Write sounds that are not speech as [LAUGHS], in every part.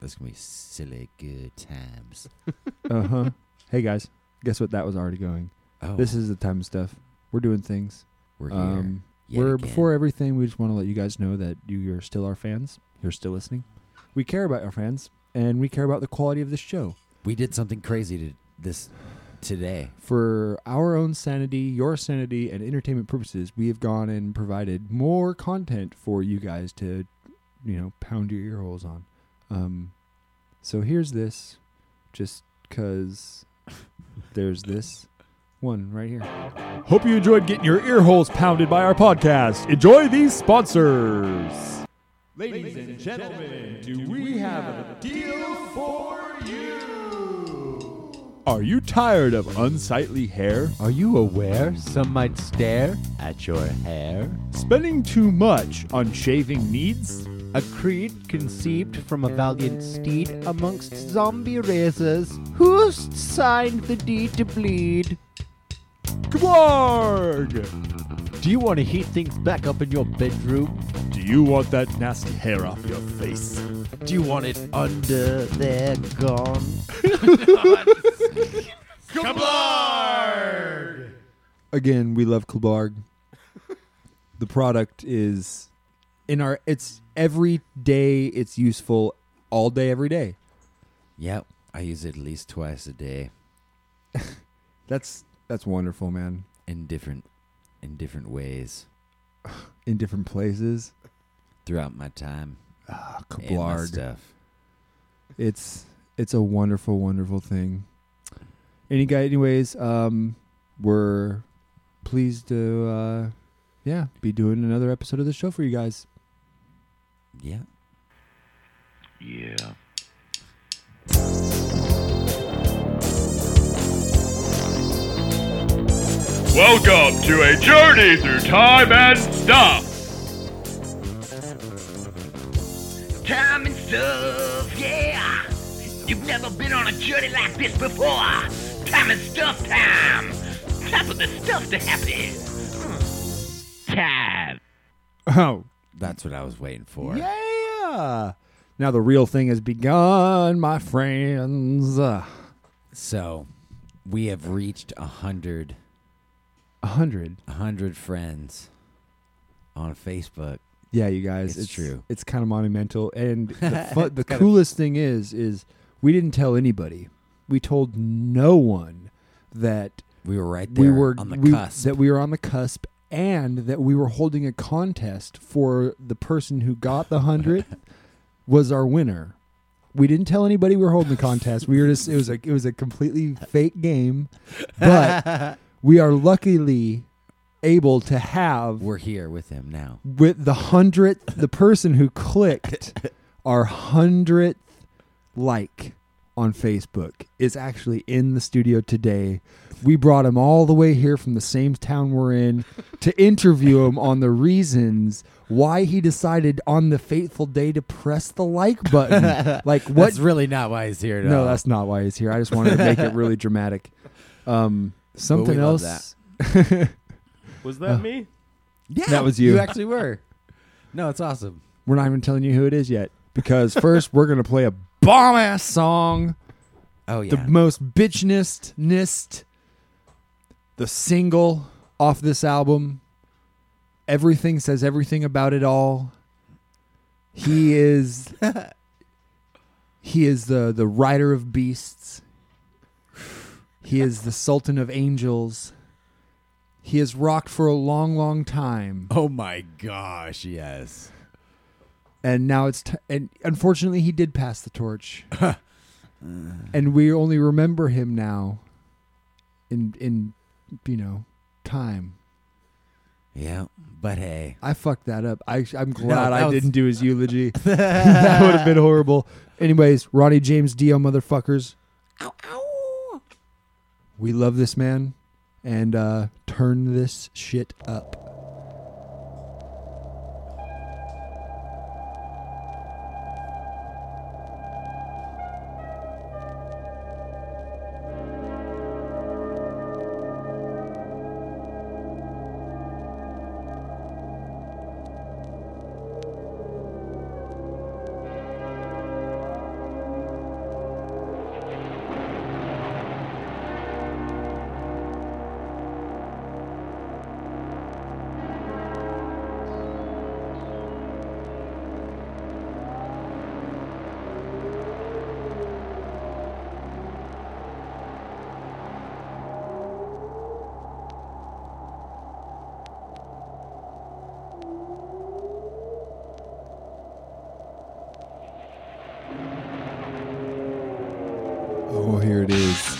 This is gonna be silly good times. Uh huh. hey guys, guess what? That was already going. Oh, This is the time of stuff. We're doing things. we're here. Um, yet we're again. before everything. We just want to let you guys know that you are still our fans. You're still listening. We care about our fans, and we care about the quality of the show. we did something crazy to this today. For our own sanity, your sanity, and entertainment purposes, we have gone and provided more content for you guys to, you know, pound your ear holes on. Um, so here's this, just because [LAUGHS] there's this one right here. Hope you enjoyed getting your ear holes pounded by our podcast. Enjoy these sponsors. Ladies and gentlemen, do we have a deal for you? Are you tired of unsightly hair? Are you aware some might stare at your hair? Spending too much on shaving needs? A creed conceived from a valiant steed amongst zombie razors. Who signed the deed to bleed? Gwarg! Do you want to heat things back up in your bedroom? Do you want that nasty hair off your face? Do you want it under there gone? Again, we love Kilbarg. the product is in our it's every day it's useful all day every day. Yep, I use it at least twice a day That's that's wonderful, man. in different in different ways In different places. throughout my time Ah, and my Kablarg. stuff. It's it's a wonderful, wonderful thing. Any guy anyways, um we're pleased to uh yeah, be doing another episode of the show for you guys. Yeah. Yeah. Welcome to a journey through time and stuff. Time and stuff, yeah. You've never been on a journey like this before. Time and stuff time. Time for the stuff to happen. Hmm. Time. Oh, That's what I was waiting for. Yeah. Now the real thing has begun, my friends. A So we have reached a hundred hundred. a hundred friends on Facebook. Yeah, you guys. It's true. It's kind of monumental. [LAUGHS] And the, fu- the coolest thing is, is we didn't tell anybody. We told no one that We were right there we were on the we- cusp. that we were on the cusp, and that we were holding a contest for the person [LAUGHS] who got the hundred was our winner. We didn't tell anybody we were holding the contest. We were just it was a it was [LAUGHS] a completely fake game, but we are luckily able to have we're here with him now. with the hundredth the person who [LAUGHS] clicked our hundredth like on Facebook is actually in the studio today. We brought him all the way here from the same town we're in to interview him on the reasons why he decided on the fateful day to press the [LAUGHS] like button. Like what That's really not why he's here at all. No, that's not why he's here. I just wanted to make [LAUGHS] it really dramatic. Um something love else that. Was that me? yeah, that was you. You actually were. No, it's awesome. We're not even telling you who it is yet because first we're gonna play a bomb ass song, Oh yeah. [LAUGHS] the most bitchnest nist, the single off this album. Everything says everything about it all. He is he is the the rider of beasts. He is the sultan of angels. He has rocked for a long, long time. oh my gosh, yes. and now it's t- and unfortunately he did pass the torch [SIGHS] and we only remember him now in in you know time Yeah. But hey. i fucked that up i i'm glad i that was- didn't do his eulogy [LAUGHS] that would have been horrible anyways ronnie james dio motherfuckers we love this man and uh turn this shit up Oh, here it is.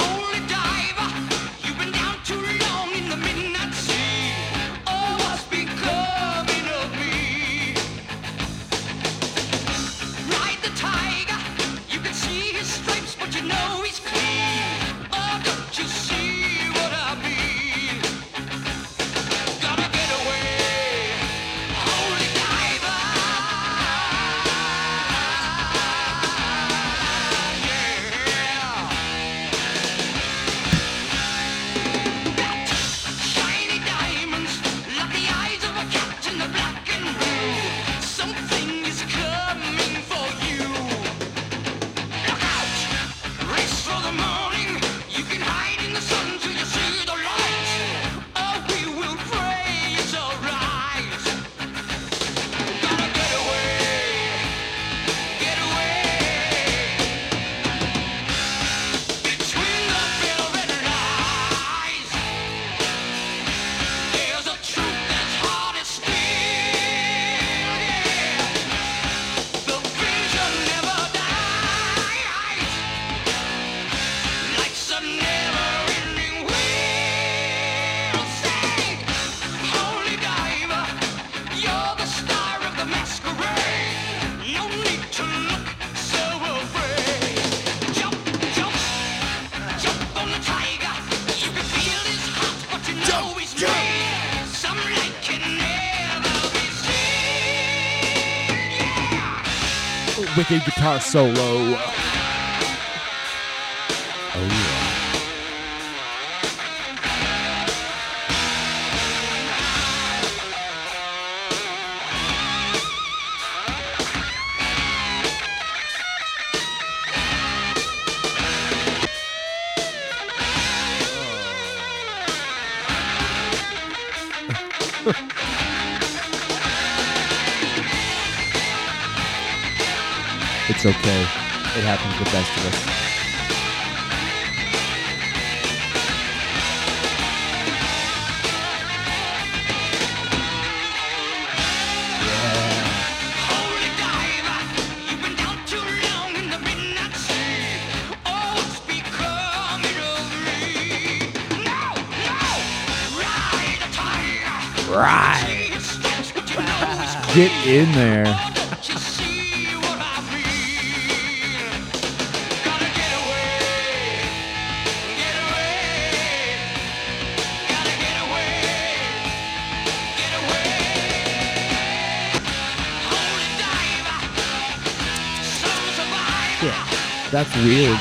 Holy diver, you've been down too long in the midnight sea. Oh, what's becoming of me? Ride the tiger, you can see his stripes, but you know he's clean. Oh, don't you see what I mean? Gotta get away, holy diver. Yeah. Shiny diamonds, lucky eyes of a cat in the black and blue. Something is coming for you. Look out! Race for the morning. You can hide in the sun till you see the light. Oh, we will pray it's alright. Gotta get away, get away. Between the velvet lies. There's a truth that's hard to steal, yeah. The vision never dies. Life's a never-ending wheel. Say, holy diver, you're the star of the masquerade. No need to look so afraid. Jump, jump, jump on the tiger. You can feel his heart, but you know he's made. Some light can never be seen. Yeah. Wicked guitar solo. Oh, It's okay. It happens to the best of us. Holy diver, you've been down too long in the midnight sea. Oh, what's becoming of me? No, no, ride a tiger. Ride. [LAUGHS] Get in there. Oh, don't you see what I mean? Gotta get away, get away, gotta get away, get away. Holy diver, some survivor. That's weird.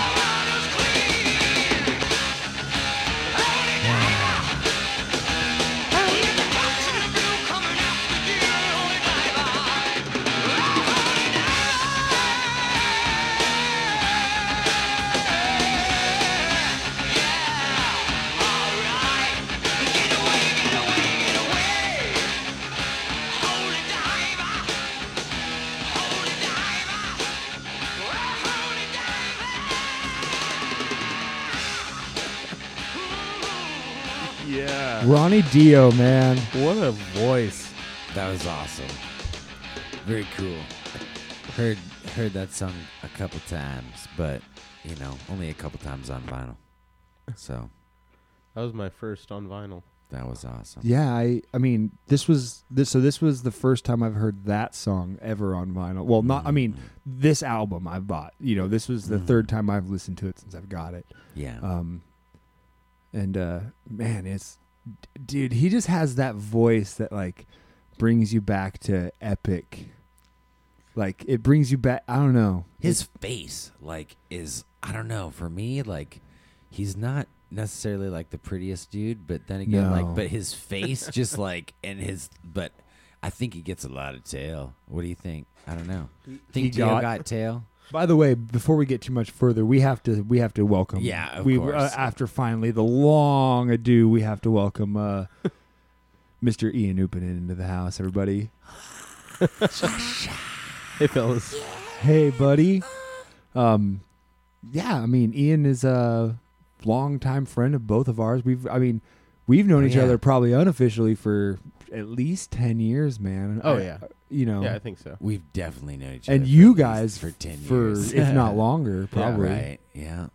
Ronnie Dio, man. What a voice. yeah. That was awesome. Very cool. Heard heard that song a couple times, but you know, only a couple times on vinyl. So That was my first on vinyl. that was awesome. Yeah, I I mean, this was this so this was the first time I've heard that song ever on vinyl. Well, not I mean, this album I bought. You know, this was the third time I've listened to it since I've got it. Yeah. Um and uh man, it's d- dude, he just has that voice that like brings you back to epic. Like it brings you back, I don't know. his face like is I don't know for me like he's not necessarily like the prettiest dude but then again No. like but his [LAUGHS] face just like and his but I think he gets a lot of tail. What do you think? I don't know. Think he Dio got- got, tail? By the way, before we get too much further, we have to we have to welcome. Yeah, of we course. [LAUGHS] Uh, after finally the long ado, we have to welcome uh, Mr. Ian Oopin into the house, everybody. Hey, fellas. Hey, buddy. Um, yeah, I mean, Ian is a longtime friend of both of ours. We've, I mean, we've known Oh, each yeah. other probably unofficially for at least ten years, man. Oh, I- yeah. you know, Yeah, I think so. We've definitely known each other. and for you at least guys for ten for [LAUGHS] years, [LAUGHS] if not longer, probably. right? Yeah.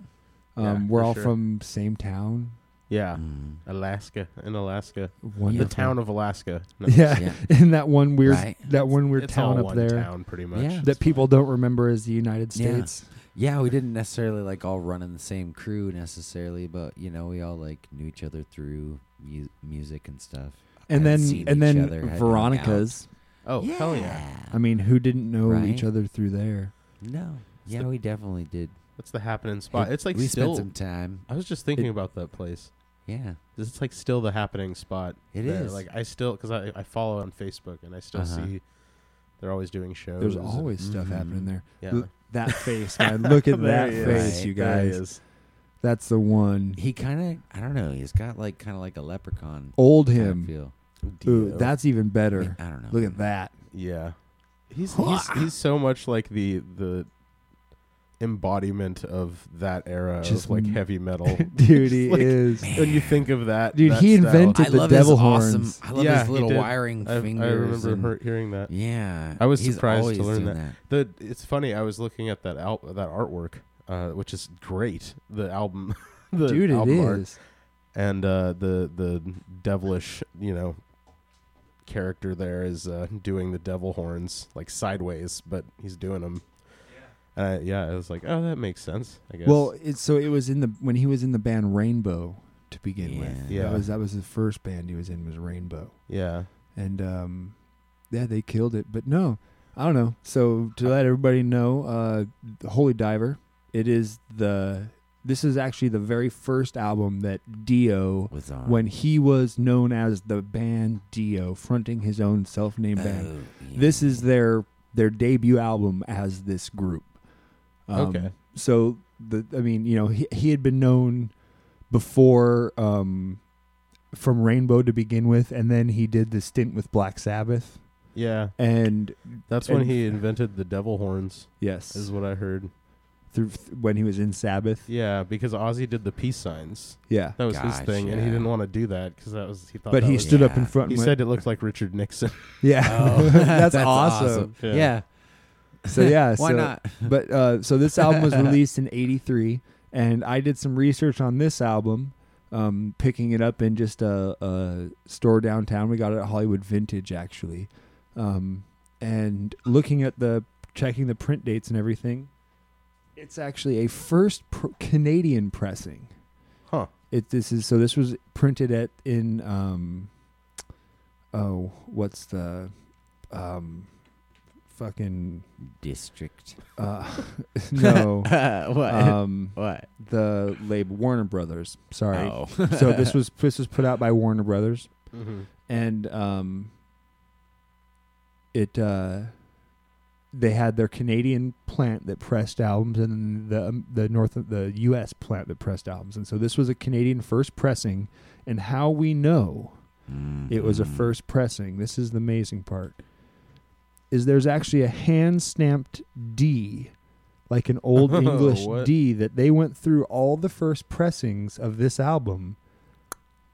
Um, Yeah, we're for all sure. from same town. Yeah. Mm. Alaska. In Alaska. Wonderful. The town of Alaska. No, Yeah, Yeah. [LAUGHS] and that one weird, Right. that one weird It's town all up one there town, pretty much. Yeah. that people don't remember as the United Yeah. States. Yeah, we didn't necessarily like all run in the same crew necessarily, but you know, we all like knew each other through mu- music and stuff. And Had then, seen and each other, had then hung Veronica's. Oh, hell yeah. I mean, who didn't know Right. each other through there? No. Yeah, we definitely did. That's the happening spot. It's like we still. spent some time. I was just thinking about that place. Yeah. It's like still the happening spot. It It is. is Like I still, because I, I follow on Facebook and I still Uh-huh. see they're always doing shows. There's and- always stuff Mhm. happening there. Yeah. L- [LAUGHS] that face, man. Look [LAUGHS] at There that he is. face, Right. you There he guys. is. That's the one. He kind of, I don't know, he's got like kind of like a leprechaun Old kinda him. feel. Ooh, Dio. that's even I, better. mean, I don't know. Look at that. [LAUGHS] Yeah. He's, he's he's so much like the the embodiment of that era Just of like m- heavy metal. Dude, he like- is. when you think of that, Dude, that he style. invented- I the love his devil awesome. horns. I love Yeah, his he little did. wiring I, I fingers. remember and- her, hearing that. Yeah, I was he's surprised to always learn doing that. The it's funny. I was looking at that al- that artwork, uh, which is great. The album, [LAUGHS] the Dude, it album art, is. and uh, the the devilish, you know, character there is uh, doing the devil horns like sideways, but he's doing them. Yeah. Uh, yeah, I was like, oh, that makes sense. I guess. Well, it, so it was in the when he was in the band Rainbow to begin with. Yeah. that was that was the first band he was in was Rainbow, yeah. and um, yeah, they killed it. But no, I don't know. So to let everybody know, uh, the Holy Diver, it is the this is actually the very first album that Dio, Was on when he was known as the band Dio, fronting his own self-named Oh, band. yeah. This is their their debut album as this group. Um, Okay. So the I mean, you know, he he had been known before um from Rainbow to begin with, and then he did the stint with Black Sabbath. Yeah, And that's when And- he invented the devil horns, yes, is what I heard. through th- when he was in Sabbath. Yeah, because Ozzy did the peace signs. Yeah. That was Gosh, his thing, and he yeah. didn't want to do that because that was he thought. But that he was, stood up in Yeah. front. he and went- said it looked like Richard Nixon. [LAUGHS] [LAUGHS] "Yeah, Oh, [LAUGHS] that's, awesome. Yeah. So yeah, [LAUGHS] Why so- not? but uh, so this album was released in '83, and I did some research on this album, um, picking it up in just a, a store downtown. We got it at Hollywood Vintage actually, um, and looking at the checking the print dates and everything, it's actually a first pr- Canadian pressing. Huh. It this is so this was printed at in um, oh what's the um, fucking District. uh, [LAUGHS] no. [LAUGHS] what? um, what? Oh. the label Warner Brothers. Sorry. [LAUGHS] so this was this was put out by Warner Brothers, Mm-hmm. and um, it uh, they had their Canadian plant that pressed albums, and then the um, the North the U.S. plant that pressed albums, and so this was a Canadian first pressing. And how we know it was a first pressing. This is the amazing part. Is there's actually a hand stamped D, like an old English What? D, that they went through all the first pressings of this album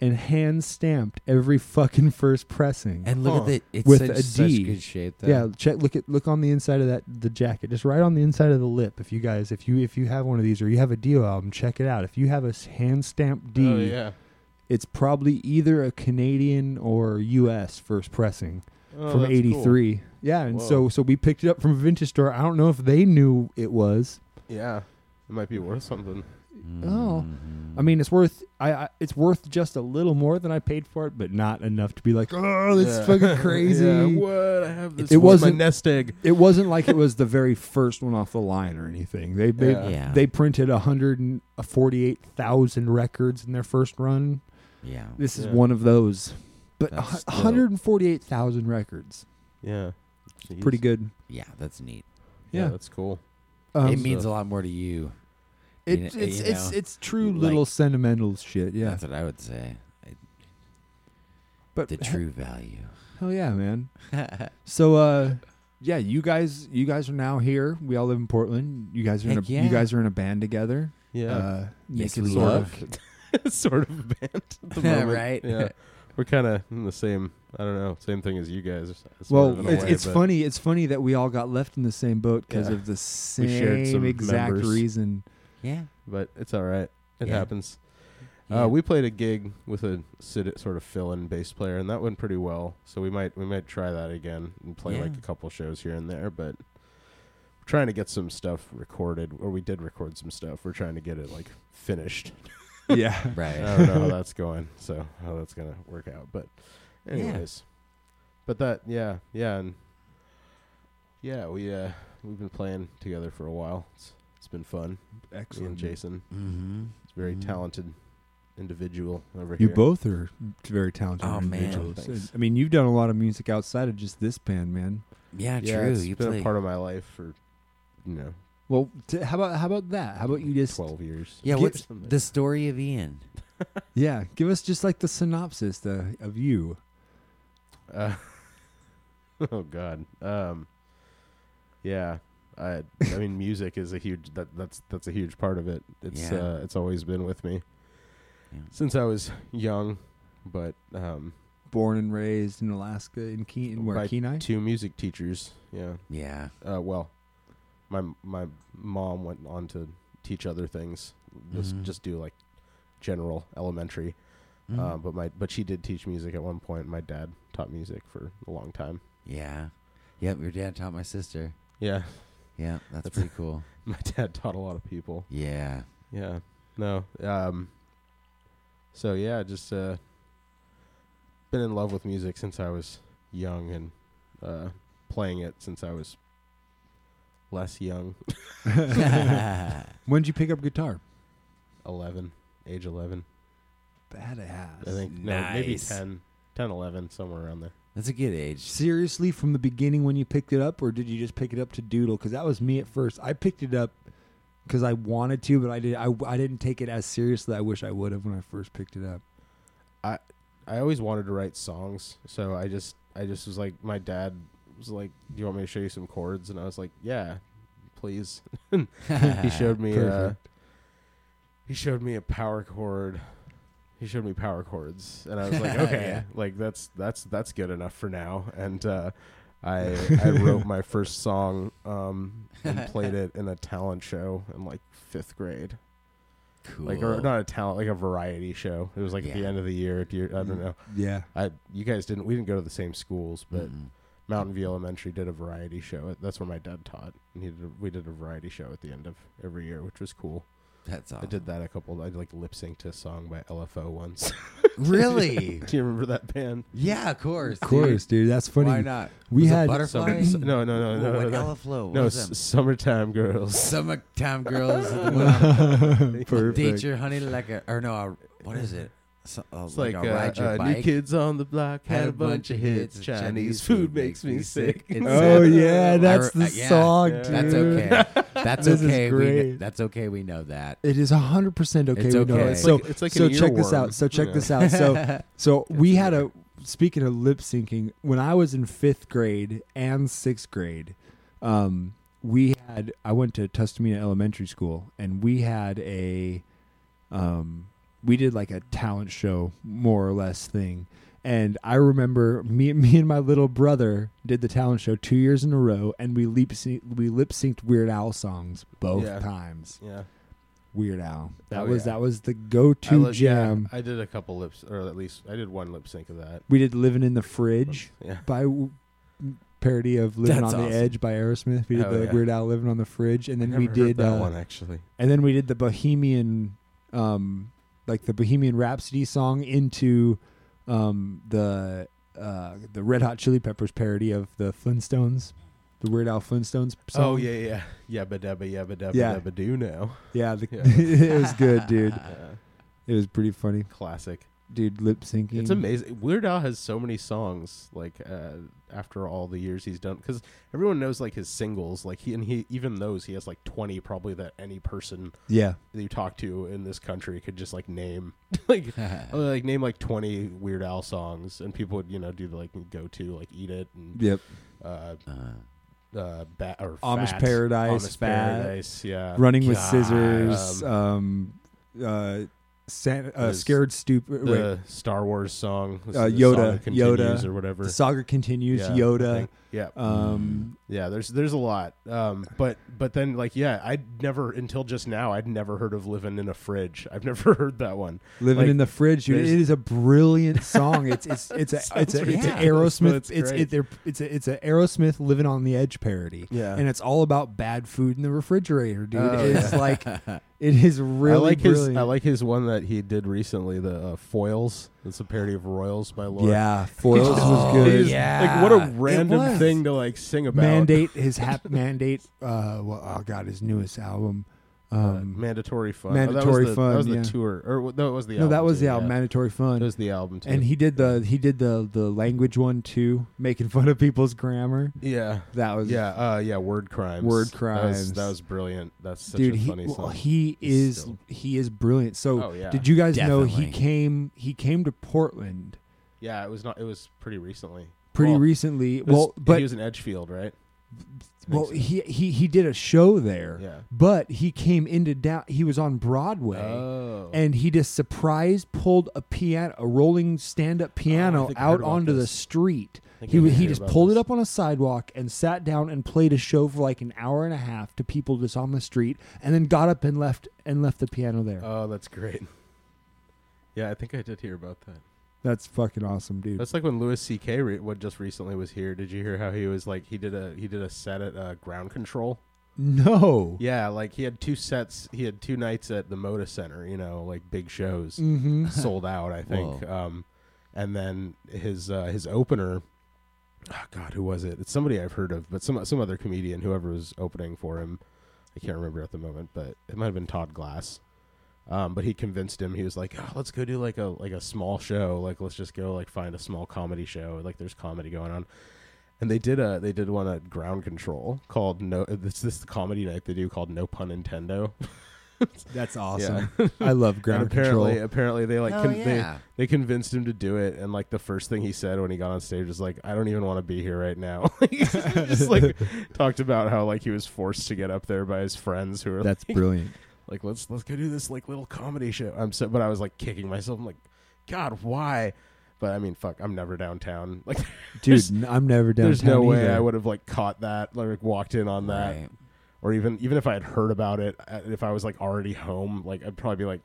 and hand stamped every fucking first pressing. And look Huh. at the it's With such, a such D. good shape. Though. yeah, check look at look on the inside of that the jacket, just right on the inside of the lip. If you guys, if you if you have one of these or you have a Dio album, check it out. If you have a hand stamped D, Oh yeah. it's probably either a Canadian or U.S. first pressing. Oh, from that's '83. Yeah, and so Whoa. so we picked it up from a vintage store. I don't know if they knew it was. Cool. Yeah, it might be worth something. Oh, Mm-hmm. I mean, it's worth I, I it's worth just a little more than I paid for it, but not enough to be like, oh, that's Yeah. [LAUGHS] fucking crazy. yeah, what I have this. It It was my wasn't- nest egg. It wasn't like it was the very first one off the line or anything. They they Yeah. Yeah. they printed 148,000 records in their first run. yeah. This is Yeah. one of those. But a That's hu- dope. 148,000 records. Yeah, Jeez. Pretty good. Yeah, that's neat. Yeah, yeah. that's cool. Um, it means a lot more to you. It, You kn- it's you it's know, it's true like- little sentimental shit. Yeah, That's what I would say. I, But [LAUGHS] The true value. Hell yeah, [LAUGHS] man. so uh yeah, you guys you guys are now here. We all live in Portland. You guys are in a, Heck yeah. you guys are in a band together. Yeah, Uh Yes, making we sort are. of- sort of [LAUGHS] a band. At [LAUGHS] the Yeah, [LAUGHS] moment. right? Yeah, we're kind of in the same. I don't know, same thing as you guys. sort of Well, in a it's, way, it's but- funny. It's funny that we all got left in the same boat because Yeah. of the same shared some exact members. [LAUGHS] reason. Yeah. but it's all right. It Yeah. happens. yeah. Uh, we played a gig with a sit- sort of fill-in bass player, and that went pretty well. So we might we might try that again and play like Yeah. a couple shows here and there. But we're trying to get some stuff recorded, or we did record some stuff. We're trying to get it like finished. yeah. [LAUGHS] right. I don't know [LAUGHS] how that's going, so how that's gonna work out. But anyways, but that yeah yeah and yeah we uh we've been playing together for a while. It's, it's been fun. Me and Excellent. Jason. mm-hmm. He's a very Mhm. talented individual over You here. both are very talented Oh, man. individuals. Thanks. I mean, you've done a lot of music outside of just this band, man. Yeah, yeah, true. it's You been play. a part of my life for you know Well, t- how about how about that? How about you just twelve years. yeah, Get what's something. the story of Ian? yeah, give us just like the synopsis the, of you. Uh, [LAUGHS] oh God. Um, yeah. I I mean, music is a huge that that's that's a huge part of it. It's Yeah. uh, it's always been with me Yeah. since I was young, but um, Born and raised in Alaska in Keen, where by Kenai. two music teachers. Yeah. Yeah. Uh, well, my my mom went on to teach other things. Just Mhm. just do like general elementary. Mhm. Uh, but my but she did teach music at one point. My dad taught music for a long time. yeah. Yep. Your dad taught my sister. Yeah, Yeah, that's, That's- pretty cool. [LAUGHS] my dad taught a lot of people. Yeah. Yeah. No. Um. So yeah, just uh, been in love with music since I was young and uh, playing it since I was less young, When'd you pick up guitar? eleven, age eleven, Badass. I think. No, maybe Nice. 10, 10, 11, somewhere around there. That's a good age. seriously from the beginning when you picked it up, or did you just pick it up to doodle? Because that was me at first. I picked it up because I wanted to, but I did. I, I didn't take it as seriously. I wish I would have when I first picked it up. I always wanted to write songs, so I just I just was like my dad was like, "Do you want me to show you some chords?" And I was like, "Yeah, please." [LAUGHS] he showed me uh, Perfect. he showed me a power chord. He showed me power chords, and I was like, "Okay, like that's that's that's good enough for now." And uh, I I wrote my first song um, and played it in a talent show in like fifth grade cool. like or not a talent like a variety show it was like at the Yeah. end of the year at your, i don't know Yeah, i you guys didn't we didn't go to the same schools but Mm-mm. mountain view elementary did a variety show that's where my dad taught and he did a, we did a variety show at the end of every year which was cool That's awesome. [LAUGHS] i did that a couple i like lip synced to a song by lfo once [LAUGHS] Really? do you remember that band yeah, of course. of course, dude. That's funny. Why not? We Was it had butterfly. Summer- no no no Well, no no, what no, Eleflo? no What was s- them? summertime [LAUGHS] girls Summertime girls. the one date [LAUGHS] Perfect. your honey like a or no? A, what is it? So, uh, it's like, a ride uh, your uh, new bike. kids on the block had a bunch of hits chinese, food makes me sick [LAUGHS] It's Oh sad. uh, yeah, that's I the re- yeah, song, yeah. dude. That's okay. That's This is okay. We, kn- great. that's okay. We know that. It is hundred percent okay. It's we know okay. that. It's So like- it's like so an check this earworm, out. So check you this out. [LAUGHS] So so we had a speaking of lip syncing when I was in fifth grade and sixth grade. Um, we had I went to Tustamina Elementary School and we had a um, we did like a talent show more or less thing. And I remember me, [LAUGHS] me and my little brother did the talent show two years in a row, and we lip we lip synced Weird Al songs both Yeah. times. yeah Weird Al. That Oh, was yeah. that was the I go-to li- jam. Yeah, I did a couple lips, or at least I did one lip sync of that. We did "Living in the Fridge" Yeah, by w- parody of "Living That's on awesome. the Edge" by Aerosmith. We did Oh, the yeah. Weird Al "Living on the Fridge," and then we did that uh, one actually. and then we did the Bohemian, um, like the Bohemian Rhapsody song into um, the uh, the Red Hot Chili Peppers parody of the Flintstones, the Weird Al Flintstones. Song. oh yeah, yeah, yabba dabba yabba dabba Yeah. dabba do now. [LAUGHS] yeah, the, Yeah. [LAUGHS] it was good, dude. Yeah. It was pretty funny. Classic. dude lip syncing. It's amazing. Weird Al has so many songs. Like uh, after all the years he's done, because everyone knows like his singles. Like he and he even those he has like twenty probably that any person Yeah. that you talk to in this country could just like name [LAUGHS] [LAUGHS] like oh, like name like twenty Weird Al songs, and people would you know do the like go to like Eat It and Yep. uh, uh, bat or Amish Fat. Paradise, Amish Fat. Paradise, yeah, Running with God. scissors. Um, Um, uh, San, uh, there's scared stupid. Wait, the Star Wars song, the uh, song Yoda. that continues Yoda or whatever. The saga continues. Yeah, I Yoda. think. Mm. yeah, Um, yeah. There's there's a lot, um, but but then like yeah, I'd never until just now I'd never heard of living in a fridge. I've [LAUGHS] never heard that one. living Like, in the fridge. Dude, it there's- is a brilliant song. It's [LAUGHS] it's it's a it's a, it's a ridiculous, Aerosmith. but it's it's great. it, they're- it's a, it's a Aerosmith living on the edge parody. Yeah. and it's all about bad food in the refrigerator, dude. Oh, it's [LAUGHS] like it is really I like brilliant. his I like his one that he did recently, the uh, foils. It's a parody of Royals by Laura. yeah, foils was It good. is- Oh, Like what a It random was. thing to like sing about. mandate [LAUGHS] his hap mandate uh well, oh god his newest album um mandatory fun. Mandatory oh, that was the, Fun, That was yeah. the tour, or w- no, it was the no album that was too, the album yeah. mandatory It fun was the album too. and he did the he did the the language one too making fun of people's grammar yeah. that was Yeah, uh, yeah, word crimes. Word That was, crimes. that was brilliant. That's such dude a he funny well, song. he He's is still- he is brilliant so Oh, yeah. did you guys know he Definitely. came he came to portland yeah, it was not. It was pretty recently. pretty Well, recently it was- well but he was in Edgefield, right? well so. he, he he did a show there Yeah. but he came into down he was on broadway Oh, and he just surprised pulled a piano, a rolling stand-up Oh, I piano think I heard out about onto the this. street. think He I wa- did he hear just about pulled this. it up on a sidewalk and sat down and played a show for like an hour and a half to people just on the street, and then got up and left and left the piano there. oh, that's great. [LAUGHS] Yeah, I think I did hear about that. That's fucking awesome, dude. That's like when Louis C.K. Re- what just recently was here. Did you hear how he was like he did a he did a set at uh, Ground Control? no, Yeah, like he had two sets. He had two nights at the Moda Center. You know, like big shows. mm-hmm. sold out, I think. Um, and then his uh, his opener, oh God, who was it? It's somebody I've heard of, but some some other comedian, whoever was opening for him, I can't remember at the moment, but it might have been Todd Glass. Um, but he convinced him. He was like, oh, "Let's go do like a like a small show. Like let's just go like find a small comedy show. Like there's comedy going on." And they did a they did one at Ground Control called No. It's this comedy night they do called No Pun Nintendo. that's awesome. I love ground [LAUGHS] and apparently, control. apparently they like Oh, con- yeah. they, they convinced him to do it, and like the first thing he said when he got on stage was like, "I don't even want to be here right now." [LAUGHS] He just like [LAUGHS] talked about how like he was forced to get up there by his friends who were [LAUGHS] That's like, brilliant. like let's let's go do this like little comedy show. I'm so, but I was like kicking myself. I'm like, God, why? But I mean, fuck, I'm never downtown. [LAUGHS] Like, Dude, there's, n- I'm never downtown there's no way either. I would have like caught that, like walked in on that Right. or even even if I had heard about it, uh, if I was like already home, like I'd probably be like,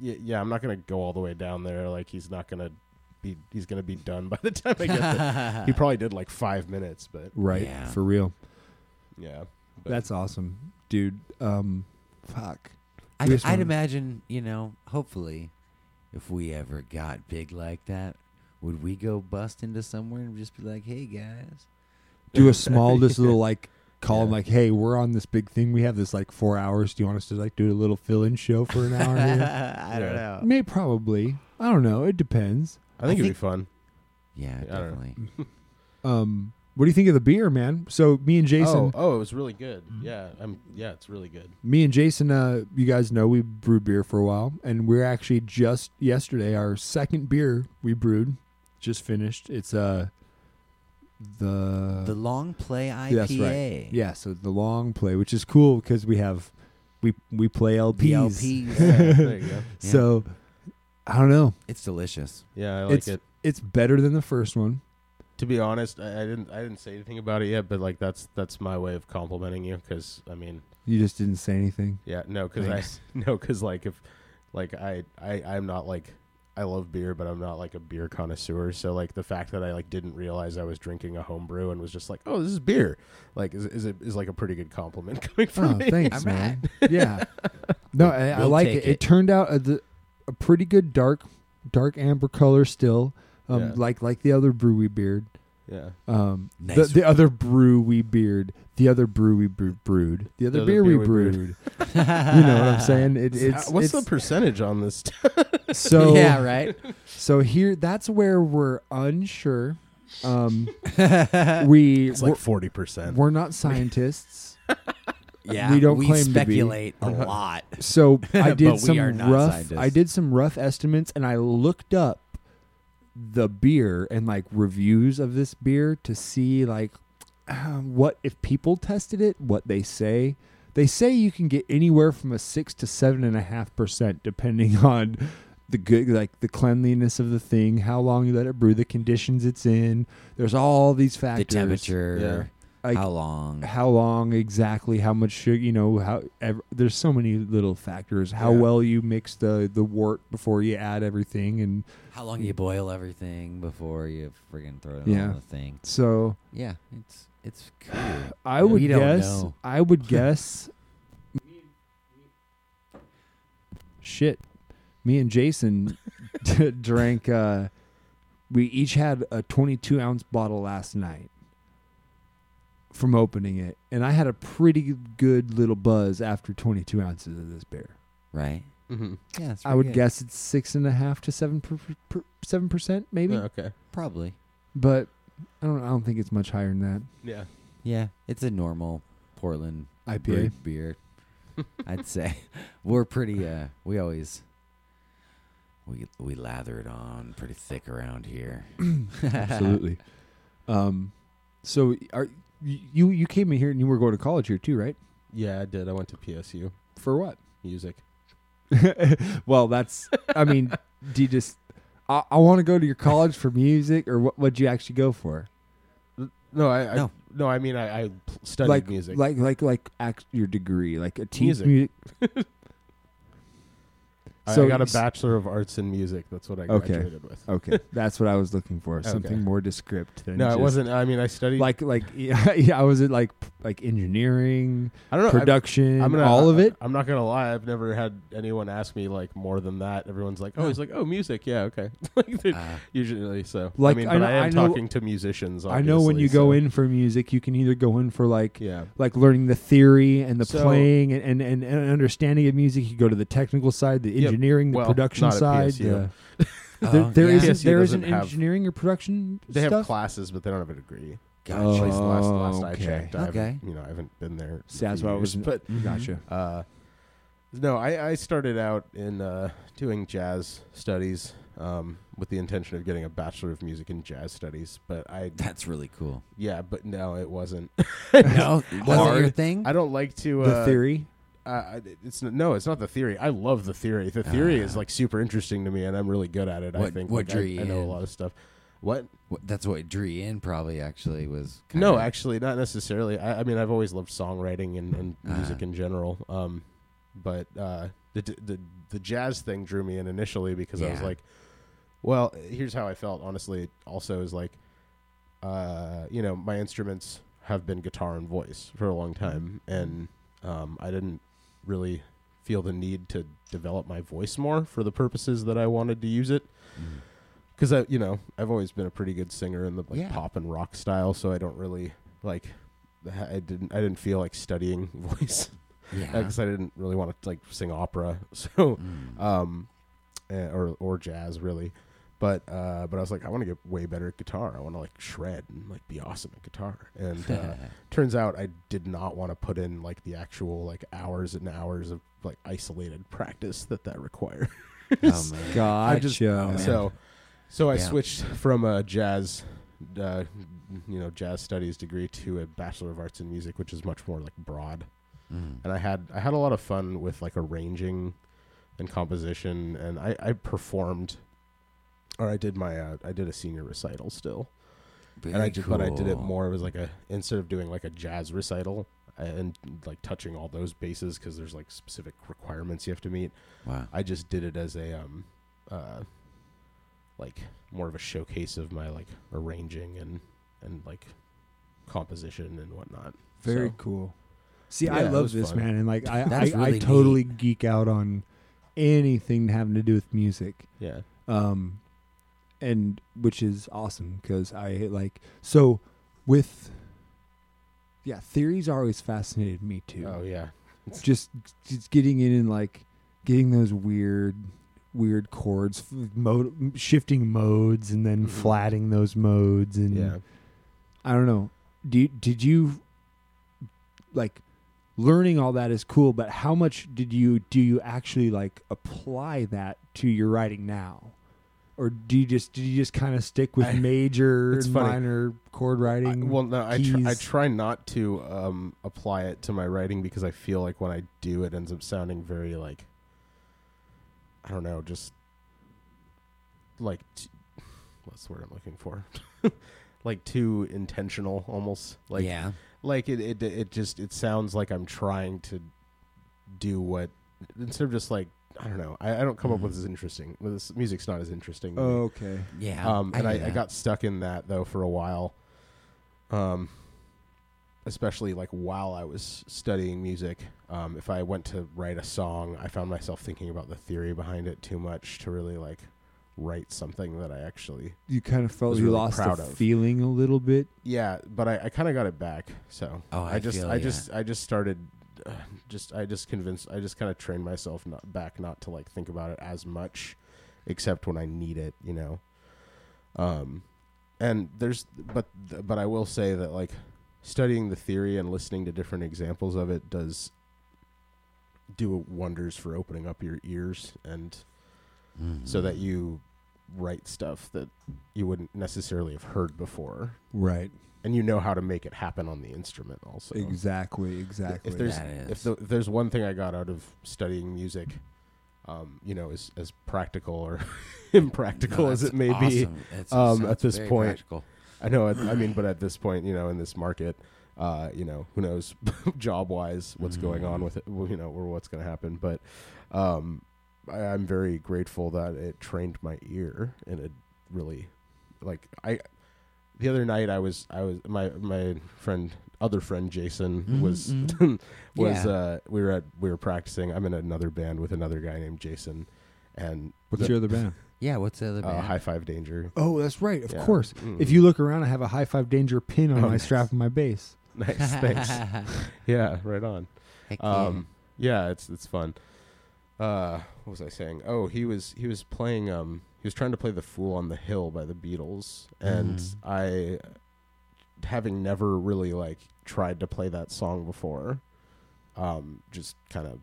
yeah, yeah, I'm not gonna go all the way down there. Like he's not gonna be, he's gonna be done by the [LAUGHS] time I get [LAUGHS] there. he probably did like five minutes, but Right, Yeah. for real. yeah, but- That's awesome, dude. Um, [LAUGHS] fuck. I'd, We just I'd wanna- imagine, you know, hopefully, if we ever got big like that, would we go bust into somewhere and just be like, "Hey guys, do a small just little like call them like hey we're on this big thing we have this like four hours do you want us to like do a little fill-in show for an hour [LAUGHS] here? Uh, I don't know." may probably i don't know it depends I think I it'd think- be fun. Yeah, I don't know. definitely. um what do you think of the beer man so me and jason Oh, oh, it was really good. Yeah, I'm. Yeah, it's really [LAUGHS] good. me and jason uh you guys know we brewed beer for a while and we're actually just yesterday our second beer we brewed just finished it's uh the The long play IPA. That's right. Yeah, so the long play, which is cool because we have we we play LPs. [LAUGHS] PLPs. Yeah, there you go. Yeah. So I don't know. it's delicious. Yeah, I like it's it. it's better than the first one. To be honest, I, I didn't. I didn't say anything about it yet, but like that's that's my way of complimenting you because I mean, You just didn't [LAUGHS] say anything. Yeah, no, because I Thanks. [LAUGHS] no, because like if like I I I'm not like I love beer, but I'm not like a beer connoisseur. So like the fact that I like didn't realize I was drinking a homebrew and was just like, oh, this is beer, like is is, it, is like a pretty good compliment [LAUGHS] coming from Oh, me. thanks, [LAUGHS] I'm man. [LAUGHS] Yeah. No, I, I We'll like take it. it. it. turned out a, the- a pretty good dark dark amber color still, um, Yeah. like like the other brewery beard. Yeah. Um, Nice. [LAUGHS] the, the other brew we beard, the other brew we brew, brewed, the other other beer, beer we we brewed. brewed. you know what [LAUGHS] I'm saying? It, it's It's, What's the it's- percentage on this? T- [LAUGHS] so yeah, right. so here that's where we're unsure. [LAUGHS] Um, we it's like [LAUGHS] 40%. we're, we're not scientists, yeah, [LAUGHS] we don't claim to be. speculate [LAUGHS] a lot. [LAUGHS] so I But did we some are not rough. scientists. I did some rough estimates, and I looked up the beer and like reviews of this beer to see like uh, what if people tested it, what they say. They say you can get anywhere from a six to seven and a half percent, depending [LAUGHS] on the good, like the cleanliness of the thing, how long you let it brew, the conditions it's in. There's all these The factors. temperature, Like, how long? how long exactly how much sugar you know how ev- there's so many little factors how well you mix the the wort before you add everything and How long you boil everything before you friggin' throw it Yeah. on the thing? so Yeah, it's it's cool. [SIGHS] i would We don't guess know. i [LAUGHS] would guess shit me and jason [LAUGHS] d- drank uh we each had a 22 ounce bottle last night from opening it and i had a pretty good little buzz after 22 ounces of this beer right? mm-hmm. Yeah, it's I would guess it's six and a half to seven per, per, seven percent, maybe. Oh, okay. probably. But I don't. I don't think it's much higher than [LAUGHS] that. Yeah. Yeah, it's a normal Portland IPA? brewed [LAUGHS] beer. I'd say [LAUGHS] we're pretty. uh We always we we lather it on pretty thick around here. Absolutely. um, so are you? You came in here and you were going to college here too, right? Yeah, I did. I went to PSU For what? music. well, that's. I [LAUGHS] mean, do you just? I, I want to go to your college for music, or what? What'd you actually go for? No, I, I No. no. I mean I, I pl- studied like music. like like like act, your degree, like a teach Music. music. I, so I got a s- bachelor of arts in music. That's what I Okay. graduated with. [LAUGHS] Okay, that's what I was looking for. Something more descript than No, it just- wasn't. I mean, I studied like like [LAUGHS] yeah, yeah, I was at like p- like engineering, I don't know. I- production, I'm gonna, all of it. I'm not gonna lie. I've never had anyone ask me like more than that. Everyone's like, "Oh, he's like, oh, music, yeah, okay." [LAUGHS] like they- usually, so Ah. Like, I mean, I but know- I, I am know- talking to musicians. I know when obviously, you go so- in for music, you can either go in for like yeah, like learning the theory and the So- playing and, and, and, and understanding of music. You go to the technical side, the Yep. engineering, the Well, production not at side. PSU. the- Oh, there there yeah. not PSU there isn't doesn't have- engineering or production they stuff. Oh, have classes, but they don't have a degree. At Gotcha. least last, last I okay. checked, I haven't- Okay. you know, I haven't been there. in a See, that's few why I years, was But gotcha. Uh, no, I, I started out in uh, doing jazz studies um, with the intention of getting a bachelor of music in jazz studies, but I That's really cool. yeah, but no, it wasn't. [LAUGHS] No, wasn't your Hard. thing. I don't like to The uh, theory. I- I, it's n- no, it's not the theory. I love the theory. The theory is like super interesting to me, and I'm really good at it. I Ah. What- think what Like, I- drew you I, know in? a lot of stuff. What? Wh- That's what drew you in. Probably actually was kind no, of, actually, not necessarily. I, I mean, I've always loved songwriting and, and Ah. music in general. Um, but uh, the, d- the the jazz thing drew me in initially because I was Yeah. like, well, here's how I felt. Honestly, also is like, uh, you know, my instruments have been guitar and voice for a long time, and um, I didn't really feel the need to develop my voice more for the purposes that I wanted to use it. Because I, you know, I've always been a pretty good singer in the like, Yeah. pop and rock style, so I don't really like. I didn't. I didn't feel like studying [LAUGHS] voice Yeah. [LAUGHS] because I didn't really want to like sing opera, [LAUGHS] so um, eh, or or jazz really. But uh, but I was like, I want to get way better at guitar. I want to like shred and like be awesome at guitar. And uh, [LAUGHS] turns out I did not want to put in like the actual like hours and hours of like isolated practice that that required. Oh, man. Gotcha. so so I Oh, Yeah. switched from a jazz, uh, you know, jazz studies degree to a bachelor of arts in music, which is much more like broad Mm. and I had I had a lot of fun with like arranging and composition, and I, I performed or I did my uh, I did a senior recital still, and I Very did but I did it cool. more. It was like a instead of doing like a jazz recital uh, and like touching all those bases because there's like specific requirements you have to meet. Wow. I just did it as a um uh like more of a showcase of my like arranging and and like composition and whatnot. Very So- cool. See, Yeah, I it love was this fun. man, and like I, I, That's I really totally geek out on anything having to do with music. yeah. Um, and which is awesome because I like so with yeah theories are always fascinated me too. Oh yeah. just just getting in and like getting those weird weird chords f- mode shifting modes and then flatting those modes and Mm-hmm. Yeah. I don't know. Do you, did you like learning all that is cool, but how much did you do you actually like apply that to your writing now? Or do you just do you just kind of stick [LAUGHS] with I- major it's and funny. minor chord I, writing? well, no, I, tr- I keys? try not to um, apply it to my writing because I feel like when I do, it ends up sounding very like I don't know, just like t- what's the word I'm looking for? [LAUGHS] like too intentional, almost. Like yeah. like it, it it just it sounds like i'm trying to do what instead of just like i don't know i, I don't come up with Mm-hmm. as interesting well, this music's not as interesting to me. Oh, okay. Oh, Yeah. um and get I, I that. got stuck in that though for a while um especially like while i was studying music um if i went to write a song i found myself thinking about the theory behind it too much to really like write something that i actually You kind of felt Was you really lost proud the of. feeling a little bit. yeah but i, I kind of got it back so Oh, I just feel i ya. just i just started uh, just i just convinced i just kind of trained myself not back not to like think about it as much except when i need it you know um and there's but but i will say that like studying the theory and listening to different examples of it does do wonders for opening up your ears and so that Mm-hmm. you write stuff that you wouldn't necessarily have heard before Right. and you know how to make it happen on the instrument also Exactly. Exactly. if there's That is. if, the, if there's one thing i got out of studying music um, you know as, as practical or [LAUGHS] impractical No, as that's it may be awesome. It's- it um, sounds at this very point. practical. i know at- i mean but at this point you know in this market uh, you know who knows [LAUGHS] job wise what's going on with it Mm-hmm. well, you know or what's going to happen but um, I, i'm very grateful that it trained my ear and it really like i the other night I was I was my my friend other friend Jason was [LAUGHS] was Mm-hmm, Yeah. uh we were at we were practicing. I'm in another band with another guy named Jason and What's the- your other band? Yeah. What's the other uh, band? High Five Danger. [LAUGHS] [LAUGHS] Oh, that's right. Of Yeah. course. If you look around, I have a high five danger pin on Oh, my nice. strap of my bass. [LAUGHS] Nice, thanks. Yeah, right on. Heck yeah. Um yeah, it's it's fun. Uh what was I saying? Oh, he was he was playing um he was trying to play The Fool on the Hill by the Beatles and I having never really like tried to play that song before um just kind of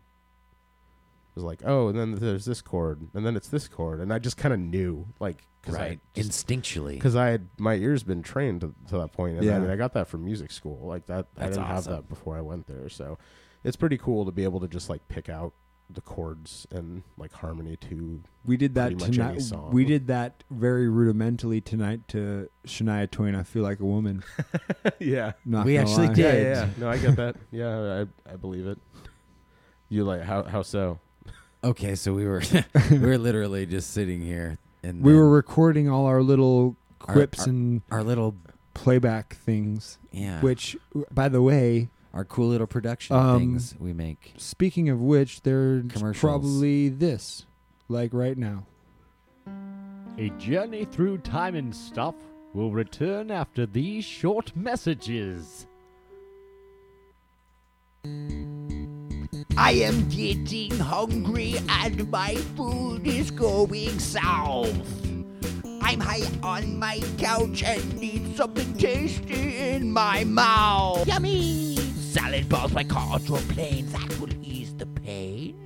was like oh and then there's this chord and then it's this chord and i just kind of knew like because right. i just, Instinctually. cause i had my ears been trained to, to that point and Yeah. i mean i got that from music school like that i That's didn't have awesome. that before i went there so it's pretty cool to be able to just like pick out the chords and like harmony to We did that pretty much any tonight. song. We did that very rudimentally tonight to Shania Twain. I feel like a woman. [LAUGHS] yeah Not We gonna actually lie. did. yeah, yeah. no i get that yeah i i believe it you like how how so Okay, so [LAUGHS] we were [LAUGHS] we were literally just sitting here, and We then were recording all our little Our- quips our- and our little playback things. yeah, Which, by the way, our cool little production Um, things we make. speaking of which, there's Commercials. probably this, like right now. A journey through time and stuff will return after these short messages. I am getting hungry and my food is going south. I'm high on my couch and need something tasty in my mouth. Yummy! Salad bars by cards or plain that will ease the pain.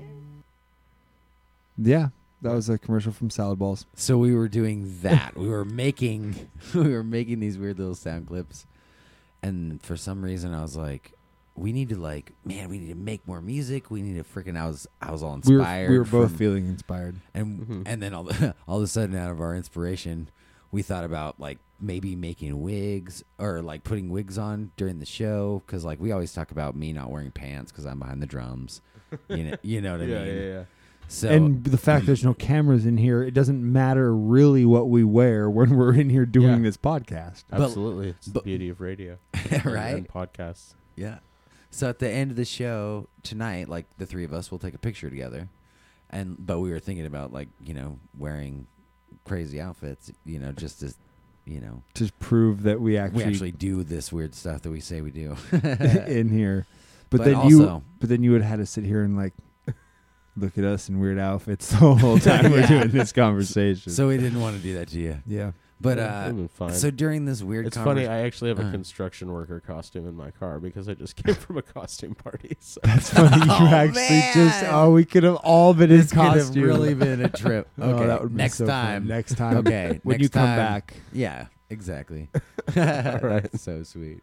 Yeah, that was a commercial from Salad Balls. So we were doing that. we were making [LAUGHS] we were making these weird little sound clips, and for some reason I was like, we need to like, man, we need to make more music. We need to freaking. I was I was all We inspired. were, we were both mm-hmm. from- feeling inspired. and and then all the, [LAUGHS] all of a sudden out of our inspiration we thought about like maybe making wigs or like putting wigs on during the show because like we always talk about me not wearing pants because i'm behind the drums you know you [LAUGHS] know what i mean so and the fact there's no cameras in here, it doesn't matter really what we wear when we're in here doing Yeah. this podcast. absolutely it's but- the beauty [LAUGHS] of radio [LAUGHS] and- right and podcasts yeah so at the end of the show tonight like the three of us will take a picture together and but we were thinking about like you know wearing crazy outfits, you know, just to, you know, Just prove that we actually, we [LAUGHS] actually do this weird stuff that we say we [LAUGHS] do. in here. But, But then you, also- but then you would have had to sit here and like look at us in weird outfits the [LAUGHS] whole time we're doing this conversation. so we didn't want to do that to you. [LAUGHS] yeah, But Yeah, uh, it'd been fine. so during this weird, It's conver- funny. I actually have a Uh. construction worker costume in my car because I just came [LAUGHS] from a costume party. So. it's funny. You actually just oh, we Oh, could have all been this in could have [LAUGHS] costume. really been a trip. Oh, Okay, that would be next so funny. time. Next time. Okay, [LAUGHS] when next you come time. back. Yeah, [LAUGHS] exactly. [LAUGHS] That's so sweet.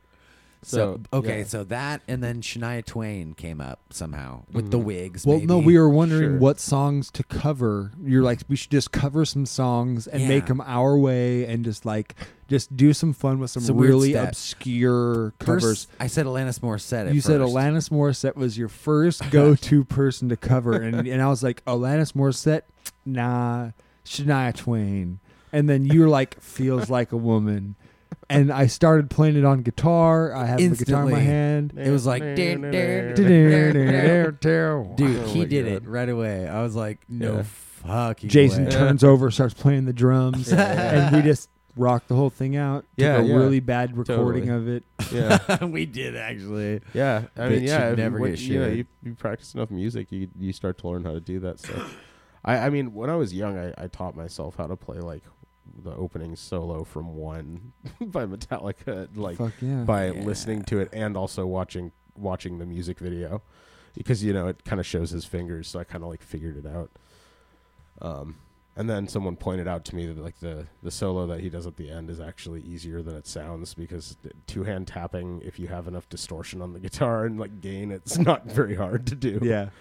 So, So, okay, yeah. so that and then Shania Twain came up somehow with the wigs. Mm-hmm. Well, maybe. no, we were wondering Sure. what songs to cover. You're like, we should just cover some songs and make Yeah. them our way, and just like, just do some fun with some, Some weird really stuff. obscure covers. First, I said Alanis Morissette. At You said first. Alanis Morissette was your first go-to person to cover, and and I was like, Alanis Morissette, nah, Shania Twain, and then you were like, feels like a woman, and I started playing it on guitar. I had the guitar in my Instantly. hand. It was [LAUGHS] like, Dude, dude, he did it right away. I was like, no Oh Yeah. fucking Jason way. turns over, starts playing the drums, and we just rock the whole thing out. Yeah, Took a yeah. really bad recording Totally. of it. [LAUGHS] yeah, we did actually. yeah. I Bitch mean, yeah. should if you- never when- get you, know, shared. you, you practice enough music, you you start to learn how to do [SIGHS] that stuff. I, I mean, when I was young, I, I taught myself how to play like the opening solo from One [LAUGHS] by Metallica, like Fuck Mm. yeah. by Yeah. listening to it and also watching watching the music video because you know it kind of shows his fingers so i kind of like figured it out um and then someone pointed out to me that like the the solo that he does at the end is actually easier than it sounds because two hand tapping if you have enough distortion on the [LAUGHS] guitar and like gain it's not very hard to do Yeah.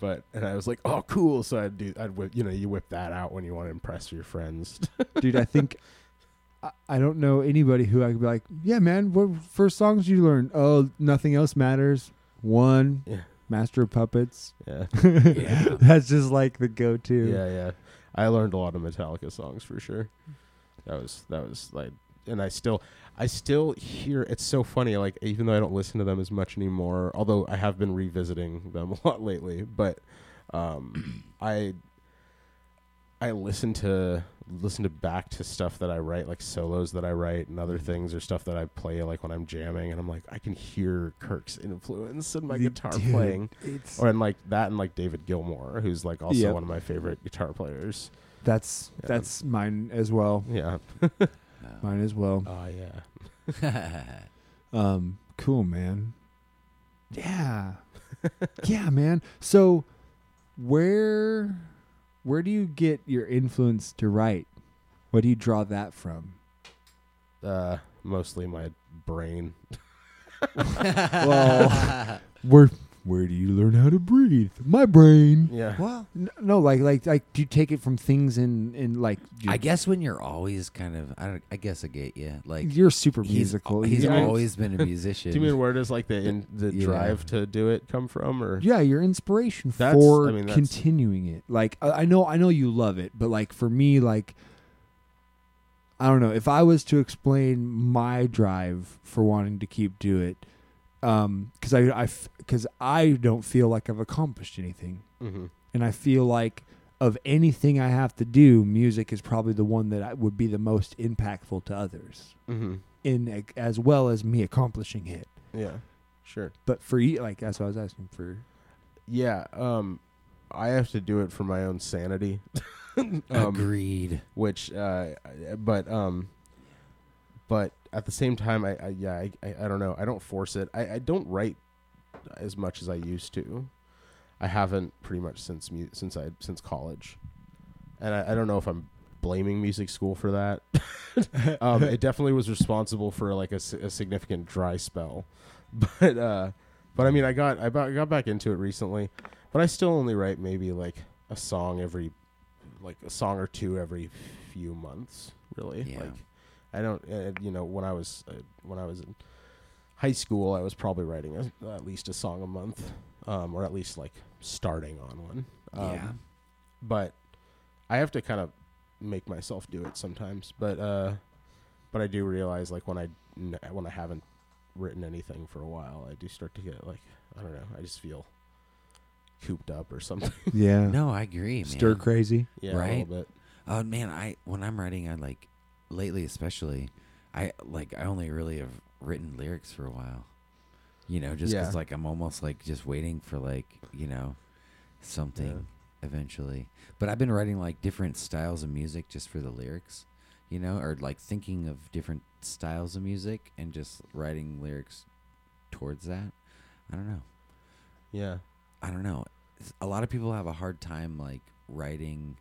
but and i was like oh cool so i'd do i'd whip you know you whip that out when you want to impress your friends [LAUGHS] Dude, I think I, I don't know anybody who I could be like, yeah, man, what first songs you learned? Oh, nothing else matters. One, Yeah. Master of Puppets. yeah [LAUGHS] That's just like the go to. Yeah, yeah. I learned a lot of Metallica songs for sure. That was that was like, and I still, I still hear. It's so funny. Like even though I don't listen to them as much anymore, although I have been revisiting them [LAUGHS] a lot lately. But um, [CLEARS THROAT] I, I listen to listen to back to stuff that I write, like solos that I write, and other things or stuff that I play, like when I'm jamming, and I'm like, I can hear Kirk's influence in my guitar Dude, playing It's, or and like that and like David Gilmour, who's like also Yep. one of my favorite guitar players. that's Yeah. that's mine as well. Yeah. Mine as well. Oh yeah. Um, cool, man. [LAUGHS] Yeah, yeah, man. So, where where do you get your influence to write? What do you draw that from? Uh, mostly my brain. [LAUGHS] Well, where where do you learn how to breathe? My brain. Yeah. Well, n- no, like like like, do you take it from things in in like? your- I guess when you're always kind of, I, don't, I guess I get you. Like you're super he's- musical. He's, You- Yeah. always [LAUGHS] been a musician. Do you mean where does like the in, the Yeah. drive to do it come from, or yeah, your inspiration That's- for I mean, that's- continuing it. Like I, I know, I know you love it, but like for me, like I don't know if I was to explain my drive for wanting to keep do it, because I I because I don't feel like I've accomplished anything, Mhm. and I feel like of anything I have to do, music is probably the one that I, would be the most impactful to others, Mm-hmm. in as well as me accomplishing it. Yeah. Sure. But for you, like that's what I was asking for. Yeah. Um, I have to do it for my own sanity. [LAUGHS] um, Um, Agreed. which uh I- but um but at the same time i, I yeah I, I i don't know i don't force it i i don't write as much as i used to i haven't pretty much since mu- since i since college and i, I don't know if i'm blaming music school for that um it definitely was responsible for like a, si- a significant dry spell [LAUGHS] but uh but i mean i got i ba- got back into it recently but i still only write maybe like a song every like a song or two every few months really Yeah. like i don't uh, you know when i was uh, when i was in high school i was probably writing a, at least a song a month um, or at least like starting on one um, yeah. but i have to kind of make myself do it sometimes but uh but i do realize like when i n- when i haven't written anything for a while i do start to get like i don't know i just feel cooped up or something [LAUGHS] Yeah. No, I agree, man. Stir crazy. yeah a Right. little bit Oh man, I when I'm writing, I like lately especially, I like I only really have written lyrics for a while. You know, just because Yeah. like I'm almost like just waiting for like you know something eventually. But I've been writing like different styles of music just for the lyrics, you know, or like thinking of different styles of music and just writing lyrics towards that. I don't know. Yeah. I don't know. It's- A lot of people have a hard time like writing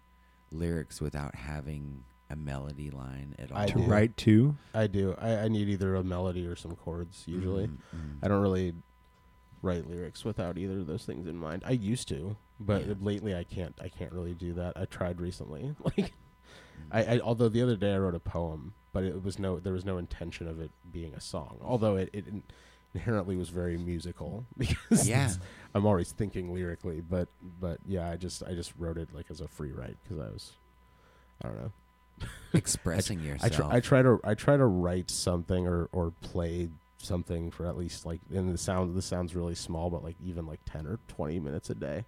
lyrics without having a melody line at all. I to do. write to. I do. I, I need either a melody or some chords usually. Mm-hmm, I don't really write lyrics without either of those things in mind. I used to, but Yeah. lately I can't. I can't really do that. I tried recently. [LAUGHS] Like, Mm-hmm. I, I although the other day I wrote a poem, but it was no. There was no intention of it being a song. Although it, it in- inherently was very musical [LAUGHS] because Yeah. it's- I'm always thinking lyrically. But but yeah, I just I just wrote it like as a free write because I was. I don't know. Expressing I yourself. try, I try to I try to write something or or play something for at least like and the sound this sounds really small but like even like 10 or 20 minutes a day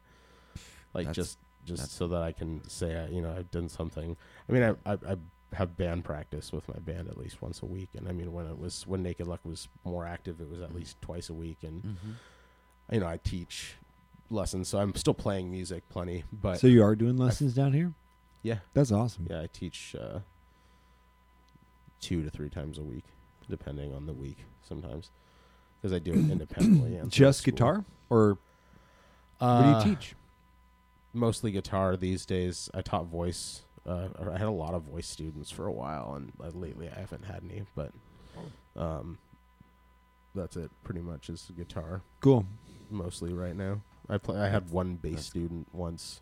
like That's- just just that's- so that I can say I, you know I've done something I mean I, I I have band practice with my band at least once a week and I mean when it was when Naked Luck was more active it was Mm-hmm. at least twice a week and you know I teach lessons so I'm still playing music plenty but So you are doing lessons down here. yeah That's awesome. yeah, I teach uh, two to three times a week, depending on the week sometimes, because I do it independently. and through Just school. guitar, or what Uh, do you teach? Mostly guitar these days. I taught voice. Uh, or I had a lot of voice students for a while, and uh, lately I haven't had any. But um, that's it. Pretty much is guitar Cool. mostly right now. I play. I had one bass student once.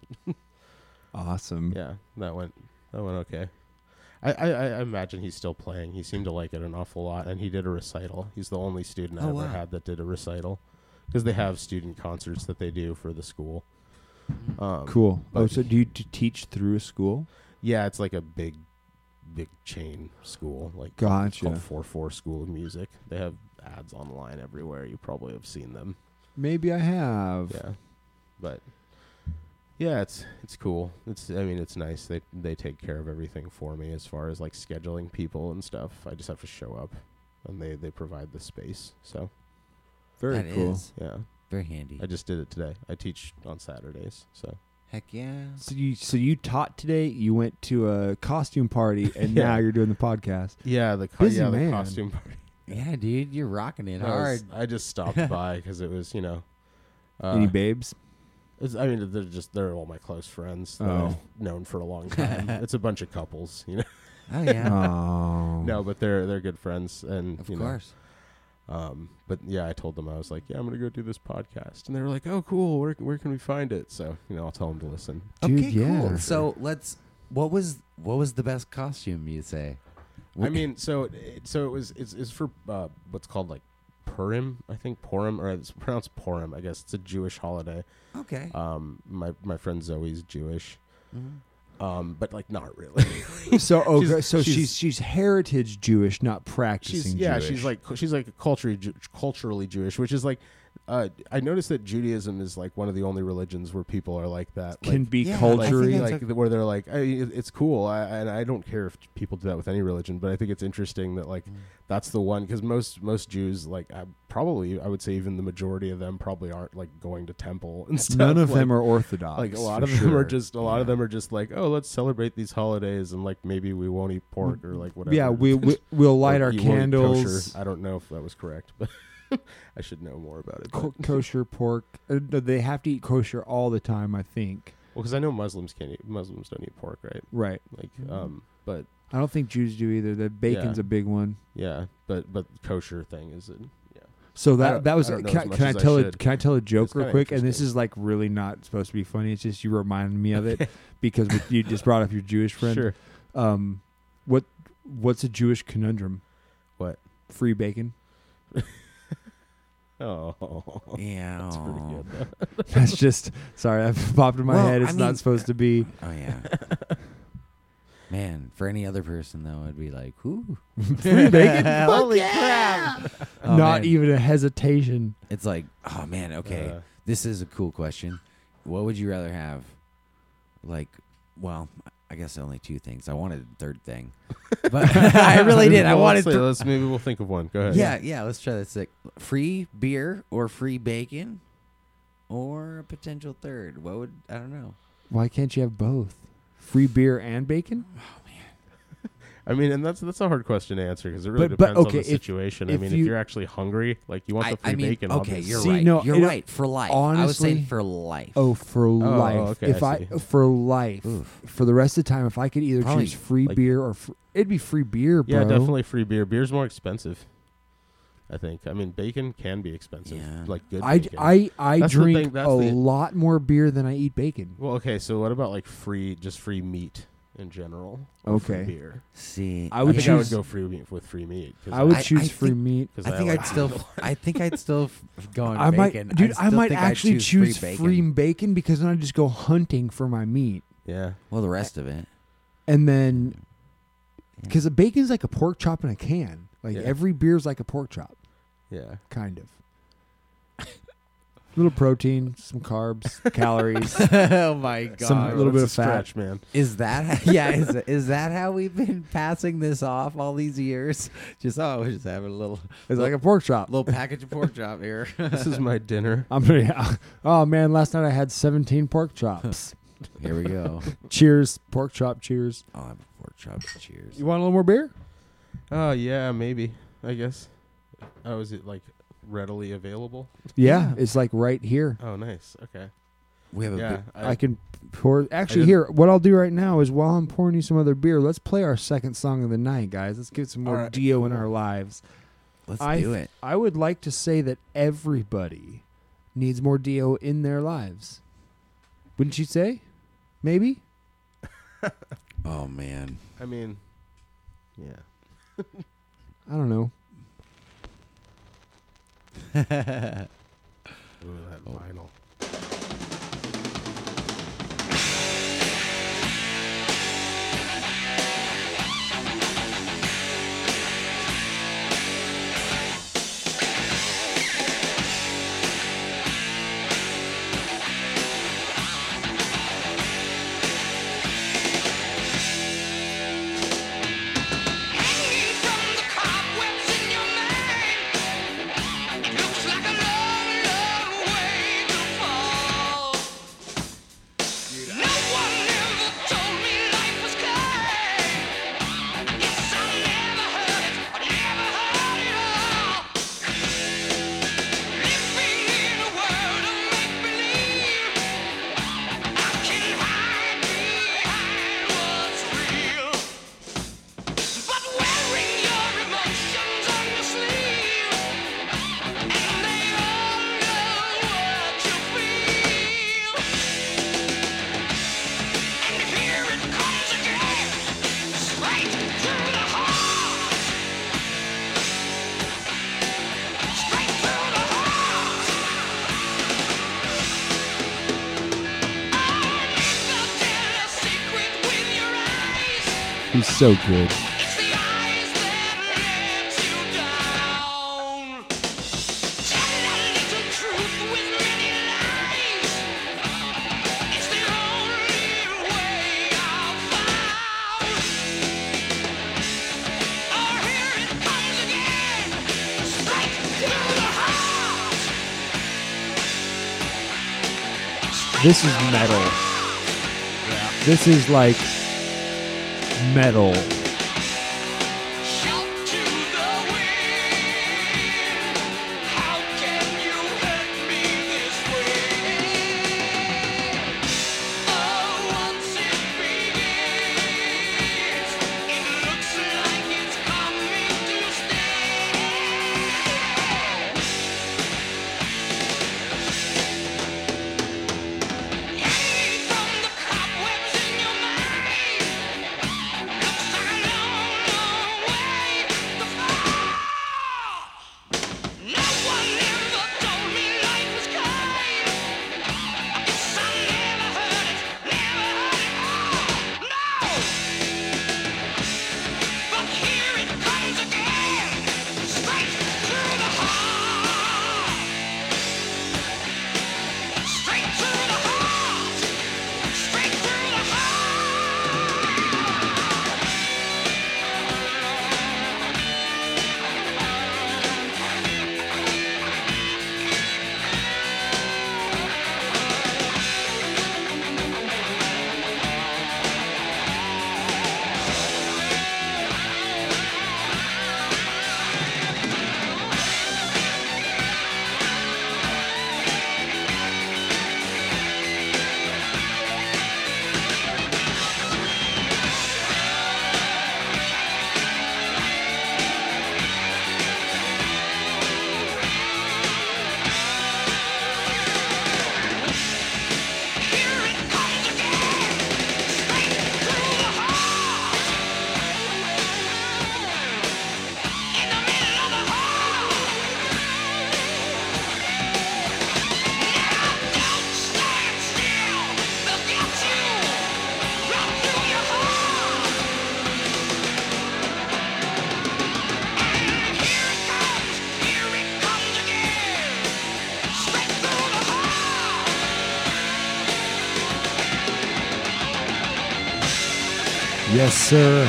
Awesome. Yeah, that went that went okay. I, I, I imagine he's still playing. He seemed to like it an awful lot, and he did a recital. He's the only student I Oh, ever wow. had that did a recital, because they have student concerts that they do for the school. Um, Cool. Oh, But- so do you t- teach through a school? Yeah, it's like a big, big chain school, like it's Gotcha. called Four Four School of Music. They have ads online everywhere. You probably have seen them. Maybe I have. Yeah, but yeah, it's it's cool. It's I mean, it's nice. They they take care of everything for me as far as like scheduling people and stuff. I just have to show up, and they they provide the space. So Very That cool. is yeah, very handy. I just did it today. I teach on Saturdays. So Heck yeah. So you so you taught today. You went to a costume party, and [LAUGHS] Yeah. now you're doing the podcast. yeah, the co- Busy yeah man. the costume party. Yeah, dude, you're rocking it I was- hard. [LAUGHS] I just stopped by because it was you know. Uh, Any babes? It's, I mean, they're just they're all my close friends that Oh. I've known for a long time. it's a bunch of couples, you know. Oh yeah. Oh [LAUGHS] No, but they're they're good friends, and of you know, course. Um, but yeah, I told them I was like, yeah, I'm gonna go do this podcast, and they were like, oh, cool. Where where can we find it? So you know, I'll tell them to listen. Dude, okay, yeah. cool. So let's what was what was the best costume you say? I mean, so it, so it was it's, it's for uh, what's called like Purim, I think Purim, or it's pronounced Purim. I guess it's a Jewish holiday. Okay. Um, my my friend Zoe's Jewish, Mm-hmm. um, but like not really. [LAUGHS] So okay, She's- so she's, she's- she's heritage Jewish, not practicing. she's yeah Jewish. she's like she's like culturally Ju- culturally Jewish, which is like. Uh, I noticed that Judaism is like one of the only religions where people are like that. like- can be Yeah, I culture. think culturally, that's like where they're like, I, it- it's cool, I, and I don't care if people do that with any religion, but I think it's interesting that Mm. like that's the one because most most Jews like I, probably I would say even the majority of them probably aren't like going to temple and stuff. None of like, them are orthodox. like a lot for of them sure. are just a lot of them are just like, oh, let's celebrate these holidays and like maybe we won't eat pork or like whatever. Mm-hmm. Yeah, we, we [LAUGHS] we'll light our candles. I don't know if that was correct, but [LAUGHS] I should know more about it. but- Co- kosher pork. Uh, no, they have to eat kosher all the time. I think. well, because I know Muslims can't eat Muslims don't eat pork, right? Right. Like, Mm-hmm. um, but I don't think Jews do either. The bacon's Yeah. a big one. Yeah, but but kosher thing is it? Yeah. So I that don't- that was uh, I can, don't know I- as much can I as I tell a should. can I tell a joke It's real kinda quick? And this interesting. is like really not supposed to be funny. It's just you reminded me of [LAUGHS] it because we- you just brought up your Jewish friend. Sure. Um, what what's a Jewish conundrum? What? Free [LAUGHS] bacon. Oh. [LAUGHS] yeah. That's pretty good. though. That's just sorry. That popped in my Well, head. I It's not mean- supposed to be. Oh yeah. [LAUGHS] Man, for any other person though, I'd be like, "Ooh, Holy crap! Oh, not man. even a hesitation. It's like, oh man, okay, Uh. this is a cool question. What would you rather have? Like, well, I guess only two things. I wanted a third [LAUGHS] thing, but [LAUGHS] I really did. I Well, wanted. let's see, Th- let's maybe we'll think of one. Go ahead. yeah, yeah. Let's try this. Like, free beer or free bacon, or a potential third. What would I don't know. Why can't you have both? Free beer and bacon? I mean, and that's that's a hard question to answer because it really But- but, depends okay, on if- the situation. if I mean, you- if you're actually hungry, like you want I, the free I mean, bacon. okay, you're obviously. right. no, you're it- right for life. I was honestly- saying for life. Oh, for life. okay, if I I, see. for life, for the rest of the time, if I could either Probably, choose free like- beer or fr- it'd be free beer, bro. Yeah, definitely free beer. Beer's more expensive. I think. I mean, bacon can be expensive. Yeah. Like good. I bacon. I I That's the drink thing, that's a the- lot more beer than I eat bacon. Well, okay. So what about like free, just free meat in general? or free Okay. beer. See, I would I think I I choose- would go free meat with free meat. 'cause I would I- choose I free think- meat. 'cause I think like I'd [LAUGHS] still. meat. I think I'd still f- go on I might, bacon. dude. I, I still might think I'd actually choose choose free bacon. bacon. because then I just go hunting for my meat, Yeah. Well, the rest of [LAUGHS] it. and then because a bacon's like a pork chop in a can. Like Yeah. every beer's like a pork chop, Yeah. kind of. little protein, some carbs, [LAUGHS] calories, oh my god! some little bit of That's a fat. stretch, man. [LAUGHS] Is that [LAUGHS] yeah? Is, is that how we've been passing this off all these years? Just oh, we're just having a little It's [LAUGHS] like a pork chop. little package of pork chop [LAUGHS] here. This is my dinner. I'm pretty. Oh man, last night I had 17 pork [LAUGHS] chops. here we go. cheers, pork chop. Cheers. I'll have a pork chop. Cheers. You want a little more beer? Oh yeah, maybe. I guess. Oh, is it like readily available? Yeah, it's like right here. Oh, nice. Okay. We have a Yeah. big- I can pour. Actually, didn't- here, what I'll do right now is while I'm pouring you some other beer, let's play our second song of the night, guys. Let's get some more All right, Dio in our lives. let's I do it. I would like to say that everybody needs more Dio in their lives. Wouldn't you say? Maybe. Oh man, I mean. Yeah. I don't know. Ooh, that Oh. vinyl. Hanging from the cobwebs in your mind, it looks like a long, long way to fall. No one ever told me life was kind. Yes, I never heard it, I never heard it all. Living in a world of make believe, I can hide behind what's real. But wearing your emotions on your sleeve, and they all know what you feel. And here it comes again, straight through the heart, straight through the heart. I need to tell a secret with your eyes. He's so good. It's the eyes that let you down. Tell a little truth with many lies. It's the only way I've found. Oh, here it comes again, straight through the heart. This is metal. This is like metal. Shout to the wind. How can you hurt me this way? Oh, once it begins, it looks like it's coming to stay. Hanging from the cobwebs in your mind. Looks like a Yes, sir.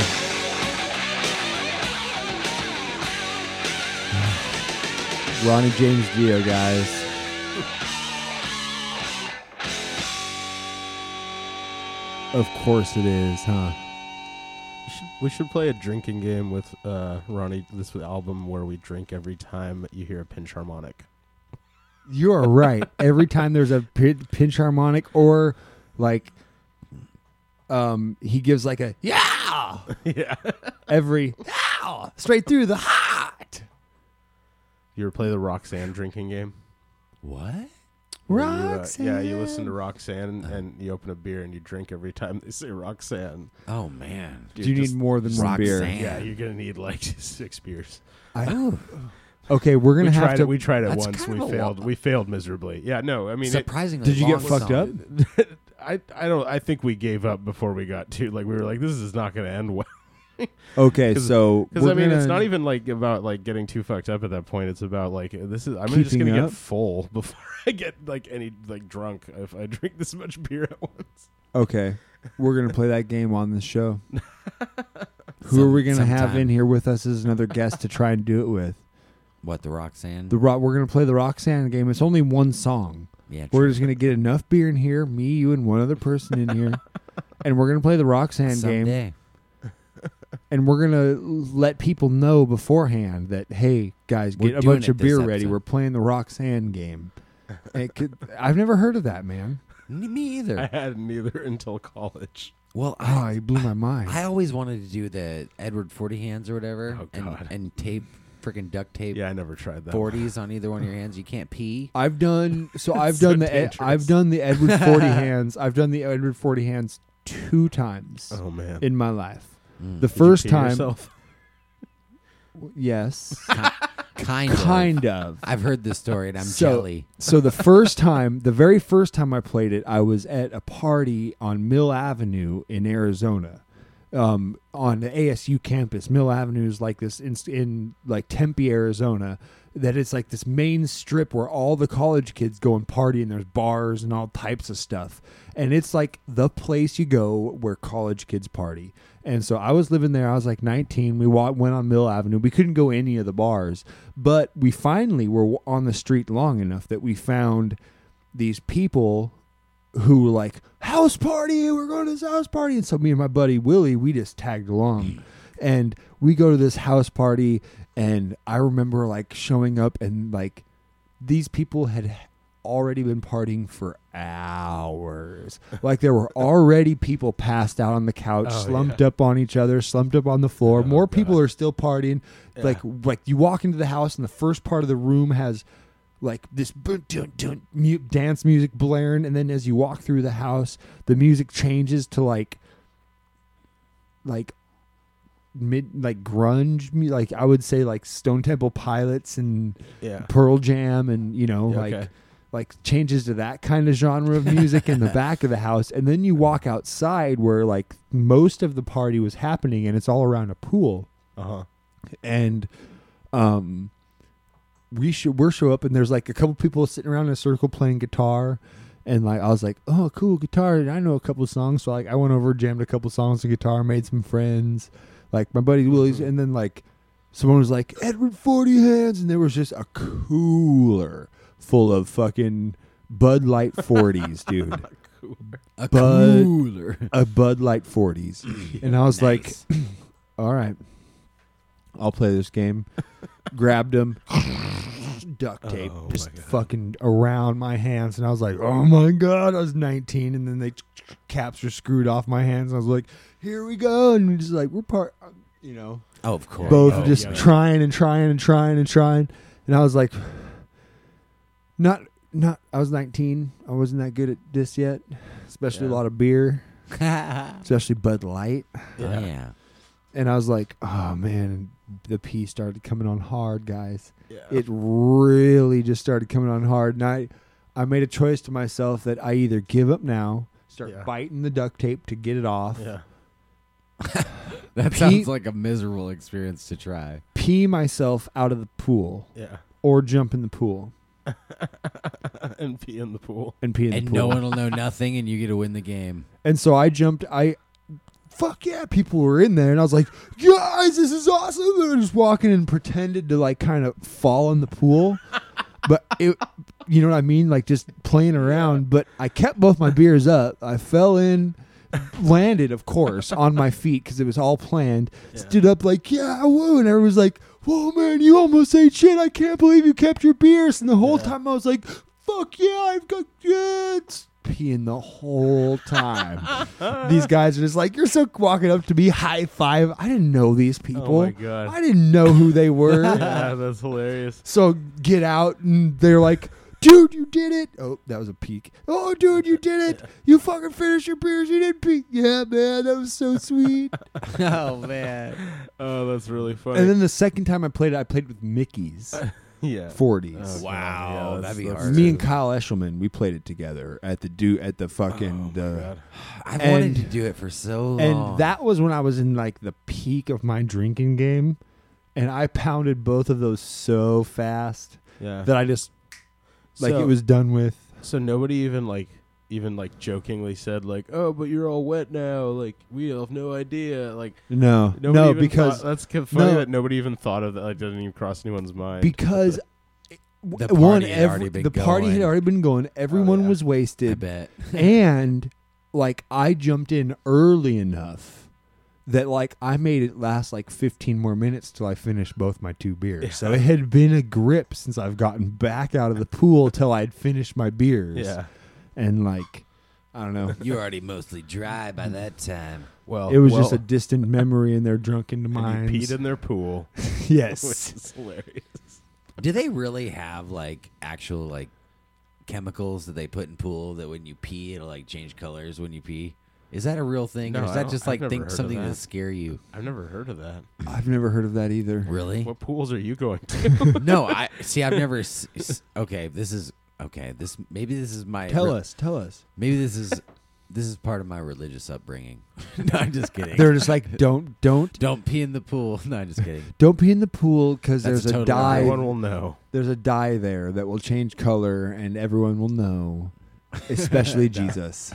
Ronnie James Dio, guys. Of course it is, huh? We should, we should play a drinking game with uh, Ronnie. This album where we drink every time you hear a pinch harmonic. You are right. Every time there's a pi- pinch harmonic or like um he gives like a yeah yeah. every yeah straight through the heart. You ever play the Roxanne drinking game? What? Where you, uh, Roxanne. yeah, you listen to Roxanne Uh-huh. and you open a beer and you drink every time they say Roxanne. Oh man. Do you need more than one beer? Roxanne. Yeah, you're gonna need like [LAUGHS] six beers. I, okay, we're We gonna have tried to. it. We tried it That's once. kind We of a failed. lot. We failed miserably. Yeah. No. I mean, it- Surprisingly, did you get long fucked up? song. [LAUGHS] I I don't. I think we gave up before we got to like we were like this is not gonna end well. [LAUGHS] okay, so Because I we're mean, it's gonna- not even like about like getting too fucked up at that point. It's about like this is I'm just Keeping gonna up? get full [LAUGHS] before I get like any like drunk if I [LAUGHS] drink this much beer at once. Okay, we're gonna play that game on [LAUGHS] the show. Who are Some- we gonna have sometime. in here with us as another guest to try and do it with? What the Roxanne? The rock. We're gonna play the Roxanne game. It's only one song. yeah, We're true. just gonna get enough beer in here, me, you, and one other person in [LAUGHS] here, and we're gonna play the Roxanne game. someday. and we're gonna let people know beforehand that hey guys We're get a doing bunch it of beer this ready episode. we're playing the roxanne game And it could, i've never heard of [LAUGHS] that man N- Me [LAUGHS] I either. hadn't either until college. Well, oh I, you blew my mind I always wanted to do the Edward Forty Hands or whatever, Oh, and- God. And, tape freaking duct tape Yeah, I never tried that. forties on either one of your hands. You can't pee. i've done [LAUGHS] so i've So done the Ed- i've dangerous. done the edward [LAUGHS] 40 hands i've done the edward 40 hands two [LAUGHS] times Oh man. in my life Mm. the Did you first pee time yourself? [LAUGHS] yes Kind, of. kind of I've heard this story, and I'm [LAUGHS] So- jelly. [LAUGHS] so the first time, the very first time I played it, I was at a party on Mill Avenue in Arizona, um, on the ASU campus. Mill Avenue is like this in, in like Tempe, Arizona. That it's like this main strip where all the college kids go and party, and there's bars and all types of stuff. And it's like the place you go where college kids party. And so I was living there. I was like 19. We wa- went on Mill Avenue. We couldn't go any of the bars, but we finally were w- on the street long enough that we found these people who were like house party. We're going to this house party, and so me and my buddy Willie, we just tagged along, and we go to this house party. And I remember like showing up and like these people had already been partying for hours. Like there were already people passed out on the couch, slumped up on each other, slumped up on the floor. More people are still partying. Like like you walk into the house and the first part of the room has like this boom, dun, dun, mu- dance music blaring and then as you walk through the house, the music changes to like like mid like grunge mu- like I would say like Stone Temple Pilots and Yeah. Pearl Jam and you know Yeah, like okay. like changes to that kind of genre of music [LAUGHS] in the back of the house and then you walk outside where like most of the party was happening and it's all around a pool Uh huh. and um we should we're show up and there's like a couple people sitting around in a circle playing guitar and like I was like, oh, cool guitar. And I know a couple songs, so like I went over, jammed a couple songs of guitar, made some friends. Like my buddy Willie's, and then like someone was like Edward Forty Hands, and there was just a cooler full of fucking Bud Light Forties, dude. A But- cooler. a Bud Light 40s. And I was like, [CLEARS THROAT] all right, I'll play this game. Grabbed him, Oh duct tape, just fucking around my hands. And I was like, oh my God, I was 19. And then they caps were screwed off my hands. And I was like, here we go. And we're just like, we're part, you know Oh, of course. [LAUGHS] both Oh, just yeah. trying and trying and trying and trying and i was like not not i was 19 i wasn't that good at this yet especially a lot of beer especially bud light Oh, yeah. and i was like oh man the pee started coming on hard guys Yeah. it really just started coming on hard and i i made a choice to myself that i either give up now start Yeah. biting the duct tape to get it off [LAUGHS] yeah. That Pete- sounds like a miserable experience to try. pee myself out of the pool Yeah. or jump in the pool [LAUGHS] and pee in the pool. and pee in the And pool no one will know nothing, and you get to win the game. And so I jumped. I fuck yeah, people were in there, and I was like, guys, this is awesome. And I just walking and pretended to like kind of fall in the pool. But it, you know what I mean? Like just playing around. But I kept both my beers up. I fell in, landed, of course, on my feet because it was all planned. Stood up like, yeah, woo. And everyone was like, whoa, man, you almost ate shit. I can't believe you kept your beers. And the whole time I was like, fuck yeah, I've got kids. Peeing the whole [LAUGHS] time. these guys are just like, you're so walking up to me, high five. I didn't know these people. Oh God. I didn't know who [LAUGHS] they were. [LAUGHS] Yeah, that's hilarious. So get out, and they're like, "Dude, you did it!" Oh, that was a peek. Oh, dude, you did it! [LAUGHS] You fucking finished your beers. You didn't peek. Yeah, man, that was so [LAUGHS] sweet. oh man. Oh, that's really funny. and then the second time I played it, I played with [LAUGHS] Mickey's yeah. Oh, 40s. Wow, that'd be hard. Me and Kyle Eshelman, we played it together at the do at the Oh, fucking. uh, I've wanted and- to do it for so long. Oh. and that was when I was in like the peak of my drinking game, and I pounded both of those so fast Yeah. that I just like Uh. So- it was done with. So nobody even like even like jokingly said like, "Oh, but you're all wet now." Like we have no idea. Like No, nobody no, even because thought, that's kind of funny no. that nobody even thought of that. Like didn't even cross anyone's mind. because The w- one party had every- already been the party had going. already been going. Everyone yeah. was I wasted, bet. [LAUGHS] and like I jumped in early enough that like I made it last like 15 more minutes till I finished both my two beers. So it had been a grip since I've gotten back out of the pool till I'd finished my beers. [LAUGHS] yeah. and like I don't know. You're already mostly dry by that time. Well, It was well, just a distant memory in their drunken and you minds. [LAUGHS] peed in their pool, which [LAUGHS] yes. is hilarious. Do they really have like actual like chemicals that they put in pool that when you pee it'll like change colors when you pee? Is that a real thing, No, or is I that don't- just I've like never think heard of something that. to scare you? I've never heard of that. I've never heard of that either. Really? [LAUGHS] What pools are you going to? no, I see. I've never. s- s- Okay, this is okay. This maybe this is my Tell re- us, tell us. Maybe this is this is part of my religious upbringing. [LAUGHS] no, I'm [LAUGHS] just kidding. They're [LAUGHS] just like don't don't Don't pee in the pool. [LAUGHS] No, I'm just [LAUGHS] kidding. Don't pee in the pool because That's there's a, totally dye. Everyone will know. There's a dye there that will change color, and everyone will know, especially Jesus.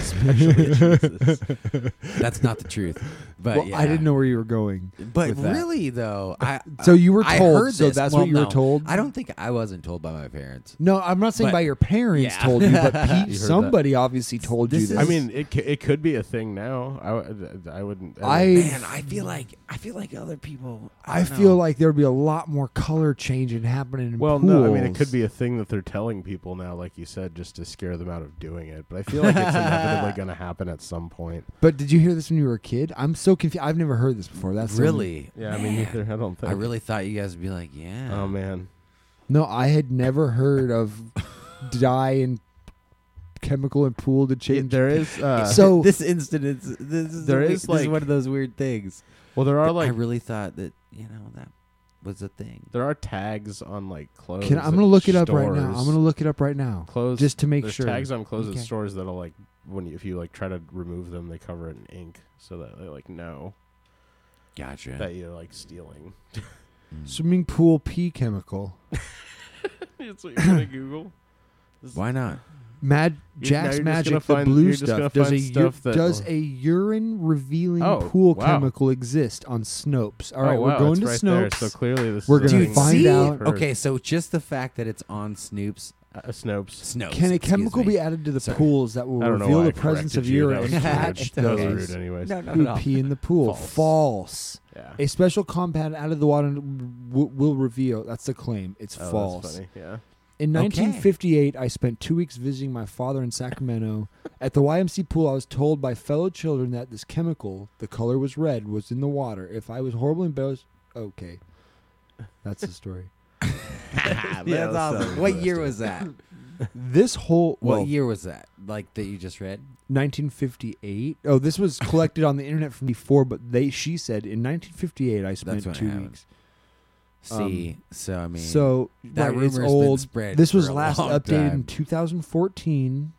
[LAUGHS] That's not the truth. But well, yeah. I didn't know where you were going. But with that. really, though, I So you were I told, heard so this. that's Well, what you were no, told? I don't think I wasn't told by my parents. No, I'm not saying But- by your parents Yeah. told you, but Pete, You heard somebody obviously told you This this. I mean, it c- it could be a thing now. I would- I wouldn't. I- wouldn't- Man, I feel like I feel like other people. I don't feel know. like there'd be a lot more color changing happening in well, pools. no. I mean, it could be a thing that they're telling people now, like you said, just to scare them out of doing it. But I feel like it's [LAUGHS] inevitably going to happen at some point. But did you hear this when you were a kid? I'm so confused. I've never heard this before. That's so- really. Yeah, I mean, neither. I don't think. I really thought you guys would be like, yeah. Oh man. No, I had never heard of dye and chemical and pool to change. there is. Uh, so this incident, this is There a- is, this like- one of those weird things. well, there are I like really thought that you know that was a thing. there are tags on like clothes. Can, I'm at gonna look it up right now. I'm stores. gonna look it up right now, clothes just to make there's sure. tags on clothes Okay. at stores that'll like when you, if you like try to remove them, they cover it in ink so that they like know Gotcha. that you're like [LAUGHS] stealing. Swimming pool pee chemical. That's what you're gonna Google. Why not? Mad You- now Jack's you're just Magic, gonna the find- blue you're just gonna stuff. Does, a, find u- stuff that- does a urine revealing Oh, pool wow. chemical exist on Snopes? All right, oh, we're wow, going it's to right Snopes. There. So clearly, this We're is a gonna thing find that- out- Heard. Okay, so just the fact that it's on Snoop's Uh, Snopes. Snopes. Can a excuse chemical me. be added to the Sorry. pools that will I don't know reveal why I the presence corrected of you. urine and That [LAUGHS] was catch rude. That was those rude, anyways. No, not at who all. pee in the pool? False. False. Yeah. A special compound out of the water w- will reveal. That's the claim. It's Oh, that's false. funny. Yeah. In Okay. 1958, I spent two weeks visiting my father in Sacramento. At the YMC pool, I was told by fellow children that this chemical, the color was red, was in the water. If I was horribly embarrassed, okay, that's [LAUGHS] the story. Ah, that's awesome. What year was that? this whole What well, year was that? Like that you just read? 1958. Oh, this was collected on the internet from before, but they she said in 1958 I spent when it two happened. weeks. See, Um, so I mean, so that right, rumor's it's been old. spread this was for a last long updated in time. 2014.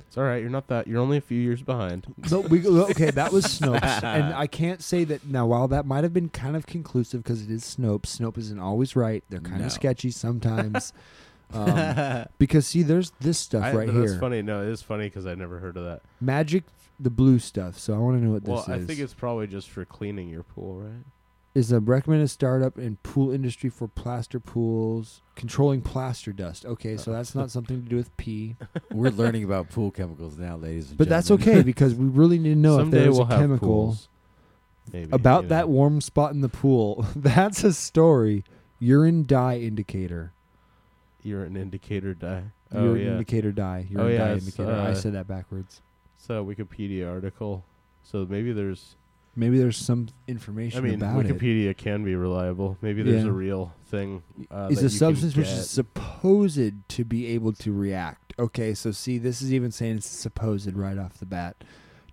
It's all right. You're not that. You're only a few years behind. But we okay, that was Snopes, and I can't say that now. While that might have been kind of conclusive because it is Snopes, Snopes isn't always right. They're kind No. of sketchy sometimes. Um, because see, there's this stuff I, right but here, That's funny. No, it is funny because I never heard of that. magic, the blue stuff. So I want to know what Well, this I is. think it's probably just for cleaning your pool, right? is a recommended startup in pool industry for plaster pools, controlling plaster dust. Okay, so that's not something to do with [LAUGHS] pee, We're learning about pool chemicals now, ladies and but that's gentlemen. okay because we really need to know if Someday there's we'll a have chemical pools. Maybe, about you know. that warm spot in the pool. [LAUGHS] that's a story. Urine dye indicator. You're an indicator die. Oh Urine yeah. indicator dye. Oh, Urine yeah, dye it's, indicator. I uh, said that backwards. it's a Wikipedia article, so maybe there's. Maybe there's some information I mean, about it. Wikipedia can be reliable. Maybe there's Yeah. a real thing. Uh, is that a you can substance which get. is supposed to be able to react. Okay, so see, this is even saying it's supposed right off the bat.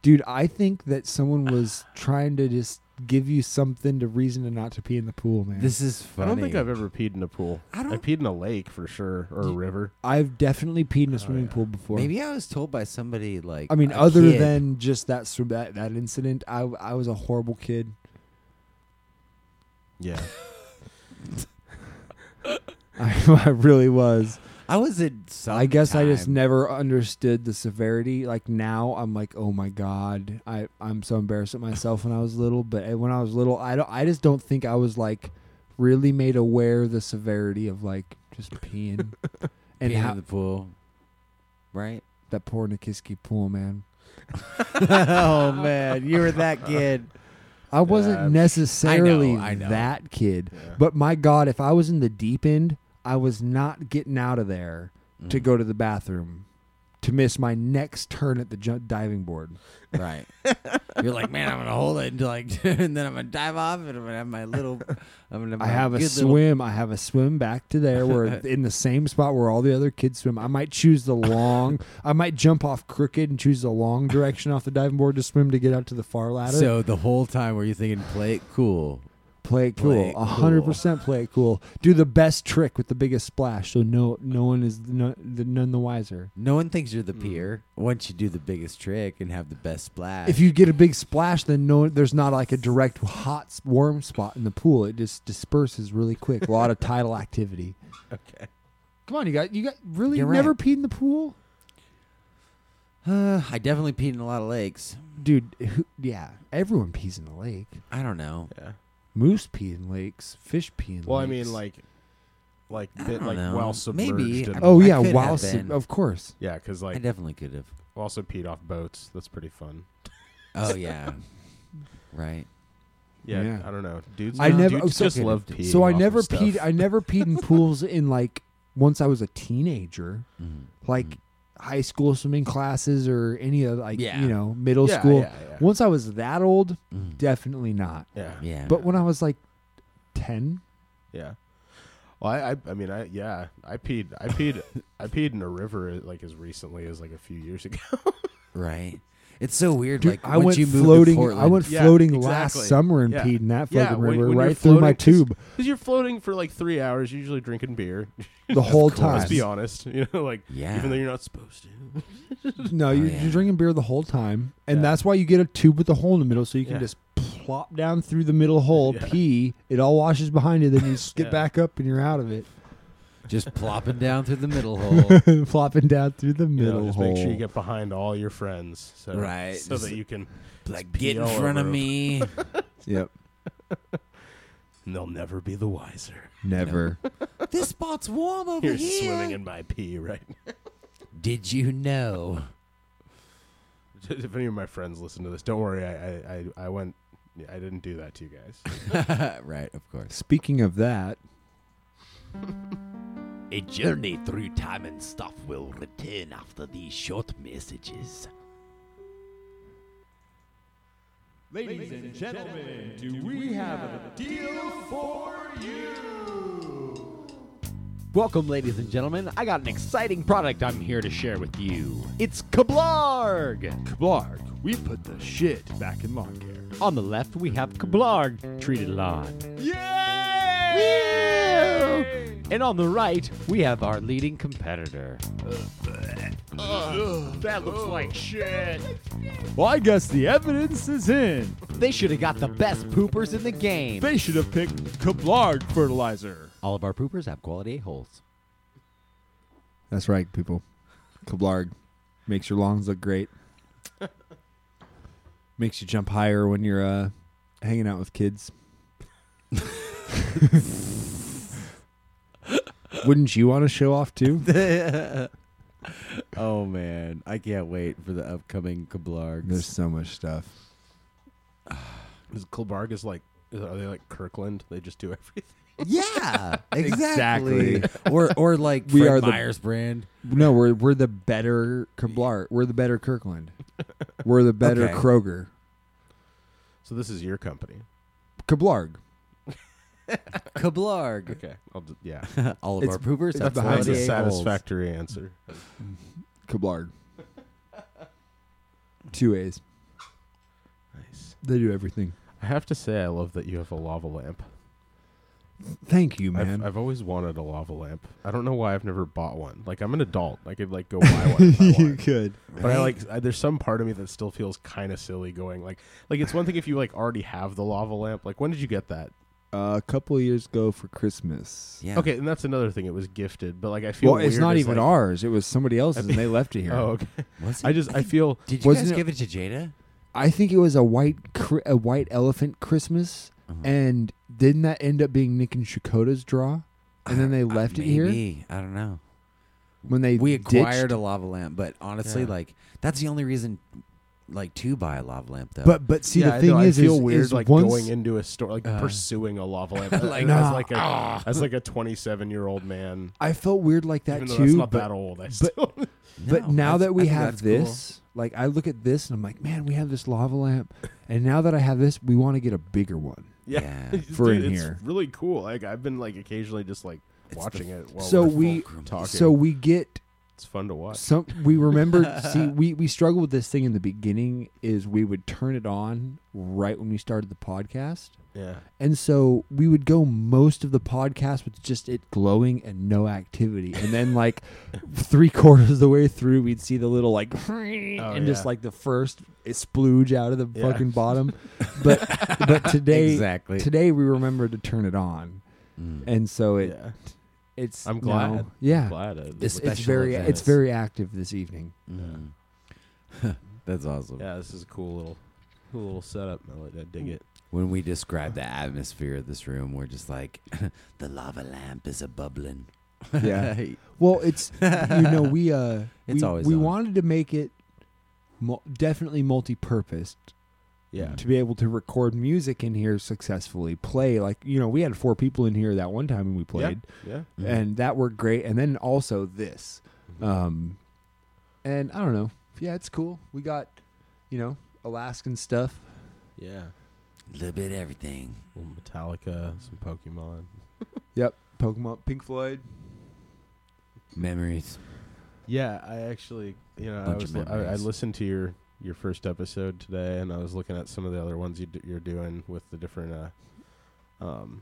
Dude, I think that someone [SIGHS] was trying to just give you something to reason to not to pee in the pool, man. [LAUGHS] This is I funny. don't think I've ever peed in a pool. I I, don't- peed in a lake for sure, or a river. I've definitely peed Oh, in a swimming pool before. Maybe I was told by somebody like. I mean, a other kid. than just that sw- that that incident, I w- I was a horrible kid. [LAUGHS] Yeah. I, I really was. I was in. I guess I just sometime. never understood the severity. Like now, I'm like, oh my god, I I'm so embarrassed at myself when I was little. But eh, when I was little, I don't, I just don't think I was like really made aware of the severity of like just [LAUGHS] peeing and Peeing how in the pool, right? [LAUGHS] that poor Nikiski pool, man. oh man, you were that kid. I wasn't necessarily I know. that kid, but my god, if I was in the deep end, I was not getting out of there to Mm. go to the bathroom. To miss my next turn at the jump diving board. [LAUGHS] Right. You're like, man, I'm gonna hold it until like, [LAUGHS] and then I'm gonna dive off, and I'm gonna have my little. I'm gonna. my I have a good little- swim. I have a swim back to there where in the same spot where all the other kids swim. I might choose [LAUGHS] the long. I might jump off crooked and choose the long direction off the diving board to swim to get out to the far ladder. [LAUGHS] So the whole time, were you thinking, play it cool? play it play cool. it A hundred cool. percent play it cool. Do the best trick with the biggest splash, so no no one is no, the, none the wiser. No one thinks Hmm. you're the peer once you do the biggest trick and have the best splash. If you get a big splash, then no, there's not like a direct hot s- warm spot in the pool. It just disperses really quick. A lot of [LAUGHS] tidal activity. Okay. Come on, you got you got really You're never right. peed in the pool. uh, [SIGHS] I definitely peed in a lot of lakes. dude. Who, yeah, everyone pees in the lake. I don't know. yeah. Moose pee in lakes. Fish pee in Well, I lakes. mean, like, like, bit, don't like know. well submerged. Maybe. in- I- oh yeah, could have wow. been. Of course, yeah, because I like definitely could have. also peed off boats. That's pretty fun. Oh [LAUGHS] yeah. right. Yeah, Yeah. I don't know, dudes. I never- dudes oh, just okay. love peeing. so I off of never stuff. peed. I never peed in [LAUGHS] pools in like once I was a teenager, Mm-hmm. like high school swimming classes or any of like Yeah. you know middle Yeah, school. yeah, yeah. Once I was that old, Mm. definitely not. yeah, yeah, Yeah. But when I was like ten, yeah. Well, I, I, I mean, I, yeah, I peed, I peed, I peed in a river uh, like as recently as like a few years ago. right. It's so weird. dude, like I once went you move to floating. I Portland- went Yeah, floating exactly. last summer and Yeah. peed in that fucking yeah, when- river when you're right through my floating- 'cause- tube Because you're floating for like three hours, you're usually drinking beer. [LAUGHS] the whole time. Let's be honest, [LAUGHS] you know, like Yeah. even though you're not supposed to. [LAUGHS] No, you, yeah. you're drinking beer the whole time, and Oh, Yeah. that's why you get a tube with a hole in the middle, so you can Yeah. just plop down through the middle hole, [LAUGHS] Yeah. pee. It all washes behind you, then you just get Yeah. back up and you're out of it, [LAUGHS] just plopping down through the middle hole. flopping down through the You know, middle just hole. make sure you get behind all your friends, so, Right, so just- that you can Like Just get in pee all front of over 'em. me. yep, and they'll never be the wiser. [LAUGHS] never. this spot's warm over You're here. swimming in my pee right [LAUGHS] now. Did you know? [LAUGHS] if any of my friends listen to this, don't worry. I, I, I, I went. I didn't do that to you [LAUGHS] guys. right, of course. Speaking of that, A journey through time and stuff will return after these short messages. Welcome, ladies and gentlemen. I got an exciting product I'm here to share with you. It's Kablarg! Kablarg, we put the shit back in lawn care. On the left, we have Kablarg treated lawn. Yay! And on the right, we have our leading competitor. that looks like shit. well, I guess the evidence is in. They should have got the best poopers in the game. They should have picked Kablarg fertilizer. All of our poopers have quality holes. That's right, people. Kablarg makes your lungs look [LAUGHS] great. makes you jump higher when you're uh, hanging out with [LAUGHS] kids. Wouldn't you want to show off [LAUGHS] too? oh man, I can't wait for the upcoming Kablargs. There's so much stuff. Is Kilbarg is like, is- are they like Kirkland? They just do everything. [LAUGHS] Yeah, Exactly. or or like We Fred are the- Myers brand. No, we're we're the better Kablar. We're the better Kirkland. We're the better Okay. Kroger. So this is your company. Kablarg. Kablarg. Okay. I'll d- yeah. All of It's- our poopers have behind That's Holiday a 48 holes. satisfactory answer. Kablarg. Two A's. Nice. They do everything. I have to say, I love that you have a lava lamp. Thank you, [LAUGHS] man. I've, I've always wanted a lava lamp. I don't know why I've never bought one. Like I'm an adult. I could like go buy one. [LAUGHS] If I wanted. could. But I like I, there's some part of me that still feels kind of silly going like like it's one thing if you like already have the lava lamp. Like when did you get that? Uh, a couple of years ago for Christmas. Yeah. Okay, and that's another thing. It was gifted, but like I feel Well, it's weird not as, even [LAUGHS] like- ours. It was somebody else's, and they left it here. [LAUGHS] Oh, okay. Was I it- just I think- feel Did you guys wasn't it- give it to Jada? I think it was a white cri- a white elephant Christmas, Uh-huh. and didn't that end up being Nick and Shakota's draw? And then they Uh, left it here maybe. I don't know. when they We ditched- acquired a lava lamp, but honestly, like that's the only reason, like to buy a lava lamp though. But but see yeah, the I thing know, is, I feel is, weird is like once, Uh, going into a store like pursuing a lava [LAUGHS] lamp like, Nah. Ah. as like a as like a 27 year old man. I felt weird like that even though too. that's not but that old, I still [LAUGHS] But No, now I- that I we think have that's cool. this, like I look at this and I'm like, man, we have this lava lamp, and now that I have this, we want to get a bigger one. [LAUGHS] Yeah. For Dude, in it's here. really cool. Like I've been like occasionally just like watching it. While so we're we full- talking. so we get it's fun to watch. some we remember [LAUGHS] see we we struggled with this thing in the beginning is we would turn it on right when we started the podcast Yeah, and so we would go most of the podcast with just it glowing and no activity and [LAUGHS] then like three quarters of the way through we'd see the little like [LAUGHS] and just Oh, yeah. like the first splooge out of the Yeah. fucking [LAUGHS] bottom but but today Exactly. today we remember to turn it on and so it yeah. uh, it's I'm you glad. know, I'm yeah glad. This- I- uh, it's Special very events. it's very active this [LAUGHS] evening Mm. [LAUGHS] that's awesome. yeah, this is a cool little, cool little setup. I, like- I dig it. When we describe the atmosphere of this room, we're just like, [LAUGHS] the lava lamp is a bubbling. [LAUGHS] yeah well it's you know we uh [LAUGHS] It's we, always we on. wanted to make it mul- definitely multi-purposed Yeah, to be able to record music in here successfully play like you know we had four people in here that one time when we played yeah. and that worked great and then also this um and i don't know yeah it's cool we got you know alaskan stuff Yeah, A [LAUGHS] little bit of everything. Little Metallica, some Pokemon. yep pokemon pink floyd Memories. Yeah, I actually, you know, I, Bunch was, of li- I, I memories. listened to your your first episode today, and I was looking at some of the other ones you d- you're doing with the different, uh, um,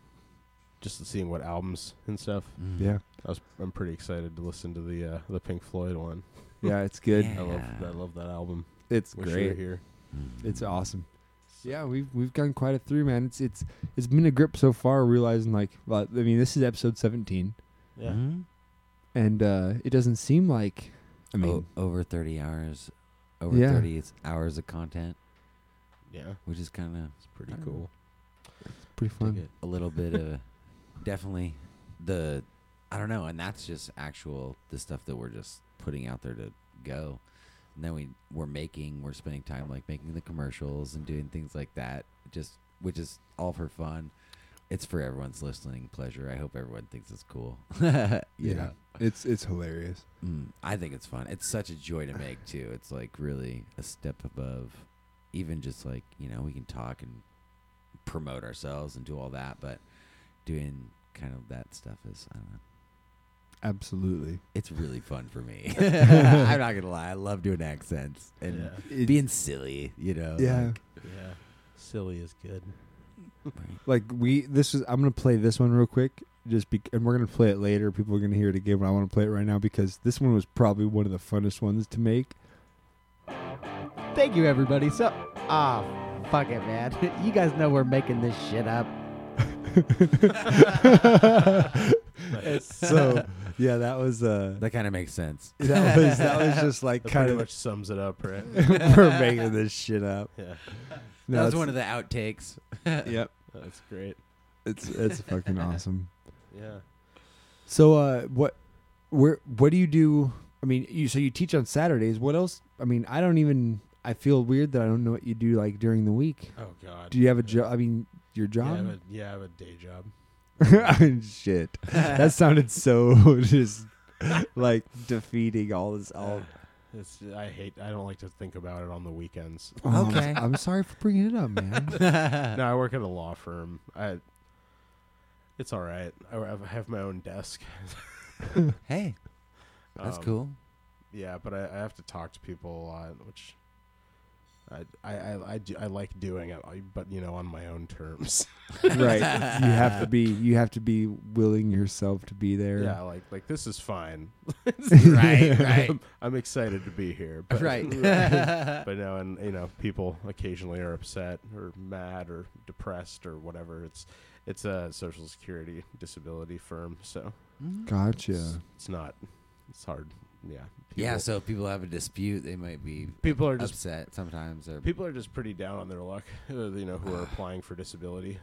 just seeing what albums and stuff. Mm-hmm. Mm-hmm. yeah I was, I'm pretty excited to listen to the uh, the Pink Floyd one. yeah it's good I love Yeah. I love that album. it's Wish you were great here. It's awesome. Yeah, we've we've gone quite a through, man. It's it's it's been a grip so far. Realizing like, well, I mean, this is episode seventeen, Yeah. Mm-hmm. Mhm. and uh, it doesn't seem like. oh, I mean, O- over 30 hours, over Yeah. 30 hours of content, Yeah, which is kind of it's pretty I don't cool. pretty Dig fun. it. a little bit of definitely the I don't know, and that's just actual the stuff that we're just putting out there to go. And then we we're making we're spending time like making the commercials and doing things like that, just which is all for fun. It's for everyone's listening pleasure. I hope everyone thinks it's cool. [LAUGHS] yeah. it's it's hilarious. Mm, I think it's fun. It's such a joy to make too. It's like really a step above even just like, you know, we can talk and promote ourselves and do all that, but doing kind of that stuff is I don't know. Absolutely. It's really fun for me. [LAUGHS] I'm not gonna lie, I love doing accents and Yeah, being silly, you know. yeah, yeah. Silly is good. [LAUGHS] like- like we. This is. I'm gonna play this one real quick. Just be, and we're gonna play it later. People are gonna hear it again, but I want to play it right now because this one was probably one of the funnest ones to make. Thank you, everybody. So, ah, fuck it, man. [LAUGHS] You guys know we're making this shit up. so yeah, that was uh, [LAUGHS] That kind of makes sense. that was that was just like That kind pretty of much sums it [LAUGHS] up, right? for making this shit up. yeah, No, that was it's- one of the outtakes. Yep, that's great. it's it's fucking awesome. Yeah. So uh, what, where, what do you do? I mean, you so you teach on Saturdays. What else? I mean, I don't even. I feel weird that I don't know what you do like during the week. Oh God. Do you have a job? I mean, your Yeah, [LAUGHS] I have job? a, yeah, I have a day job. I mean, shit. That sounded so [LAUGHS] just like defeating all this. All It's, I hate. I don't like to think about it on the weekends. Oh, I'm- Okay. I'm, sorry for bringing it up, [LAUGHS] man. No, I work at a law firm. I. It's all right. I have- I have my own desk. [LAUGHS] hey, that's Um, cool. Yeah, but I, I have to talk to people a lot, which I I I, I, do, I like doing it, I- but you know, on my own terms. right. You have to be. You have to be willing yourself to be there. yeah, like like this is fine. [LAUGHS] right, right, I'm, [LAUGHS] I'm excited to be here, [LAUGHS] but right. [LAUGHS] but no, and you know, people occasionally are upset or mad or depressed or whatever. It's it's a social security disability firm, so it's, Gotcha. it's not it's hard. Yeah, yeah, people- so if people have a dispute, they might be people are just upset sometimes. Or people are just pretty down on their luck. [LAUGHS] uh, You know, who are applying for disability.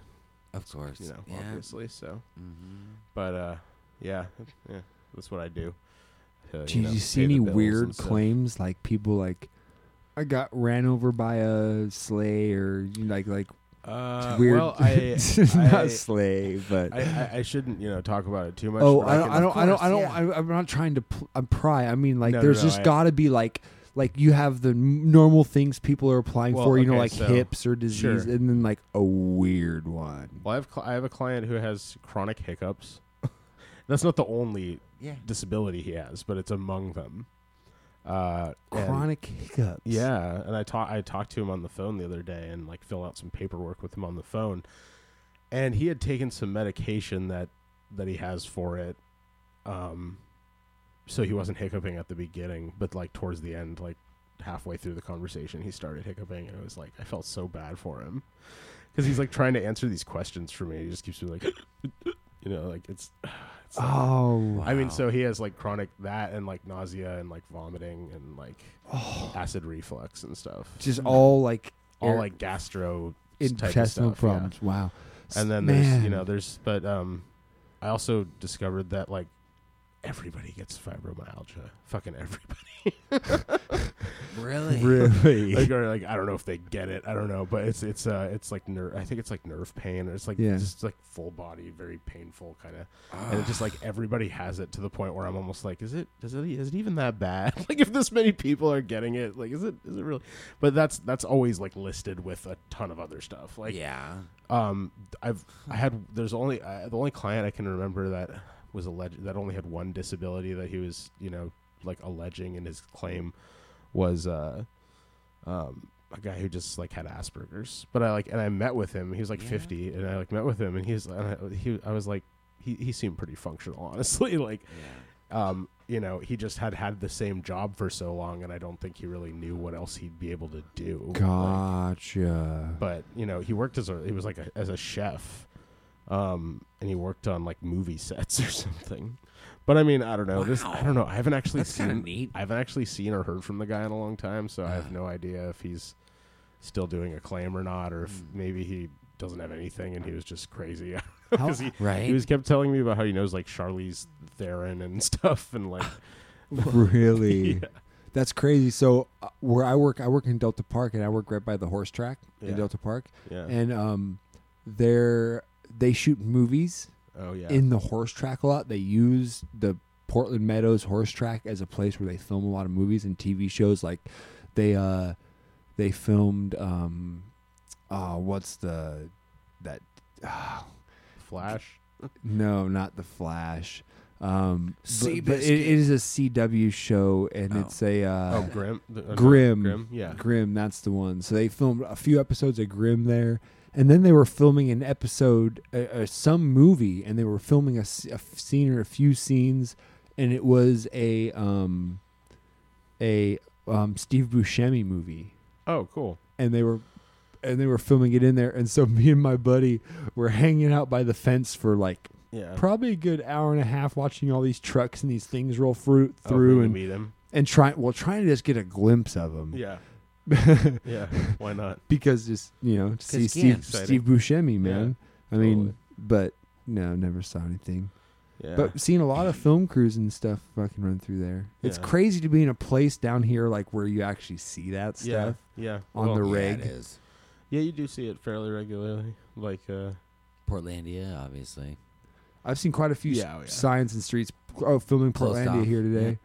of course, you know, Ah. yeah. obviously. So, Mhm. but uh, yeah, yeah, that's what I do. Uh, Do you, know, see pay the any bills weird and stuff. claims like people like I got ran over by a sleigh or you know, like like Uh, weird Well, [LAUGHS] I, not I, sleigh but I, I, I shouldn't, you know, talk about it too much. oh but I don't, can- I don't I don't I don't course, I, I'm not trying to pl- I'm pry I mean like No, no, there's no, just I- got to be like like you have the n- normal things people are applying Well, for you know okay, like so- hips or disease sure. and then like a weird one Well, I have, cl- I have a client who has chronic hiccups. that's not the only Yeah. disability he has, but it's among them. Uh, and- chronic hiccups Yeah, and I talked I talked to him on the phone the other day and like filled out some paperwork with him on the phone. And he had taken some medication that that he has for it. Um so he wasn't hiccuping at the beginning, but like towards the end, like halfway through the conversation, he started hiccuping and it was like I felt so bad for him. Cuz he's like trying to answer these questions for me. He just keeps being like [LAUGHS] you know, like it's, it's like- oh I mean, so he has like chronic that and like nausea and like vomiting and like acid reflux and stuff. just all like Mm. All air- like gastro type of intestinal stuff, yeah. problems wow And then there's you Man. know there's but um, I also discovered that like everybody gets fibromyalgia. Fucking everybody. really, [LAUGHS] really [LAUGHS] like or like I don't know if they get it. I don't know, but it's it's uh it's like nerve. I think it's like nerve pain. Or it's like Yeah. just like full body, very painful kind of. and it's just like Ah. everybody has it to the point where I'm almost like, is it does it is it even that bad? [LAUGHS] like if this many people are getting it, like is it is it really? But that's that's always like listed with a ton of other stuff. Like yeah. um, I've I had there's only I, the only client I can remember that was alleged that only had one disability that he was you know like alleging in his claim was uh um a guy who just like had Asperger's. But I like and I met with him. He was like 50, and I like met with him, and he was and I, he I was like he he seemed pretty functional [LAUGHS] honestly. like um you know he just had had the same job for so long, and I don't think he really knew what else he'd be able to do. Like, Gotcha. but you know he worked as a he was like a, as a chef um and he worked on like movie [LAUGHS] sets or something but i mean i don't know this i Wow. don't know i haven't actually That's kinda seen neat. i haven't actually seen or heard from the guy in a long time so i have no idea if he's still doing a claim or not or if Hmm. maybe he doesn't have anything and he was just crazy [LAUGHS] because he, Right. he was kept telling me about how he knows like charlie's theron and [LAUGHS] stuff [LAUGHS] and like [LAUGHS] really? That's crazy. So uh, where I work, I work in Delta Park, and I work right by the horse track Yeah. in Delta Park, yeah and um, they're they shoot movies oh yeah in the horse track a lot. They use the Portland Meadows horse track as a place where they film a lot of movies and TV shows. Like they uh, they filmed um, uh, what's the that uh, flash No, not the Flash. Um, but, but Seabiscuit. it, it is a CW show, and Oh. it's a oh uh, grim The- uh, Grimm. grim yeah Grimm. That's the one. So they filmed a few episodes of Grimm there, and then they were filming an episode, uh, uh, some movie, and they were filming a, s- a f- scene or a few scenes, and it was a um, a um, Steve Buscemi movie oh cool and they were [LAUGHS] and they were filming it in there and so me and my buddy were hanging out by the fence for like Yeah. Probably a good hour and a half watching all these trucks and these things roll fruit Hoping through to and meet him. and try well trying to just get a glimpse of them. Yeah. yeah. Why not? [LAUGHS] because just you know to see you Steve can. Steve Buscemi, man. I mean, totally. but no, never saw anything. Yeah. But seeing a lot of film crews and stuff fucking run through there. It's Yeah. crazy to be in a place down here like where you actually see that stuff yeah. Yeah. on Well, the Yeah, it rig. is. Yeah, you do see it fairly regularly. Like, uh, Portlandia, obviously. I've seen quite a few s- Yeah, oh, yeah. signs and streets. Oh, filming Closed Portlandia off. here today.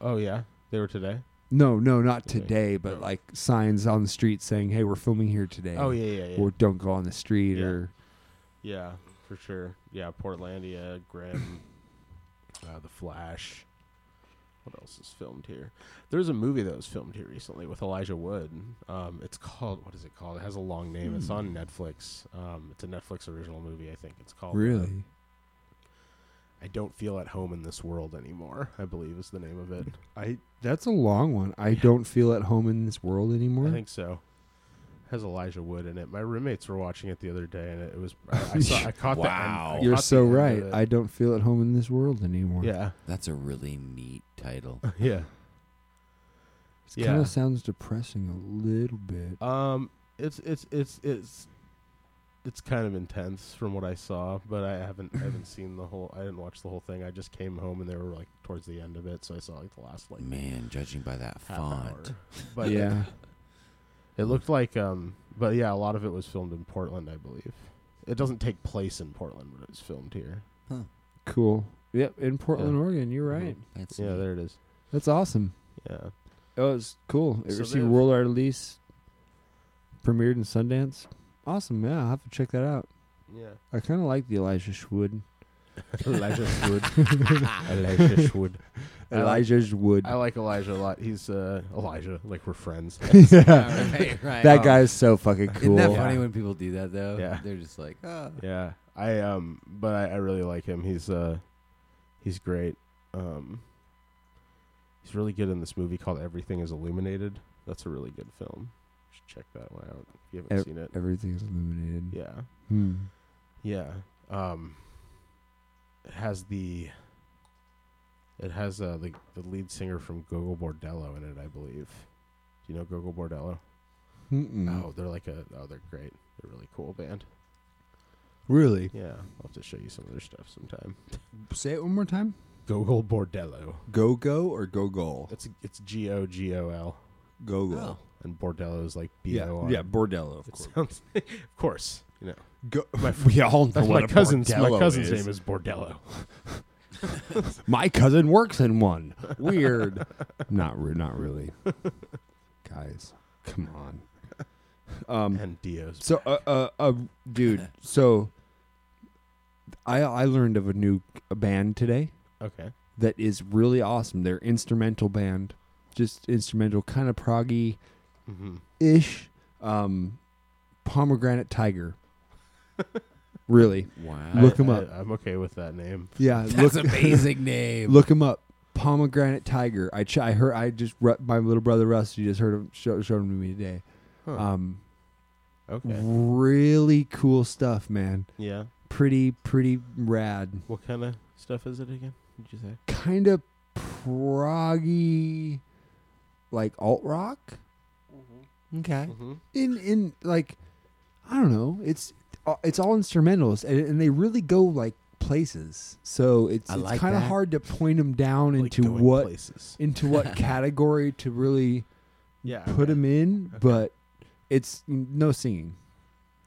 oh yeah, they were today. No, no, not Okay. today, but No. like signs on the street saying, "Hey, we're filming here today." Oh yeah, yeah, yeah. Or don't go on the street, Yeah. or yeah, for sure. Yeah, Portlandia, Grimm, uh, The Flash. What else is filmed here? There's a movie that was filmed here recently with Elijah Wood. Um, it's called what is it called? It has a long name. Hmm. It's on Netflix. Um, it's a Netflix original movie. I think it's called. uh, really. I don't feel at home in this world anymore. I believe is the name of it. I that's a long one. I don't feel at home in this world anymore. I think so. Has Elijah Wood in it. My roommates were watching it the other day, and it was I, [LAUGHS] I, saw, I caught that. Wow. You're so right. I don't feel at home in this world anymore. yeah, [LAUGHS] That's a really neat [LAUGHS] title. yeah, it yeah. kind of sounds depressing a little bit. Um, it's it's it's it's it's kind of intense from what I saw, but I haven't [LAUGHS] I haven't seen the whole. I didn't watch the whole thing. I just came home and they were like towards the end of it, so I saw like the last like Man, judging by that half [LAUGHS] font, hour. But yeah, [LAUGHS] it looked like um, but yeah, a lot of it was filmed in Portland, I believe. It doesn't take place in Portland, but it was filmed here. cool. Yep, in Portland, Oregon. You're Mm-hmm. right. that's Yeah, neat. there it is. That's awesome. Yeah. It was Oh, cool. It So received they've- worldwide release, premiered in Sundance. Awesome. Yeah, I'll have to check that out. Yeah. I kind of like the Elijah Wood. Elijah Wood. Elijah Wood. I like- Elijah's Wood. I like Elijah a lot. He's uh, Elijah, like we're friends. [LAUGHS] [LAUGHS] yeah. right, right. That Oh. guy's so fucking cool. Isn't that funny when people do that though? Yeah. They're just like, oh. yeah, I um, but I, I really like him. He's uh, he's great. Um, he's really good in this movie called Everything Is Illuminated. That's a really good film. You should check that one out if you haven't Ev- seen it. Everything's illuminated. Yeah, Hmm. yeah. Um, it has the. It has uh, the the lead singer from Gogo Bordello in it, I believe. Do you know Gogo Bordello? Mm-mm. Oh, they're like a oh, they're great. They're a really cool band. Really? Yeah, I'll have to show you some of their stuff sometime. Say it one more time. Gogol Bordello. Go go or go goal? It's it's G O G O L, Go go. and Bordello is like B O R. Bordello. Of it sounds. [LAUGHS] of course, you know. Go, [LAUGHS] we all know That's what my a cousin's. my Bordello cousin's name is Bordello. My cousin works in [LAUGHS] one. Weird. not re- not really. Guys, come on. Um. And Dio's. So, uh, uh, uh [LAUGHS] dude. So, I I learned of a new a band today Okay. that is really awesome. They're instrumental band, just instrumental, kind of proggy Mm-hmm. ish. Um, pomegranate tiger. [LAUGHS] really, Wow. look them up. I, am okay with that name. yeah, That's look [LAUGHS] amazing name. Look him up. Pomegranate Tiger. I ch- I heard. I just re- my little brother Rusty just heard him show, showed him to me today. Huh. Um, Mm-hmm. Okay. really cool stuff, man. Yeah. Pretty pretty rad. What kind of stuff is it again? Did you say? Kind of proggy, like alt rock. Okay. Mm-hmm. In in like, I don't know. It's uh, it's all instrumentals, and, and they really go like places. So it's I it's like kind of that. hard to point them down into what places? into [LAUGHS] what category to really Yeah. put him in, but it's no singing.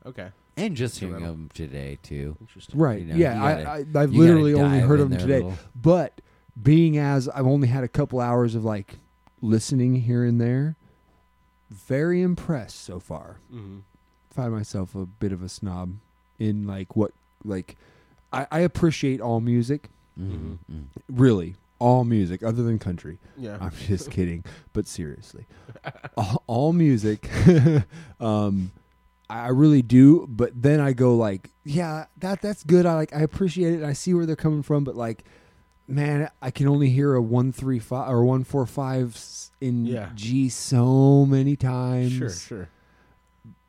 Okay. and just hearing them today too. Interesting. Right. You know, yeah, you I, gotta- I, I've you gotta literally only dive heard in him there a today. little. But being as I've only had a couple hours of like listening here and there, very impressed so far. Mm-hmm. Find myself a bit of a snob in like what, like, I, I appreciate all music, Mm-hmm. really. All music other than country. Yeah. I'm just kidding, but seriously, all, all music, [LAUGHS] um, I really do. But then I go like, yeah, that that's good. I like, I appreciate it. And I see where they're coming from, but like, man, I can only hear a one three five or one four five in Yeah. G so many times. Sure, sure.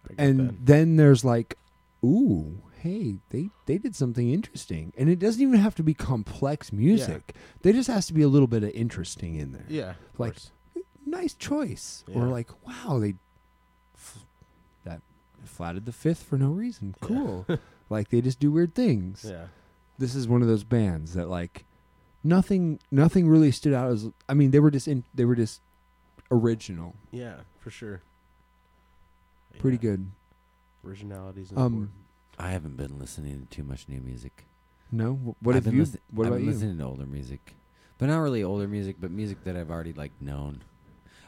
I get And that. then there's like, ooh, hey, they they did something interesting, and it doesn't even have to be complex music. There just has to be a little bit of interesting in there. Yeah. of Like, course. nice choice, Yeah. or like, wow, they f- that flatted the fifth for no reason. [LAUGHS] Cool. like they just do weird things yeah. this is one of those bands that like nothing nothing really stood out as I mean they were just in, they were just original, Yeah, for sure. pretty Yeah. good. Originality is Um, important. I haven't been listening to too much new music. No, Wh- what I've have been you? listen- what I've about been you? listening to older music, but not really older music, but music that I've already like known.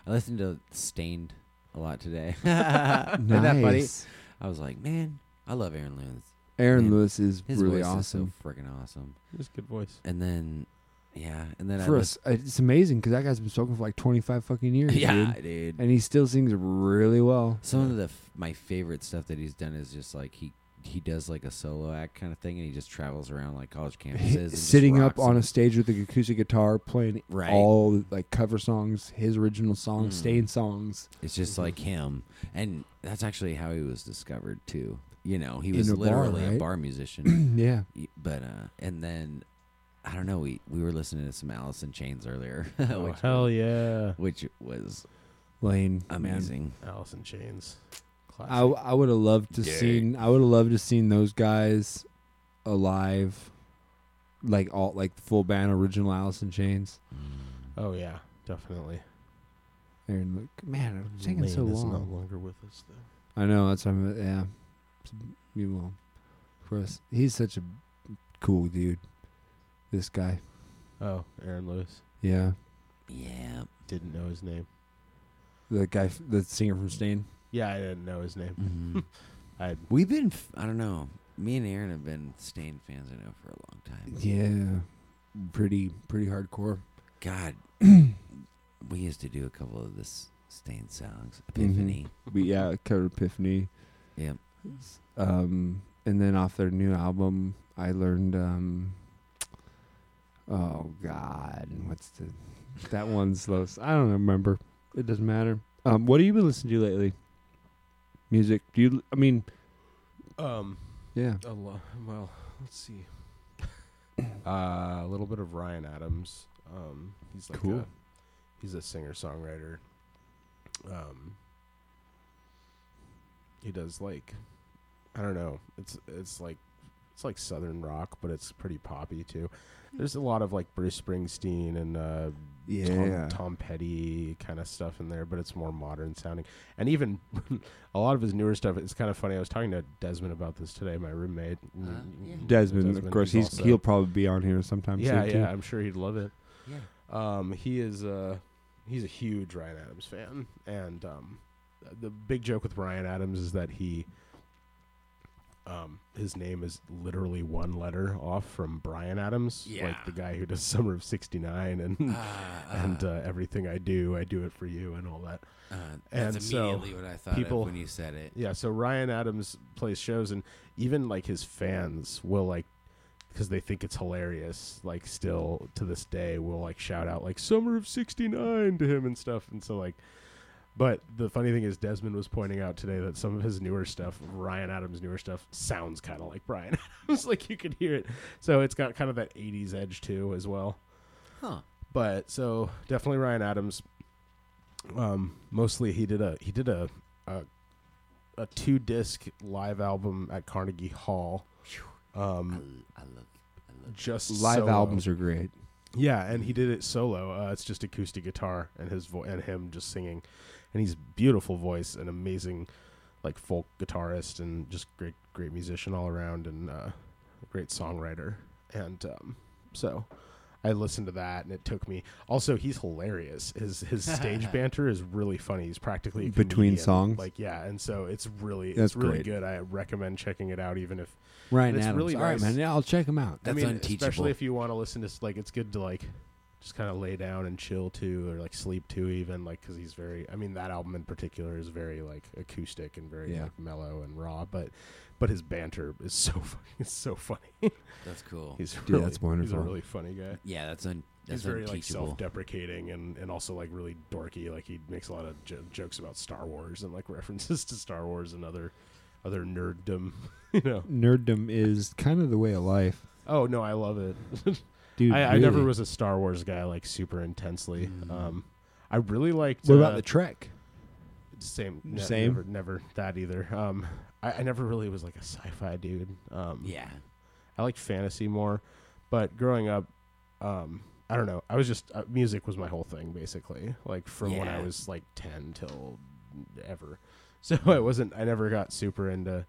I listened to Stained a lot today. [LAUGHS] Isn't that funny? Nice. I was like, man, I love Aaron Lewis. Aaron Man, Lewis is His really voice awesome. is so freaking awesome. Just good voice. And then, yeah, and then for I us, it's amazing because that guy's been smoking for like twenty five fucking years, lis- [LAUGHS] yeah, dude, dude. and he still sings really well. Some of the f- my favorite stuff that he's done is just like he he does like a solo act kind of thing, and he just travels around like college campuses, and just Sitting up rocks on a them. stage with the acoustic guitar, playing Right. all like cover songs, his original songs, Mm. staying songs. It's just Mm-hmm. like him, and that's actually how he was discovered too. You know, he In was a bar, literally a right? bar [CLEARS THROAT] musician, yeah, Y- but uh, and then I don't know. We we were listening to some Alice in Chains earlier, [LAUGHS] Oh, which hell yeah. which was Lane, man. amazing. Alice in Chains. Classic. I, I would have loved to Yeah. seen I would have loved to seen those guys alive, like all like the full band original Alice in Chains. oh yeah, definitely. Aaron, look, man, it's taking so Lane is no long. longer with us though. I know that's what I'm. Yeah, you will. For us, he's such a cool dude. This guy, Oh, Aaron Lewis. yeah, Yeah, Didn't know his name. the guy, f- the singer from Stain. Yeah, I didn't know his name. [LAUGHS] Mhm. I we've been. F- I don't know. Me and Aaron have been Stain fans. I know for a long time. Yeah, pretty pretty hardcore. [CLEARS THROAT] God, we used to do a couple of this Stain songs. Mm-hmm. Epiphany. We yeah, covered Epiphany. Yep. um, and then off their new album, I learned. Um, oh God, what's the that one's low? I don't remember. It doesn't matter. Um, what have you been listening to lately? Music? Do you? I mean, um yeah. a lo- well, let's see. [COUGHS] Uh, a little bit of Ryan Adams. Um, he's like Cool. a, he's a singer songwriter. Um, he does like I don't know. It's it's like it's like southern rock, but it's pretty poppy too. There's a lot of like Bruce Springsteen and uh, Tom, Tom Petty kind of stuff in there, but it's more modern sounding. And even [LAUGHS] a lot of his newer stuff. It's kind of funny. I was talking to Desmond about this today, my roommate. Mm, Ah, yeah. Desmond, of course, he's, also- he'll probably be on here sometime yeah, soon. yeah. I'm sure he'd love it. Yeah. Um, he is uh, he's a huge Ryan Adams fan, and um, the big joke with Ryan Adams is that he, um, his name is literally one letter off from Brian Adams, Yeah. like the guy who does [LAUGHS] Summer of '69 and Ah, ah, and uh, everything I do, I do it for you, and all that. uh, and that's so immediately what I thought people- of when you said it. Yeah, so Ryan Adams plays shows, and even like his fans will like because they think it's hilarious. Like still to this day, will like shout out like "Summer of '69" to him and stuff, and so like. But the funny thing is, Desmond was pointing out today that some of his newer stuff, Ryan Adams' newer stuff, sounds kind of like Brian [LAUGHS] Adams. like you could hear it. So it's got kind of that 80s edge too, as well. Huh. But so definitely Ryan Adams. Um, mostly he did a he did a a, a two disc live album at Carnegie Hall. Um, I love. I love. just Live solo. albums are great. Yeah, and he did it solo. Uh, it's just acoustic guitar and his vo- and him just singing, and he's beautiful voice, an amazing like folk guitarist, and just great great musician all around, and uh, a great songwriter. And um, so I listened to that, and it took me. Also, he's hilarious. His his stage banter is really funny. He's practically a Between comedian. songs? like yeah, and so it's really it's That's really great. good. I recommend checking it out, even if Ryan It's Adams. really All right, nice. man. yeah, I'll check him out. That's I mean, unteachable. especially if you want to listen to s- like it's good to like just kind of lay down and chill to, or like sleep to, even like because he's very. I mean, that album in particular is very like acoustic and very Yeah. like mellow and raw, but but his banter is so [LAUGHS] funny. It's so funny. [LAUGHS] that's cool. he's Dude, really, that's He's a wonderful. really funny guy. Yeah, that's un. That's he's very like unteachable. self-deprecating and, and also like really [LAUGHS] dorky. Like he makes a lot of jo- jokes about Star Wars and like references to Star Wars and other other nerddom. [LAUGHS] you know. Nerddom is kind of the way of life, Oh no, I love it. [LAUGHS] dude. I, I never really. was a Star Wars guy like super intensely. Um, I really liked. What uh, about the Trek? same? ne- Same. Never, never that either. Um, I, I never really was like a sci-fi dude. Um, Yeah. I liked fantasy more, but growing up, um, I don't know. I was just uh, music was my whole thing basically. Like from when I Yeah. was like ten till ever. [LAUGHS] So I wasn't. I never got super into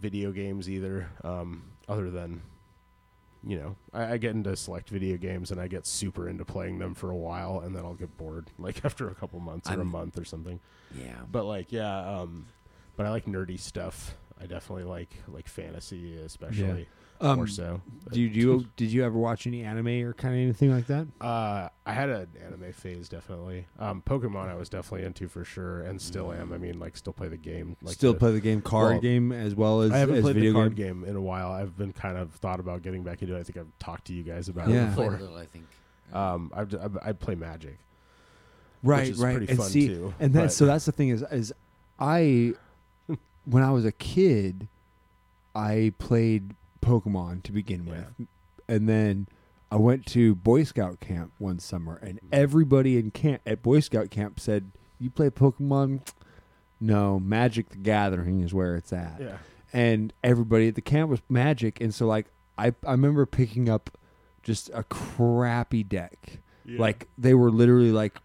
video games either. Um, other than you know, I, I get into select video games and I get super into playing them for a while, and then I'll get bored like [LAUGHS] after a couple months or a I'm- month or something. [LAUGHS] Yeah. But like, yeah, um, but I like nerdy stuff. I definitely like like fantasy, especially more Um, so. do you, do you did you ever watch any anime or kind of anything like that? Uh, I had an anime phase definitely. Um, Pokemon I was definitely into for sure, and still am. I mean, like, still play the game. Like Still the- play the game card well, game as well as I haven't as played video the card game. in a while. I've been kind of thought about getting back into it. I think I've talked to you guys about Yeah. it Quite a [LAUGHS] before. little, I think. Um, I've, d- I I play Magic. right is right pretty and fun, see too, and that's but- so that's the thing is is i [LAUGHS] when i was a kid i played pokemon to begin with and then i went to boy scout camp one summer and Mm-hmm. everybody in camp at boy scout camp said you play pokemon no magic the gathering is where it's at Yeah. and everybody at the camp was magic and so like i, I remember picking up just a crappy deck like they were literally like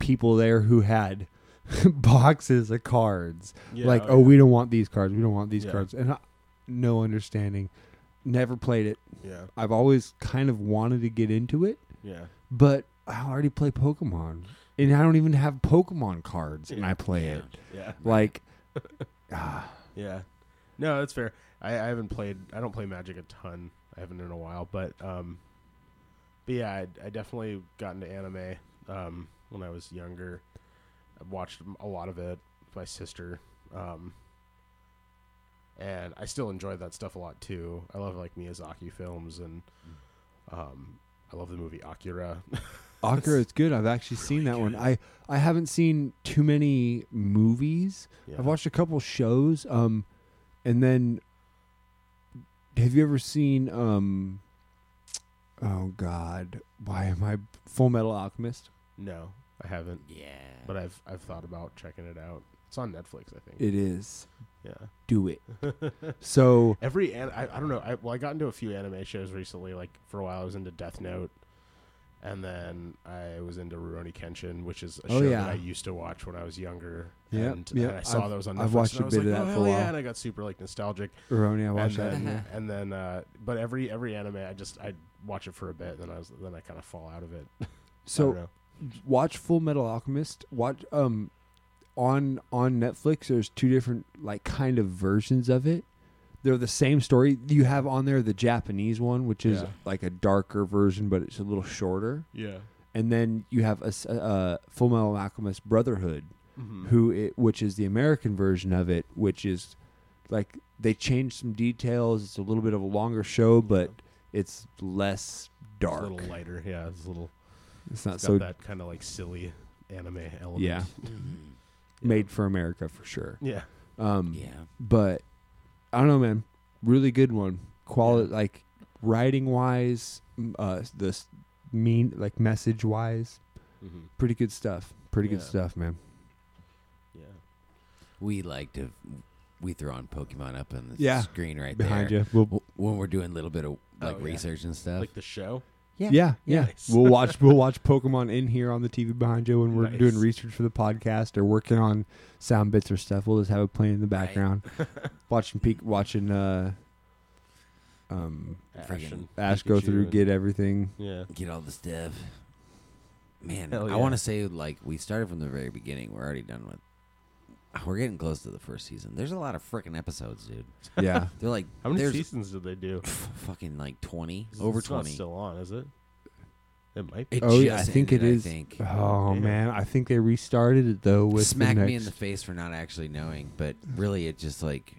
people there who had [LAUGHS] boxes of cards Yeah, like oh, oh, we don't want these cards we don't want these Yeah. cards and I, no understanding never played it Yeah. i've always kind of wanted to get into it Yeah. but i already play pokemon and i don't even have pokemon cards and Yeah. i play it Yeah. like Yeah. No, that's fair. I, I haven't played. I don't play Magic a ton. I haven't in a while, but um, but yeah, I, I definitely got into anime um when I was younger. I watched a lot of it. with My sister, um, and I still enjoy that stuff a lot too. I love like Miyazaki films and um, I love the movie Akira. [LAUGHS] Akira is good. I've actually seen that one. I, I haven't seen too many movies. Yeah. I've watched a couple shows. Um, and then, have you ever seen? Um, oh God, why am I Full Metal Alchemist? no, I haven't, Yeah. but I've I've thought about checking it out. It's on Netflix, I think. It is. yeah. Do [LAUGHS] it. so Every an- I, I don't know. I, well, I got into a few anime shows recently. Like for a while, I was into Death Note, and then I was into Rurouni Kenshin, which is a Oh, show yeah. that I used to watch when I was younger. Yep, and, yep. and I saw I've- that was on. Netflix, I've watched and I a was bit of like, that "Oh, for a hell while." Yeah, and I got super like nostalgic. Roni, I watched and that. Mm-hmm. then, yeah. and then, uh, but every every anime, I just I watch it for a bit, and then I was then I kind of fall out of it. [LAUGHS] I don't So know. watch Full Metal Alchemist. Watch um on on Netflix. There's two different like kind of versions of it. They're the same story. You have on there the Japanese one, which is Yeah. like a darker version, but it's a little shorter. yeah, And then you have a s- uh, Full Metal Alchemist Brotherhood, Mm-hmm. who it, which is the American version of it, which is like they changed some details. It's a little bit of a longer show, but it's less it's a dark. It's, little lighter. Yeah, it's a little not it's got so that kind of like silly anime element. yeah, made for America for sure. [LAUGHS] yeah. Um, Yeah. but I don't know, man. Really good one. Quality, like writing wise, m- uh, the s- mean, like message wise, Mm-hmm. pretty good stuff. Pretty good Yeah. stuff, man. Yeah. We like to we throw on Pokemon up on the Yeah. screen right Behind there. you, we'll, W- When we're doing a little bit of like Oh, yeah. research and stuff. Like the show. yeah, yeah. Nice. we'll watch. We'll watch Pokemon in here on the TV behind you when we're Nice. doing research for the podcast or working on sound bits or stuff. We'll just have it playing in the [LAUGHS] background, watching peak, watching uh, um, Friggin' and Ash go Pikachu through, and- get everything. yeah. get all the stuff. Man, Hell I yeah. want to say like we started from the very beginning. We're already done with. [SIGHS] We're getting close to the first season. There's a lot of freaking episodes, dude. Yeah, They're like How many there's seasons did they do? fucking like twenty, over It's not twenty. still on, is it? It might. be. It Oh yeah, I just think it ended, is. I think. Oh Yeah. man, I think they restarted it though with Smack the me in the next- face for not actually knowing, but really, it just like.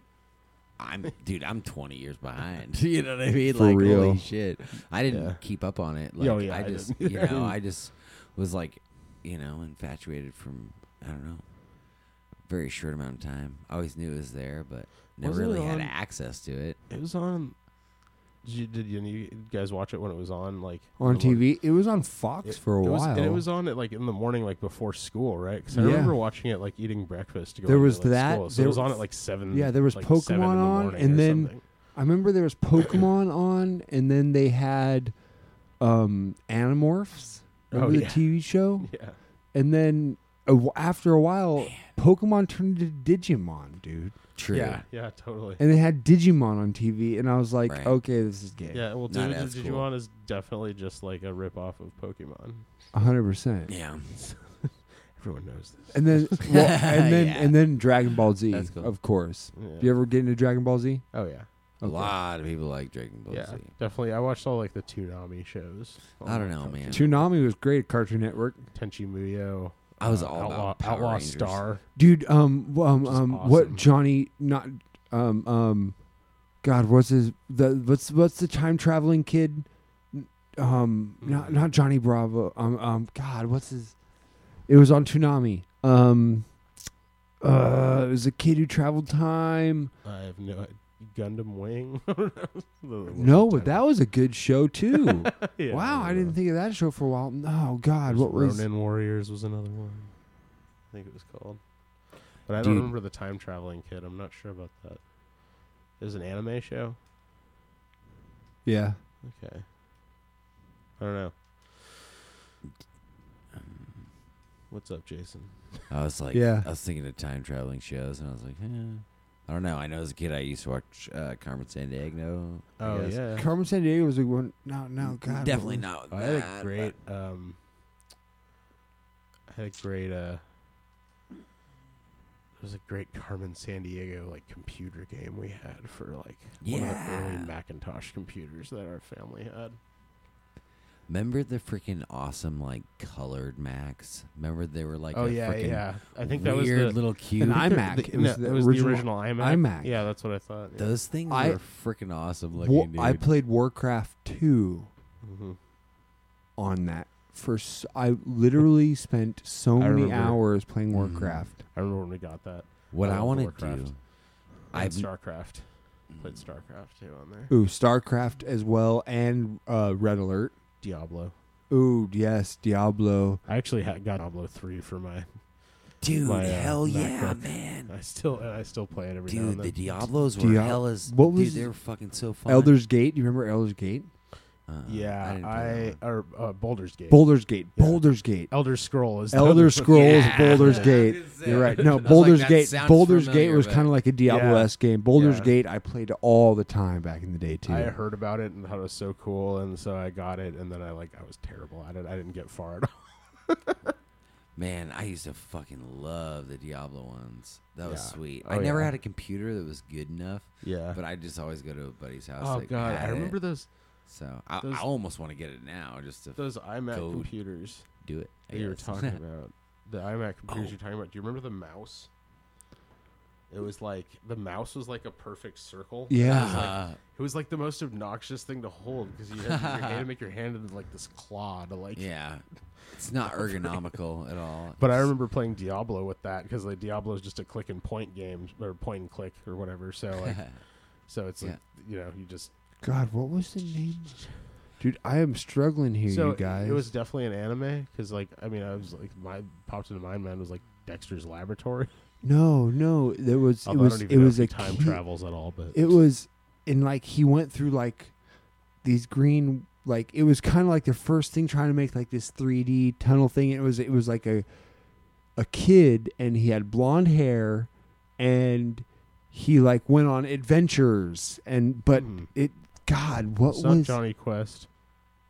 I'm dude. I'm 20 years behind. [LAUGHS] You know what I mean? For like real. holy shit. I didn't Yeah. keep up on it. Like Yeah, oh, yeah, I I just, [LAUGHS] didn't. you know, I just was like, you know, infatuated from I don't know very short amount of time. I always knew it was there, but never Wasn't it really had on- access to it. It was on. Did you, did you- you guys watch it when it was on? Like on the mor- TV. It was on Fox It- for a it was- while. and it was on at like in the morning, like before school, right? Because I Yeah. remember watching it like eating breakfast. To go There into, was like, that, School. So there it was on was- at like seven. yeah, there was like, Pokemon seven in the on, morning and or then- something. [LAUGHS] I remember there was Pokemon on, and then they had um, Animorphs. Remember Oh, the yeah. TV show? [LAUGHS] yeah, And then a wh- after a while, Pokemon turned into Digimon, dude. True. yeah, yeah, totally. And they had Digimon on TV, and I was like, Right. okay, this is gay. Yeah, well, Not Dig- as Digimon cool. is definitely just like a rip off of Pokemon. a 100%. Yeah. Everyone knows this. [LAUGHS] And then, well, and then, Yeah. and then Dragon Ball Z, That's cool. of course. Yeah. Do you ever get into Dragon Ball Z? oh yeah, A lot of people like Dragon Ball yeah, Z. definitely. I watched all like the Toonami shows. I don't know, man. Toonami was great. Cartoon Network, Tenchi Muyo. I was uh, all Outlaw, about Power Outlaw Rangers. Star. dude. Um, w- um, Which is um awesome. what Johnny? Not um, um, God, what's his? The what's what's the time traveling kid? N- Um, not not Johnny Bravo. Um, um, God, what's his? It was on Toonami. Um, uh, it was a kid who traveled time. I have no Gundam Wing. [LAUGHS] No, but that was a good show [LAUGHS] too. wow, I didn't think. think of that show for a while. Oh God, There's what was? Ronin Warriors was another one. I think it was called. But I don't Dude. remember the time traveling kid. I'm not sure about that. It was an anime show. Yeah, Okay. I don't know. Um, What's up, Jason? I was like, Yeah. I was thinking of time traveling shows, and I was like, eh. I don't know. I know as a kid, I used to watch uh, Carmen Sandiego. I guess. Oh, yeah. Carmen San Diego was like one. No, no, Oh, God, what definitely was- not. Oh, I that, had a but- great um I had a great uh there was a great Carmen San Diego like computer game we had for like one of the early Yeah. Macintosh computers that our family had. Remember the freaking awesome like colored Macs? Remember they were like oh a yeah, freaking yeah. I think that weird was the little An cube. I think they're- iMac. The, It was no, the it was the original original iMac. iMac. Yeah, that's what I thought. Yeah. Those things I- were freaking awesome looking. Wa- I dude. played Warcraft two Mhm. on that. For s- I literally spent so [LAUGHS] I many remember. hours playing Warcraft. I remember when we got that. what I I love want to Warcraft. do. I I've- StarCraft. Played StarCraft too on there. Ooh, StarCraft as well, and uh, Red Alert. Diablo. Ooh, yes, Diablo. I actually had, got Diablo three for my. Dude, my, uh, hell yeah, MacBook. man. I still I still play it every Dude, now and then. the Diablos were Dia- hell as. what was- dude, they were fucking so fun. Elder's Gate. Do you remember Elder's Gate? Uh, I. yeah, didn't play that I, one. or uh, Boulder's Gate. Boulder's Gate. Yeah. Boulder's Gate. Elder Scroll [LAUGHS] is the Elder other- Scrolls, Boulder's [LAUGHS] Yeah. Gate. You're right. No, I was like, Boulder's that Gate. sounds Boulder's Gate familiar, was but- kind of like a Diablo-esque game. Boulder's Yeah. Gate, I played all the time back in the day too. I heard about it and thought it was so cool, and so I got it, and then I like I was terrible at it. I didn't get far at all. Man, I used to fucking love the Diablo ones. That was Yeah. sweet. Oh, I never yeah. had a computer that was good enough, [LAUGHS] Yeah. but I just always go to a buddy's house. oh that god, I had it. remember those So I, those- I almost want to get it now just to those iMac Go- computers do it. I that you were guess. [LAUGHS] talking about. The iMac computers Oh. you're talking about. Do you remember the mouse? It was like the mouse was like a perfect circle. Yeah. Uh, It was like the most obnoxious thing to hold because you had your hand to make your hand into like this claw to [LAUGHS] like. yeah. It's not [LAUGHS] ergonomical at all. But I It's- remember playing Diablo with that because like Diablo is just a click and point game or point and click or whatever. So like, so it's like you know you just God, what was the name? Dude, I am struggling here, so you guys. it was Oh, definitely an anime because like I mean I was like my popped into my mind was like Dexter's Laboratory. [LAUGHS] no, no, there was Although it I was don't it even know was a if he time key- travels at all, but It was and like he went through like these green like it was kind of like the first thing trying to make like this 3D tunnel thing. It was it was like a a kid and he had blonde hair and he like went on adventures and but Hmm. it God, what it's not was Johnny Quest.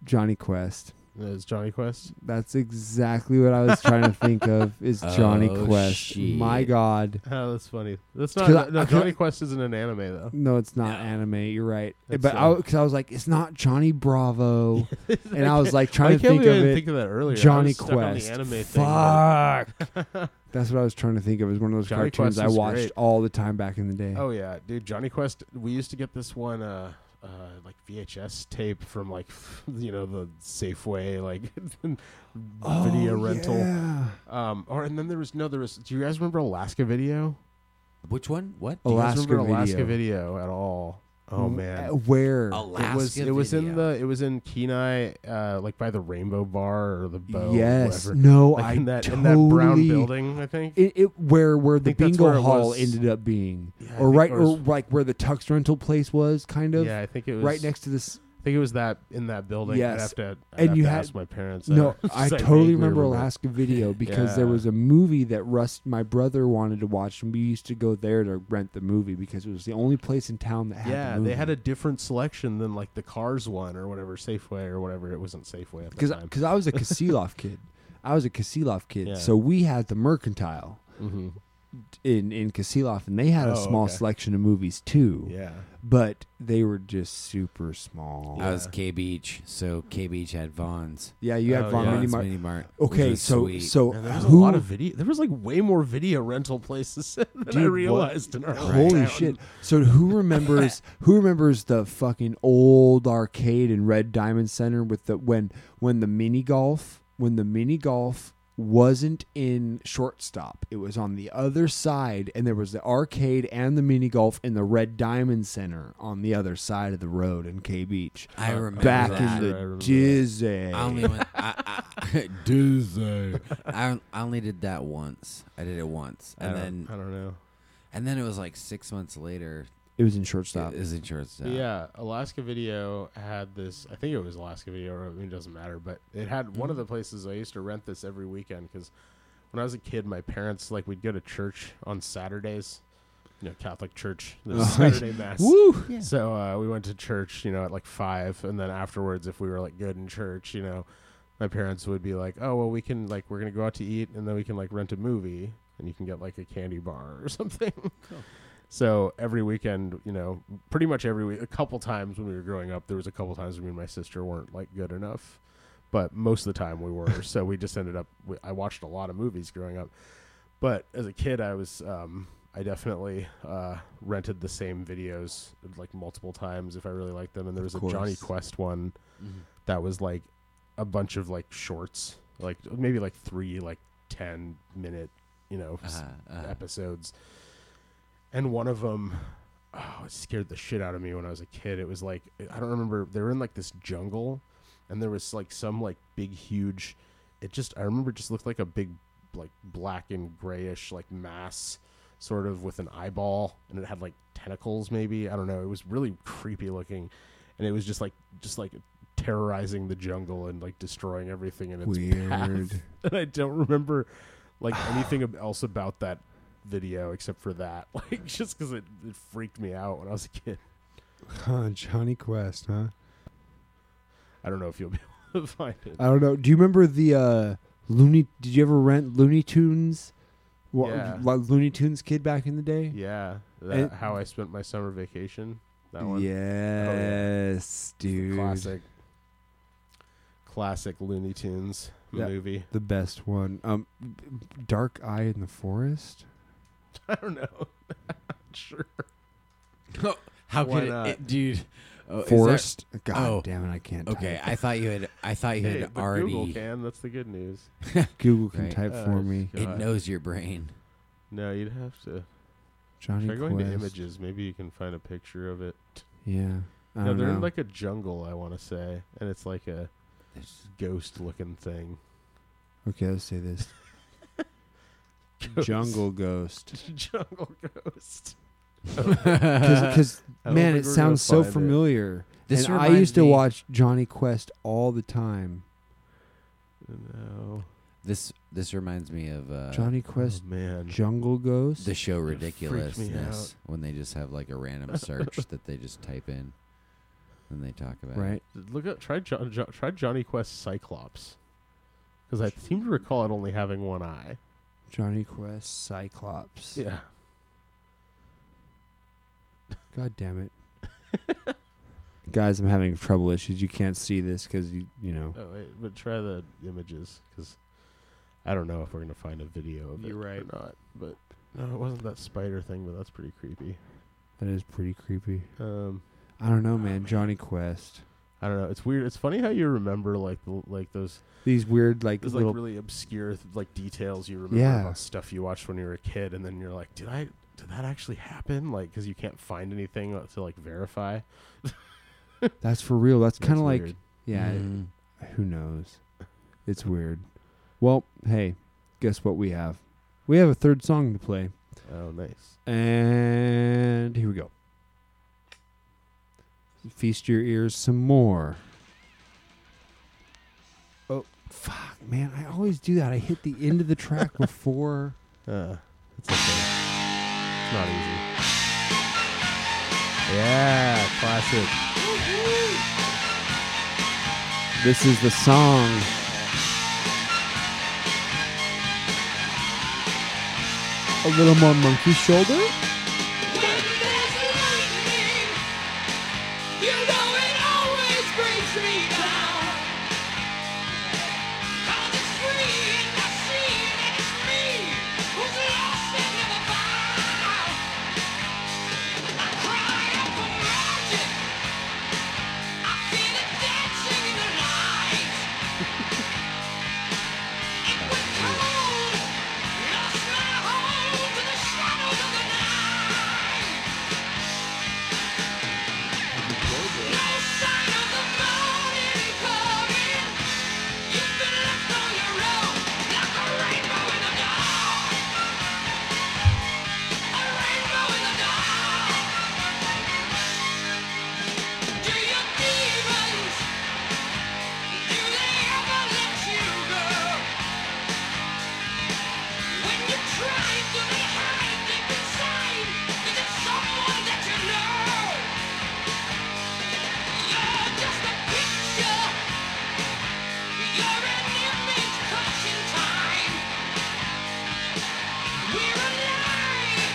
Johnny Quest? It's Johnny Quest. [LAUGHS] That's exactly what I was trying to think of. Is Johnny Oh, Quest? shit. My God, Oh, that's funny. That's not 'Cause I- no, I- Johnny Quest isn't an anime though. no, it's not anime. You're right, That's, but uh, because I, was like, it's not Johnny [LAUGHS] Bravo, and I was like trying Why to can't think we of even it. think of that earlier? I Johnny was stuck on the Quest. anime thing, but- Fuck. [LAUGHS] That's what I was trying to think of. It was one of those Johnny cartoons Quest I was watched great. all the time back in the day. Oh yeah, dude, Johnny Quest. We used to get this one. Uh, uh, like VHS tape from like [LAUGHS] you know the Safeway like [LAUGHS] Oh, video rental. Oh, Yeah. Um, or and then there was no, there was. Do you guys remember Alaska Video? Which one? What? Do you guys Alaska remember Video. Mm, Alaska uh, Video at all? Oh man, Where? Alaska it was it was in Video. the it was in Kenai, uh, like by the Rainbow Bar or the bow. yes. whatever. No, like I in that totally, in that brown building, I think. It, it where where the think that's bingo where it hall was. ended up being, Yeah, or I think right, it or was- like where the Tux rental place was, kind of. yeah, I think it was right next to [LAUGHS] this. I think it was that in that building. Yes. I'd have to, I'd And have you to had- ask my parents. [LAUGHS] No, that. 'Cause I vaguely totally remember Alaska [LAUGHS] Video because there Yeah. was a movie that Rust, my brother, wanted to watch, and we used to go there to rent the movie because it was the only place in town that had. Yeah, the movie. they had a different selection than like the Cars one or whatever Safeway or whatever. It wasn't Safeway at the because time. because I was a Kasilov [LAUGHS] kid. I was a Kasilov kid, Yeah. so we had the Mercantile Mhm. in in Kasilov, and they had a Oh, small okay. selection of movies too. Yeah. but they were just super small. I was K Beach, so K Beach had Vaughn's. yeah, you had Oh, Von yeah. Mini Vaughn's Mart. Mini Mart. which Okay, was so sweet. so And there was who? a lot of video. There was like way more video rental places [LAUGHS] than I what- realized in our Holy hometown. shit! So who remembers who remembers the fucking old arcade in Red Diamond Center with the when when the mini golf when the mini golf wasn't in shortstop it was on the other side and there was the arcade and the mini golf in the red diamond center on the other side of the road in k beach I uh, remember back that. in I the remember that. dizzy I only went. I, [LAUGHS] I, Dizzy. I, I only did that once. I did it once, I and don't- then I don't know. and then it was like six months later. it [LAUGHS] was in shortstop Is insurance? Yeah. Alaska Video had this. I think it was Alaska Video, or I mean, it doesn't matter. But it had one of the places I used to rent this every weekend because when I was a kid, my parents like we'd go to church on Saturdays, you know, Catholic church, the Saturday mass. woo So uh, we went to church, you know, at like five, and then afterwards, if we were like good in church, you know, my parents would be like, "Oh, well, we can like we're gonna go out to eat, and then we can like rent a movie, and you can get like a candy bar or [LAUGHS] something." So every weekend, you know, pretty much every week, a couple times when we were growing up, there was a couple times when me and my sister weren't like good enough, but most of the time we were. so we just ended up. We, I watched a lot of movies growing up, but as a kid, I was. Um, I definitely uh, rented the same videos like multiple times if I really liked them, and there was a course. Johnny Quest one that was like a bunch of like shorts, like maybe like three like ten minute, you know, s- Uh-huh, uh-huh. episodes. And one of them, oh, it scared the shit out of me when I was a kid. It was like I don't remember. They were in like this jungle, and there was like some like big huge. It just I remember it just looked like a big like black and grayish like mass sort of with an eyeball and it had like tentacles maybe i don't know it was really creepy looking and it was just like just like terrorizing the jungle and like destroying everything in its path weird [LAUGHS] and I don't remember like anything ab- else about that video except for that. [LAUGHS] Like just because it, it freaked me out when I was a kid. huh, johnny quest huh I don't know if you'll be [LAUGHS] able to find it. I don't know. Do you remember the uh, Looney? Did you ever rent Looney Tunes? Wha- Yeah. like Looney Tunes kid back in the day. yeah, that, And- how I spent my summer vacation. That one, Oh, Yes, dude. classic, classic Looney Tunes Yeah. movie. [LAUGHS] The best one. Um, b- b- Dark Eye in the Forest. I don't know. [LAUGHS] sure. How Why could it, not? it- dude? Oh, is that- Forest. God oh. damn it! I can't. type. okay, I thought you had. I thought you Hey, had but Google already. can. That's the good news. Google can Right. type Oh, for me. It God. knows your brain. No, you'd have to. Johnny Try going Quest. to images. Maybe you can find a picture of it. Yeah. I No, don't they're know. in like a jungle, I want to say, and it's like a ghost-looking [LAUGHS] thing. [LAUGHS] okay, let's say this. Jungle [LAUGHS] Ghost. jungle ghost. because I don't man, think it we're gonna sounds so find it. familiar. This and I reminds used to me- watch Johnny Quest all the time. No, This this reminds me of uh, Johnny Quest, oh, man. Jungle Ghost. the show freaked me ridiculousness when they just have like a [LAUGHS] random search that they just type in and they talk about. it. right? Look up. Try John, Jo- try Johnny Quest Cyclops, because I seem to recall it only having [LAUGHS] one eye. Johnny Quest Cyclops. Yeah. God damn it. [LAUGHS] Guys, I'm having trouble issues. You can't see this because you, you know. Oh wait, but try the images, because I don't know if we're gonna find a video of it You're or right. not. But no, it wasn't that spider thing, but that's pretty creepy. That is pretty creepy. Um, I don't know, man. Johnny Quest. I don't know. It's weird. It's funny how you remember like the, like those These weird like those little like really obscure th- like details you remember Yeah. about stuff you watched when you were a kid, and then you're like, did I did that actually happen? Like, because you can't find anything to like verify. That's for real. That's That's kind of like weird. Mm-hmm. yeah. Mhm. Who knows? It's weird. Well, hey, guess what we have? We have a third song to play, Oh, nice. and here we go. Feast your ears some more. Oh fuck, man! I always do that. I hit the end of the track before. Uh, it's okay. It's not easy. Yeah, classic. This is the song. A little more monkey shoulder. Trying to be high deep inside, is it someone that you know? You're just a picture. You're an image caught in time. We're alive.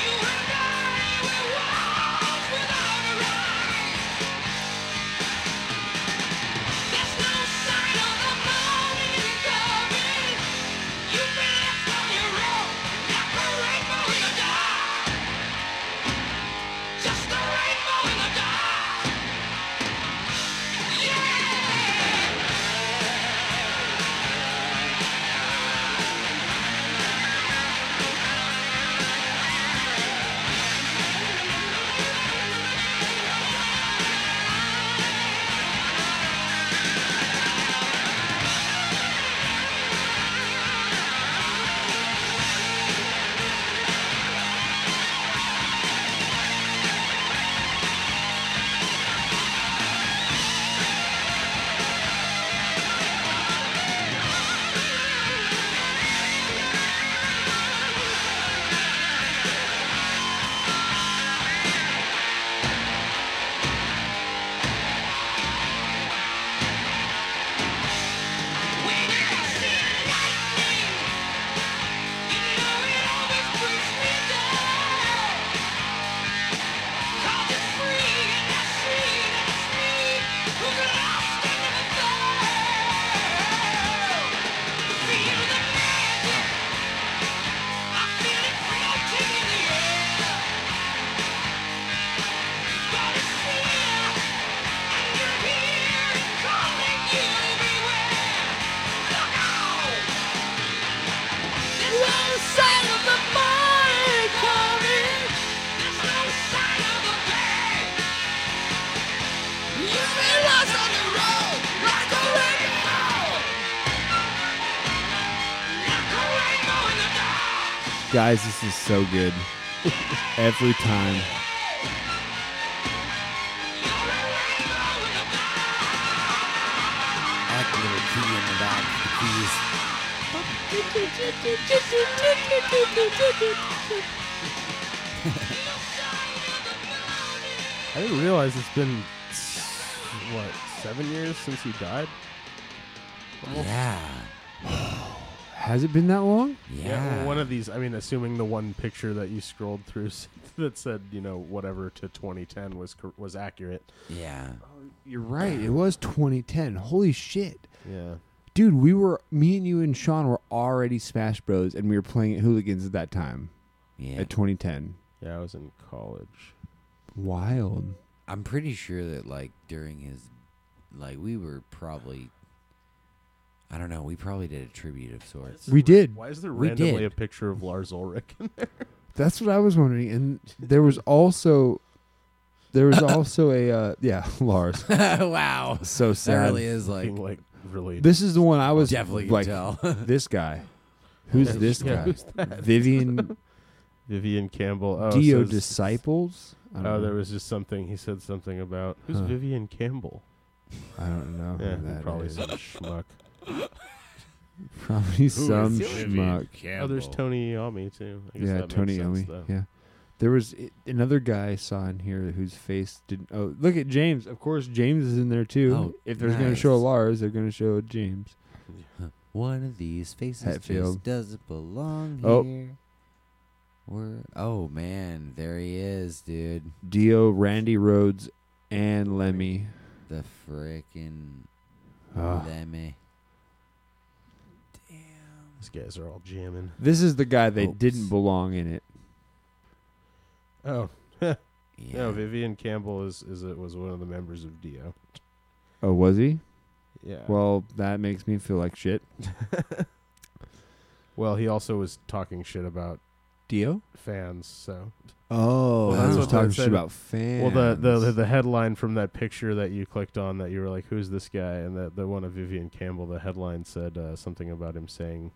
You and I, we're walls without a rise. There's no sign of the morning coming. You've been left on your own, like a rainbow in the dark. Just a rainbow in the dark. Look out! There's no sign of the morning coming. There's no sign of the day. You've been lost on the road like a rainbow. Like a rainbow in the dark. Guys, this is so good. Every time. You're a rainbow in the dark. I like the little key in the back, the keys. I didn't realize it's been s- what seven years since he died. Mm. Yeah. Has it been that long? Yeah. well, one of these. I mean, assuming the one picture that you scrolled through [LAUGHS] s- that said you know whatever to 2010 was cor- was accurate. yeah. You're right. It was 2010. Holy shit. Yeah. Dude, we were, me and you and Sean were already Smash Bros. and we were playing at Hooligans at that time, Yeah. at 2010. Yeah, I was in college. Wild. I'm pretty sure that like during his like we were probably I don't know, we probably did a tribute of sorts. We did. Why is there We randomly did. a picture of Lars Ulrich? [LAUGHS] That's what I was wondering. And there was also, there [LAUGHS] was also a uh, yeah, [LAUGHS] Lars. [LAUGHS] [LAUGHS] wow. So That sad. really is like Being like really This is the one I was definitely can like [LAUGHS] tell. [LAUGHS] this guy. Who's this yeah, guy? who's Vivian Vivian Campbell. Oh, Dio so it's- disciples. I don't Oh, there know. was just something he said something about. Who's Huh. Vivian Campbell? I don't know. who Yeah, that probably is. some schmuck. probably some schmuck. Oh, there's Tony Iommi too. I guess Yeah, that Tony makes sense, Iommi. though. Yeah, there was i another guy I saw in here whose face didn't. Oh, look at James. Of course, James is in there too. Oh, if they're going to show a nice. Lars, they're going to show a James. One of these faces Hatfield. just doesn't belong Oh. here. We're, oh man, there he is, dude. Dio, Randy Rhodes, and Lemmy. The frickin' Ah. Lemmy. These guys are all jamming. This is the guy they Oops. didn't belong in it. Oh Yeah. no, Vivian Campbell is is it was one of the members of Dio. Oh, was he? Yeah. Well, Well, that makes me feel like shit. well, he also was talking shit about Dio? fans. So Oh, Well, that's I was what talking that shit said. about fans. well, the, the the the headline from that picture that you clicked on that you were like, who's this guy? And that the one of Vivian Campbell, the headline said uh, something about him saying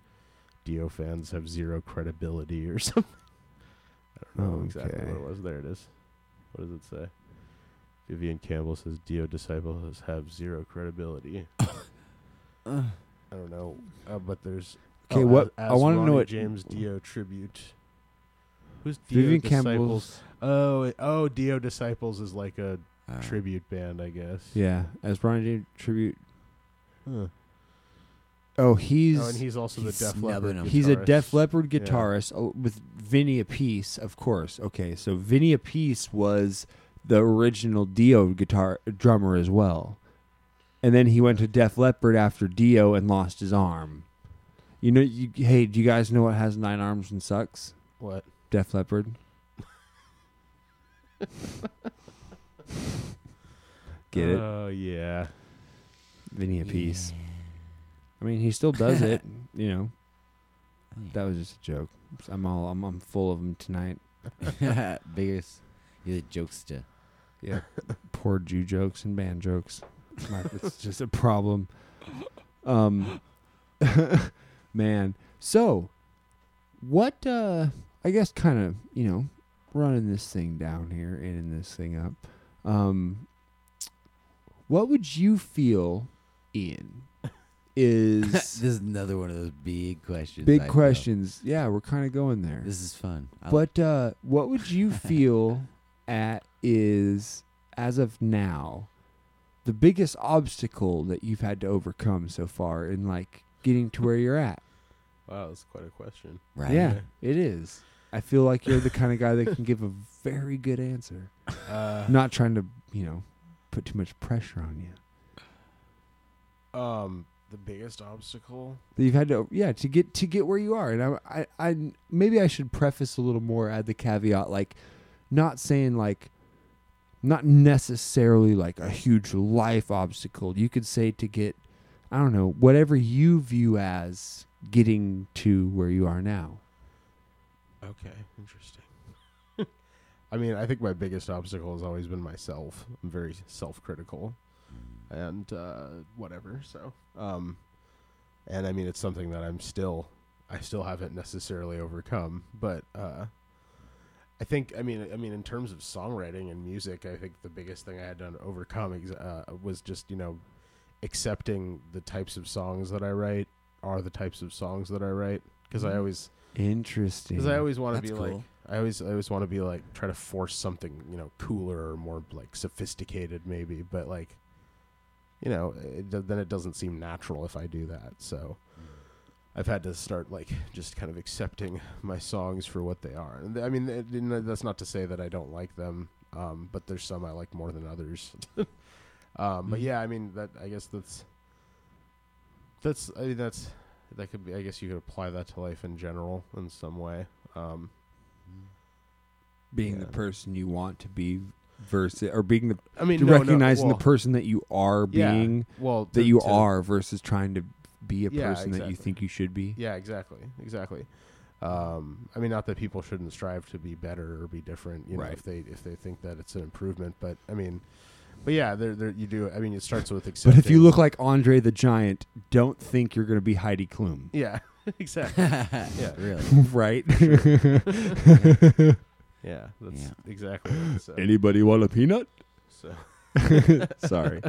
Dio fans have zero credibility or [LAUGHS] something. I don't know exactly Okay. what it was. There it is. What does it say? Vivian Campbell says Dio disciples have zero [LAUGHS] credibility. I don't know, uh, but there's 'Kay, oh, what- as, I wanna know Ronnie what- James Dio tribute. Who's Dio Vivian disciples? Campbell's. Oh, it- oh, Dio Disciples is like a Uh, tribute band, I guess. Yeah, as Brian James tribute. Huh. Oh, he's oh, and he's also he's the Def snubbing Leppard. him. He's a Def guitarist. Leppard Yeah. guitarist oh, with Vinny Appice, of course. Okay, so Vinny Appice was the original Dio guitar drummer as well, and then he went to Def Leppard after Dio and lost his arm. You know, you, hey, do you guys know what has nine arms and sucks? What? Def Leppard. Get it, Oh yeah. Vinny Appice. I mean, he still does it. You know, that was just a joke. I'm all I'm, I'm full of them tonight. [LAUGHS] biggest. He's a jokester. [LAUGHS] Yeah. Poor Jew jokes and band jokes. My- it's just a problem. Um, [LAUGHS] man. So, what, uh, I guess kind of, you know, running this thing down here, ending this thing up. Um, what would you feel, Ian, this is is another one of those big questions. I big feel. questions. Yeah, we're kind of going there. This is fun. I like- But uh, what would [LAUGHS] you feel at is as of now the biggest obstacle that you've had to overcome so far in like getting to where you're at? Wow, that's quite a question. right? Yeah, it is. I feel like you're the kind of guy that can give a very [LAUGHS] good answer. Uh, Not trying to, you know, put too much pressure on you. um, the biggest obstacle. That you've had to, yeah, to get to get where you are. And I, I, I maybe I should preface a little more at the caveat, like, not saying like, not necessarily like a huge life obstacle. You could say to get, I don't know, whatever you view as getting to where you are now. Okay, interesting. [LAUGHS] I mean, I think my biggest obstacle has always been myself. I'm very self-critical, and uh, whatever. So, um, and I mean, it's something that I'm still, I still haven't necessarily overcome. But uh, I think, I mean, I mean, in terms of songwriting and music, I think the biggest thing I had to overcome ex- uh, was just you know accepting the types of songs that I write are the types of songs that I write because I always Interesting. because I always want to That's be like, cool. I always, I always want to be like, try to force something, you know, cooler or more like sophisticated, maybe. But like, you know, it, do- then it doesn't seem natural if I do that. So, I've had to start like just kind of accepting my songs for what they are. And th- I mean, it, you know, that's not to say that I don't like them, um, but there's some I like more than others. [LAUGHS] um, but yeah, I mean, that I guess that's that's I mean that's that could be. I guess you could apply that to life in general in some way. Um, being the Yeah. person you want to be versus or being the I mean, to no, no, recognizing well- the person that you are Yeah, being well, that to- you to- are versus trying to be a Yeah, person that you exactly. think you should be. Yeah, exactly, exactly. Um, I mean, not that people shouldn't strive to be better or be different, you know, Right. if they if they think that it's an improvement. But I mean, but yeah, there there you do. I mean, it starts with But accepting. if you look like Andre the Giant, don't think you're going to be Heidi [LAUGHS] Klum, [LAUGHS] yeah, [LAUGHS] exactly, yeah, really. right? yeah, that's Yeah. exactly. it, So, Anybody want a peanut? so [LAUGHS] Sorry.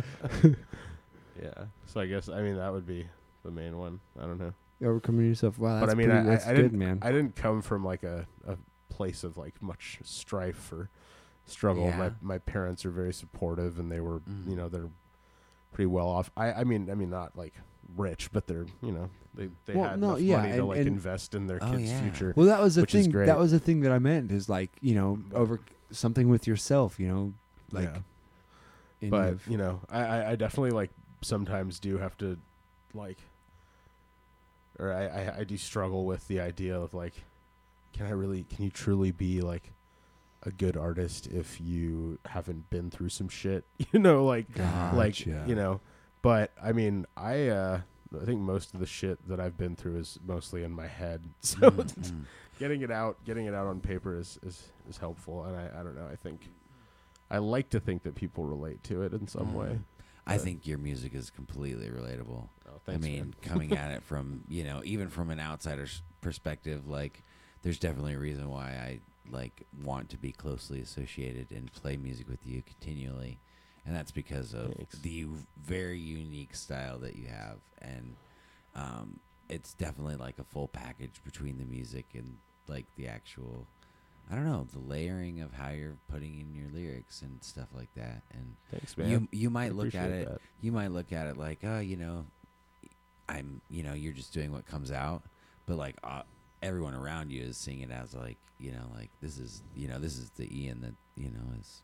yeah, so I guess I mean that would be the main one. I don't know. Overcoming yourself. Wow, that's but I mean, pretty, I, that's I, I good, didn't, man. I didn't come from like a, a place of like much strife or struggle. Yeah. My my parents are very supportive, and they were, Mm. you know, they're pretty well off. I, I mean, I mean, not like rich, but they're, you know, they they Well, had no, enough yeah, money to and- like and- invest in their Oh, kids' yeah. future. well, that was the which is thing. great. That was the thing that I meant is like you know over something with yourself. You know, like. Yeah. in but of- you know, I, I I definitely like sometimes do have to like, or I, I I do struggle with the idea of like, can I really? Can you truly be like? A good artist, if you haven't been through some shit, [LAUGHS] you know, like, like Gotcha. you know. But I mean, I uh, I think most of the shit that I've been through is mostly in my head. [LAUGHS] So getting it out, getting it out on paper is is, is helpful. And I, I don't know. I think I like to think that people relate to it in some way. I think your music is completely relatable. Oh, thanks, I mean, man. [LAUGHS] coming at it from you know, even from an outsider's perspective, like there's definitely a reason why I like want to be closely associated and play music with you continually, and that's because of Thanks. the very unique style that you have, and um, it's definitely like a full package between the music and like the actual. I don't know the layering of how you're putting in your lyrics and stuff like that, and Thanks, man. you you might look at appreciate it. that. You might look at it like, oh, you know, I'm, you know, you're just doing what comes out. But like uh, everyone around you is seeing it as like, you know, like this is, you know, this is the Ian that you know is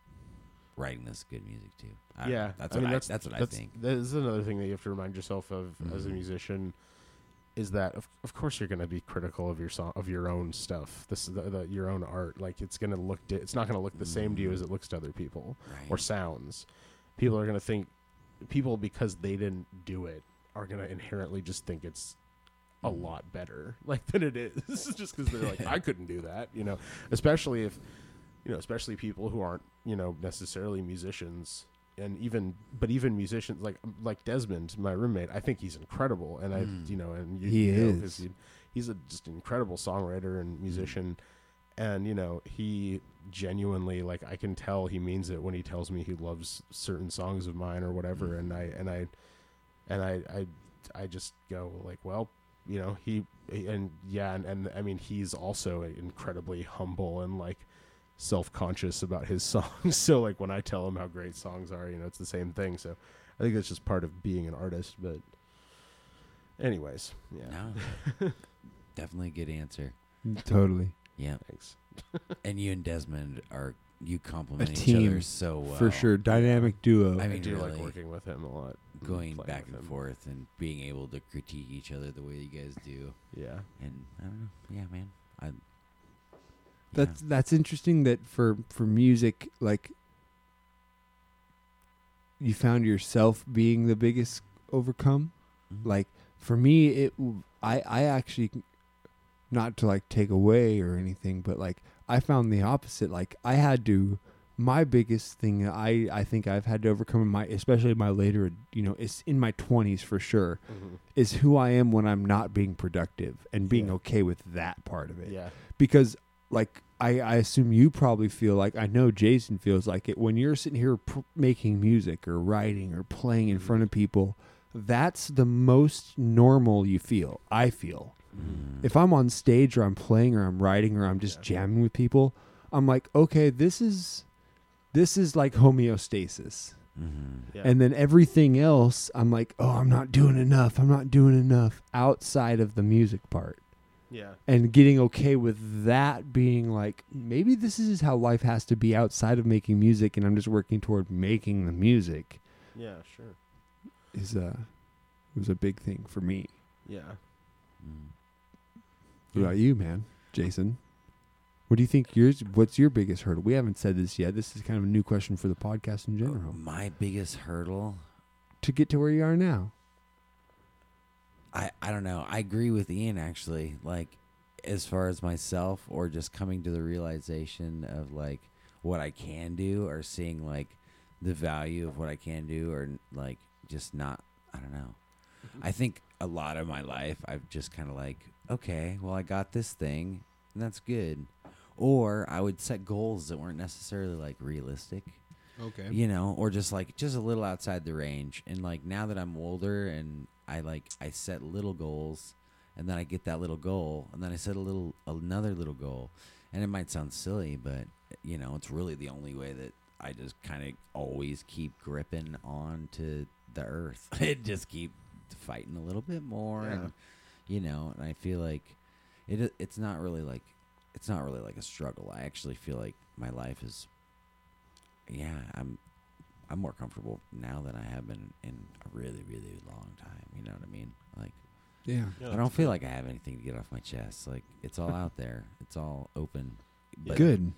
writing this good music too. I don't yeah, know. that's what mean, I, that's, what I think. Mm-hmm. That is another thing that you have to remind yourself of as a musician. Is that of, of course you're going to be critical of your song of your own stuff. This is the, the, your own art. Like it's going to look. Di- it's not going to look the same to you as it looks to other people Mm-hmm. Right. or sounds. People are going to think people because they didn't do it are going to inherently just think it's a lot better [LAUGHS] like than it is just because they're like i couldn't do that you know especially if you know especially people who aren't you know necessarily musicians and even but even musicians like like desmond my roommate i think he's incredible and i you know and you, Mm. He you know, 'cause is. Mm. he- he's a just an incredible songwriter and musician and you know he genuinely like i can tell he means it when he tells me he loves certain songs of mine or Mm. whatever and i and i and I, I, I just go like, well, you know, he, and yeah, and, and I mean, he's also incredibly humble and like self-conscious about his [LAUGHS] songs. so like when I tell him how great songs are, you know, it's the same thing. So I think that's just part of being an artist. But, anyways, yeah, [LAUGHS] No. definitely a good answer. totally. Yeah, thanks. and you and Desmond are you complement each team, other so well For sure. Dynamic duo. I I, mean, do really like working with him a lot. and going playing back with and him. forth and being able to critique each other the way you guys do. Yeah, And I don't know. Yeah, man. I That's that's interesting that for for music like you found yourself being the biggest overcome. Mhm. Like for me it w- I I actually not to like take away or anything but like I found the opposite like I had to my biggest thing I I think I've had to overcome in my especially my later you know it's in my 20s for sure is who I am when I'm not being productive and being okay with that part of it yeah, because like I, I assume you probably feel like I know Jason feels like it when you're sitting here pr- making music or writing or playing in front of people. That's the most normal you feel. I feel if I'm on stage or I'm playing or I'm writing or I'm just jamming with people, I'm like, okay, this is this is like homeostasis. Mm-hmm. yeah. And then everything else, I'm like, oh, I'm not doing enough. I'm not doing enough outside of the music part yeah, and getting okay with that being like maybe this is how life has to be outside of making music and i'm just working toward making the music yeah, sure, is uh was a big thing for me yeah. what about you man jason What do you think yours? What's your biggest hurdle? We haven't said this yet. This is kind of a new question for the podcast in general. My biggest hurdle, To get to where you are now, I I don't know. I agree with Ian actually. Like as far as myself or just coming to the realization of like what I can do or seeing like the value of what I can do or like just not I don't know. I think a lot of my life I've just kind of like okay, well I got this thing and that's good. Or I would set goals that weren't necessarily like realistic. okay, you know or just like just a little outside the range and like now that i'm older and i like i set little goals and then i get that little goal and then i set a little another little goal and it might sound silly but you know it's really the only way that i just kind of always keep gripping on to the earth [LAUGHS] it just keep fighting a little bit more and you know and i feel like it it's not really like it's not really like a struggle i actually feel like my life is yeah, I'm I'm more comfortable now than I have been in a really, really long time. You know what I mean? Like yeah. I don't feel like I have anything to get off my chest. Like it's all out there. It's all open. But, Good.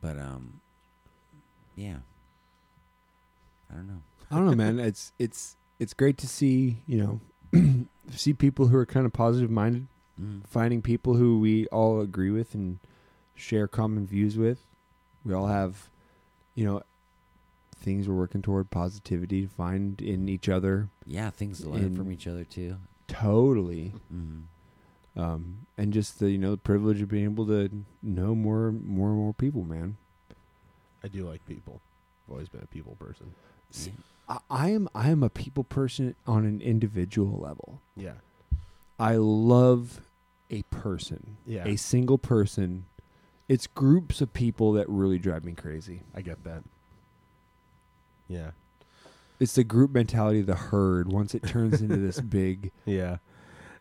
But um yeah. I don't know. I don't know, man. It's it's it's great to see you know [CLEARS THROAT] see people who are kind of positive minded, Mm. finding people who we all agree with and share common views with. We all have, you know, things we're working toward positivity to find in each other. Yeah, things to learn In- from each other too. Totally, Mm-hmm. um, and just the you know the privilege of being able to know more more and more people, man. I do like people. I've always been a people person. I, I am I am a people person on an individual level. Yeah. I love a person, Yeah. a single person. It's groups of people that really drive me crazy. I get that. Yeah. It's the group mentality of the herd. Once it turns into [LAUGHS] this big Yeah.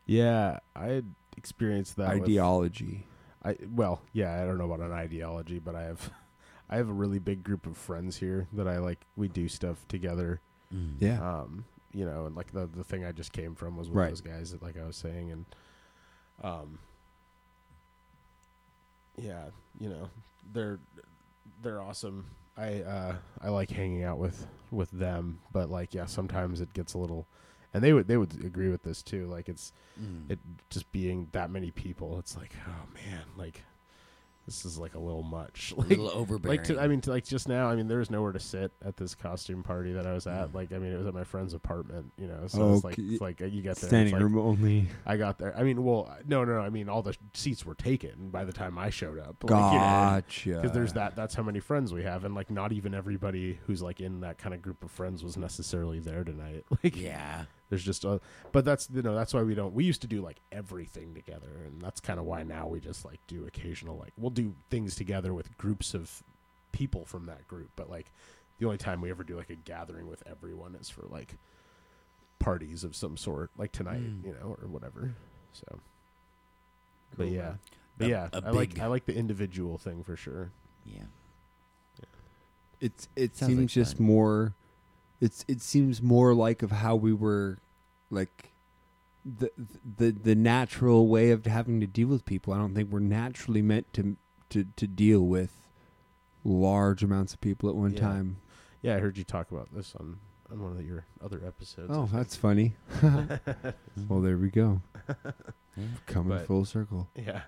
Yeah. I experienced that with- ideology, I well, yeah, I don't know about an ideology, but I have [LAUGHS] I have a really big group of friends here that I like we do stuff together. Mm-hmm. yeah, Um, you know, and like the the thing I just came from was one Right. of those guys that like I was saying and um yeah, you know, they're they're awesome. I uh I like hanging out with with them, but like yeah, sometimes it gets a little and they would they would agree with this too. Like it's Mm. it just being that many people it's like oh man like this is like a little much [LAUGHS] a like little overbearing. like to, i mean to, like just now i mean there was nowhere to sit at this costume party that i was at Mm. like i mean it was at my friend's apartment you know so it's like Okay. it's like you got there standing it's like, room only. i got there i mean well no no no i mean all the seats were taken by the time i showed up Gotcha. because there's that that's how many friends we have and like not even everybody who's like in that kind of group of friends was necessarily there tonight [LAUGHS] like yeah. there's just a, but that's you know that's why we don't. We used to do like everything together, and that's kind of why now we just like do occasional like we'll do things together with groups of people from that group. But like the only time we ever do like a gathering with everyone is for like parties of some sort, like tonight, Mm. you know, or whatever. So, Cool, but yeah, man. but A- yeah, a I like big- I like the individual thing for sure. Yeah. It's it Sounds seems like just fun. more. It's it seems more like of how we were, like, the the the natural way of having to deal with people. I don't think we're naturally meant to to to deal with large amounts of people at one Yeah. time. Yeah, I heard you talk about this on on one of your other episodes. Oh, that's funny. [LAUGHS] well, there we go. Coming But- full circle. Yeah.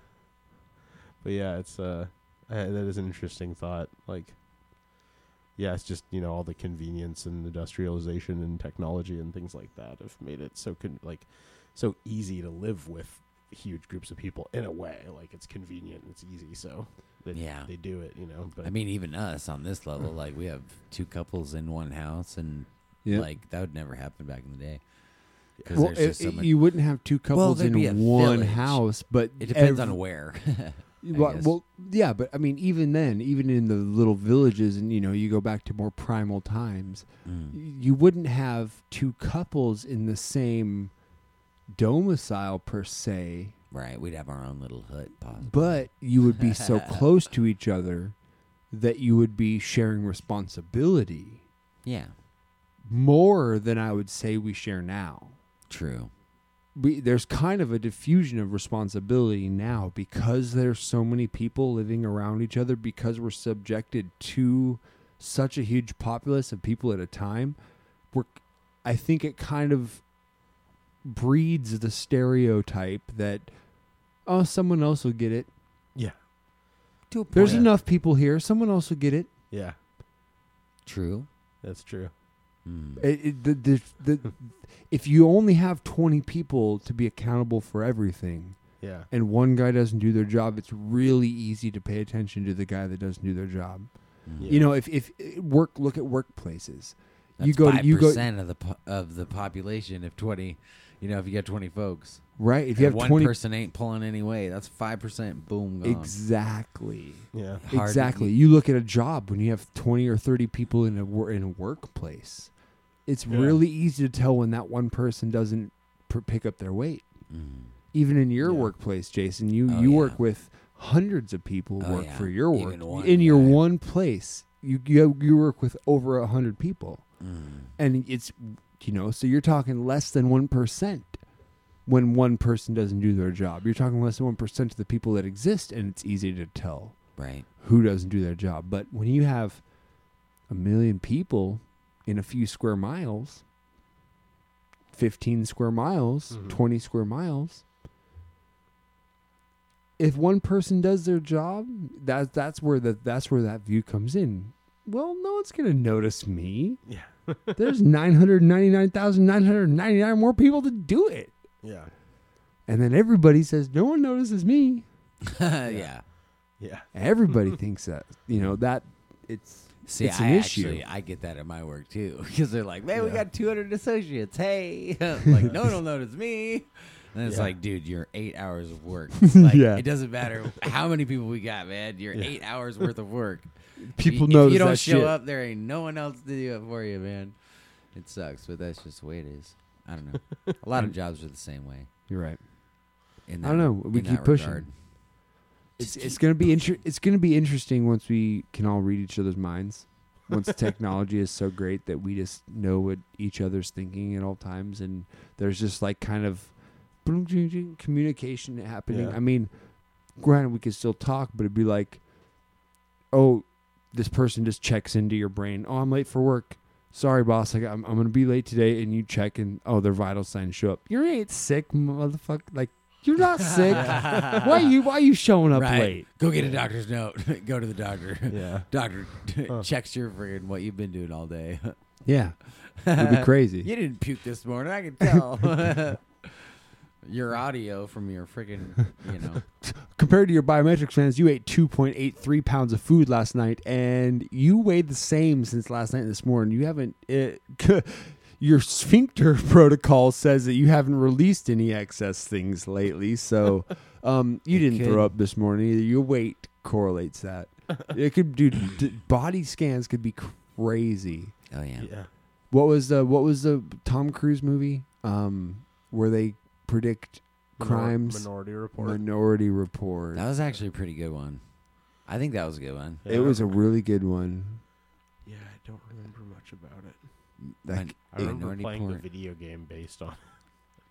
But yeah, it's uh, uh that is an interesting thought. Like yeah, it's just, you know, all the convenience and industrialization and technology and things like that have made it so con- like so easy to live with huge groups of people in a way. Like it's convenient, it's easy, so they, Yeah. they do it, you know. But I mean, even us on this level, like we have two couples in one house, and Yeah. like that would never happen back in the day. 'Cause Well, there's it- just so it- much- you wouldn't have two couples there'd in be a one village. house, but It depends ev- on where. [LAUGHS] I Well, guess. well, yeah, but I mean, even then, even in the little villages, and you know, you go back to more primal times, Mm. y- you wouldn't have two couples in the same domicile per se, Right, we'd have our own little hut, possibly. but you would [LAUGHS] be so close to each other that you would be sharing responsibility yeah, more than I would say we share now. true. we there's kind of a diffusion of responsibility now because there's so many people living around each other because we're subjected to such a huge populace of people at a time we're i think it kind of breeds the stereotype that oh someone else will get it Yeah. there's enough people here someone else will get it Yeah. True. That's true. It, it, the, the, the, if you only have 20 people to be accountable for everything Yeah. and one guy doesn't do their job, it's really easy to pay attention to the guy that doesn't do their job. Mm. You know, if, if eh, work, look at workplaces. That's you go, to, you go, percent of the po- of the population. If twenty, you know, if you got twenty folks, right? If you and one have 20, person ain't pulling any way, that's five percent. Boom, gone. exactly, Yeah. Hard to exactly. You look at a job when you have 20 or 30 people in a, wor- in a workplace, it's really easy to tell when that one person doesn't pr- pick up their weight. even in your workplace, Jason, you Mm. Oh, you yeah. work with hundreds of people who Oh, work yeah. for your Even work one in your guy. one place. You you you work with over a hundred people, Mm. and it's you know so you're talking less than one percent when one person doesn't do their job. You're talking less than one percent of the people that exist, and it's easy to tell Right. [LAUGHS] who doesn't do their job. But when you have a million people in a few square miles, 15 square miles, Mm-hmm. 20 square miles, if one person does their job, that that's where the, that's where that view comes in. Well, no one's going to notice [LAUGHS] me. Yeah. [LAUGHS] There's 999,999 more people to do it. yeah. And then everybody says, "No one notices me." yeah. Yeah. [LAUGHS] Everybody thinks that. You know, that it's See, it's I an actually issue. I get that at my work too [LAUGHS] because they're like, man, we got 200 associates. [LAUGHS] Hey, [LAUGHS] like no one will notice me. And it's Yeah. like, dude, you're eight hours of [LAUGHS] work. It's like, Yeah. It doesn't matter how many people we got, man. You're eight hours worth of work. People if notice you don't that show shit. up, there ain't no one else to do it for you, man. It sucks, but that's just the way it is. I [LAUGHS] don't know. A lot of jobs are the same way. You're right. In I that, don't know. We in keep that pushing. regard. It's, it's gonna be inter- it's gonna be interesting once we can all read each other's minds. [LAUGHS] Once technology is so great that we just know what each other's thinking at all times, and there's just like kind of communication happening. Yeah. I mean, granted, we could still talk, but it'd be like, oh, this person just checks into your brain. Oh, I'm late for work. Sorry, boss. Like, I'm, I'm gonna be late today, and you check, and oh, their vital signs show up. You ain't sick, motherfucker. Like, you're not sick. why you Why you showing up Right. late? Go get a doctor's note. [LAUGHS] Go to the doctor. Yeah. [LAUGHS] Doctor checks your friggin' what you've been doing all [LAUGHS] day. [LAUGHS] Yeah, it'd [LAUGHS] be crazy. you didn't puke this morning. I can tell. [LAUGHS] [LAUGHS] your audio from your friggin', you know. Compared to your biometric fans, you ate 2.83 pounds of food last night, and you weighed the same since last night and this morning. You haven't. It, [LAUGHS] your sphincter [LAUGHS] protocol says that you haven't released any excess things lately, so um, you didn't could- throw up this morning either. Your weight correlates that. It could do. D- body scans could be crazy. Oh yeah. Yeah. What was the What was the Tom Cruise movie? Um, where they predict crimes. Minority report. Minority Report. That was actually a pretty good one. I think that was a good one. It was a really good one. Yeah, I don't remember much about it. That Min- I remember minority playing porn. the video game based on. [LAUGHS]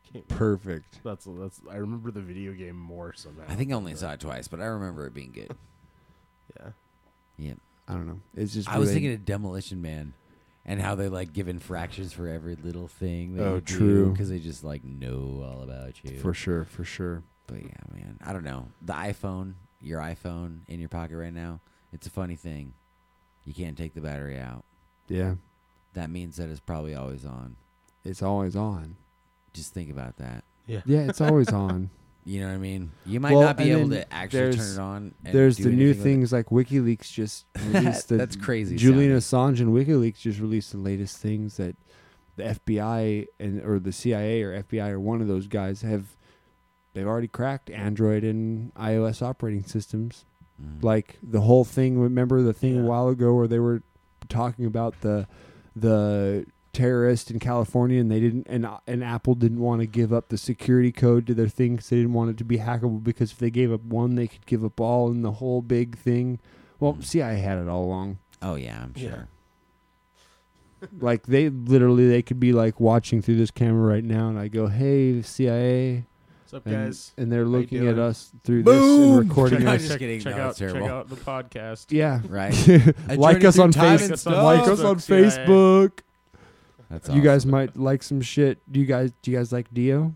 it. Can't- perfect. That's that's. I remember the video game more somehow. I think I only saw it twice, but I remember it being good. Yeah. Yeah. I don't know. It's just I was really- thinking of Demolition Man and how they like give infractions for every little thing. They Oh, true. Because they just like know all about you. for sure, for sure. But yeah, man, I don't know. The iPhone, your iPhone in your pocket right now, it's a funny thing. You can't take the battery out. Yeah, That means that it's probably always on. it's always on. Just think about that. Yeah, [LAUGHS] it's always on. You know what I mean? You might Well, not be and able then to actually turn there's- it on. And There's do the new anything with things like WikiLeaks [LAUGHS] just released. The, That's crazy Julian Assange and WikiLeaks just released the latest things that the FBI and or the CIA or FBI or one of those guys have. They've already cracked Android and iOS operating systems. it. Mm. like the whole thing remember the thing Yeah. a while ago where they were talking about the the terrorist in California and they didn't and and Apple didn't want to give up the security code to their thing cuz they didn't want it to be hackable because if they gave up one they could give up all and the whole big thing well Mm. see I had it all along Oh yeah, I'm Yeah. sure. like they literally they could be like watching through this camera right now, and I go, "Hey, CIA," What's up, and, guys? and they're How you looking at doing? us through this Boom! and recording Check out- us. just kidding. Check No, out, it's terrible. check out the podcast. Yeah, Right. [LAUGHS] A like journey us through on time and Facebook. stuff. Like us on Yeah, yeah. Facebook. That's You guys might like some shit. Do you guys? Do you guys like Dio?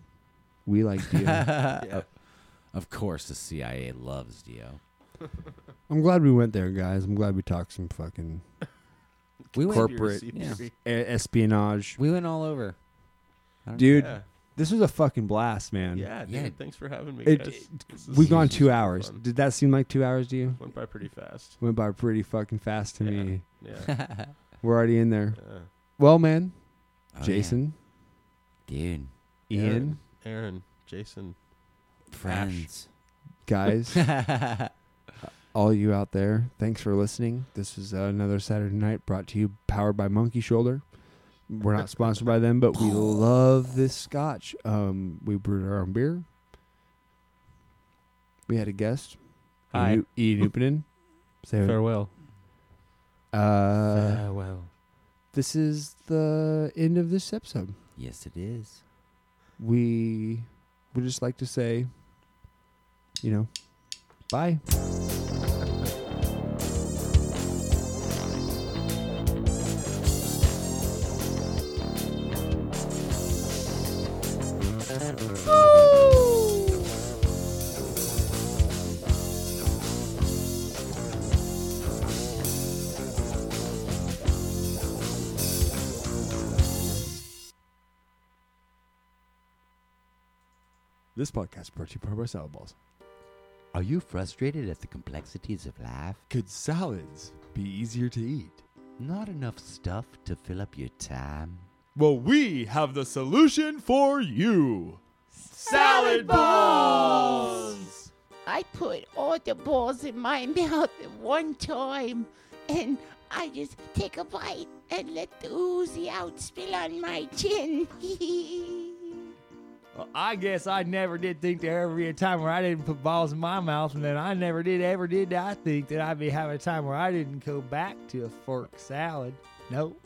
We like Dio. Of course, the CIA loves Dio. I'm glad we went there, guys. I'm glad we talked some fucking We went, [LAUGHS] corporate yeah. e- espionage, we went all over. [LAUGHS] dude. Yeah. This was a fucking blast, man. Yeah, dude. Yeah. Thanks for having me. It- guys. it- This is- We've gone this two is hours. fun. Did that seem like two hours to you? Went by pretty fast. Went by pretty fucking fast to me. [LAUGHS] Yeah. We're already in there. yeah. Well, man, Oh, yeah. Jason, Dude. Ian, Aaron, Jason. Friends. guys, all you out there, thanks for listening. This is uh, another Saturday night brought to you, powered by Monkey Shoulder. We're not sponsored by them, but we love this scotch. Um, we brewed our own beer. We had a guest, Hi. Ian, Ian Upinen. Say Farewell. Uh, Farewell. this is the end of this episode. [LAUGHS] yes, it is. We would just like to say, you know, bye. This podcast is brought to you by our salad balls. Are you frustrated at the complexities of life? Could salads be easier to eat? Not enough stuff to fill up your time? Well, we have the solution for you. Salad balls. I put all the balls in my [LAUGHS] mouth at one time, and I just take a bite and let the oozy out spill on my chin. [LAUGHS] Well, I guess I never did think there ever be a time where I didn't put balls in my mouth, and then I never did ever did I think that I'd be having a time where I didn't go back to a fork salad. Nope.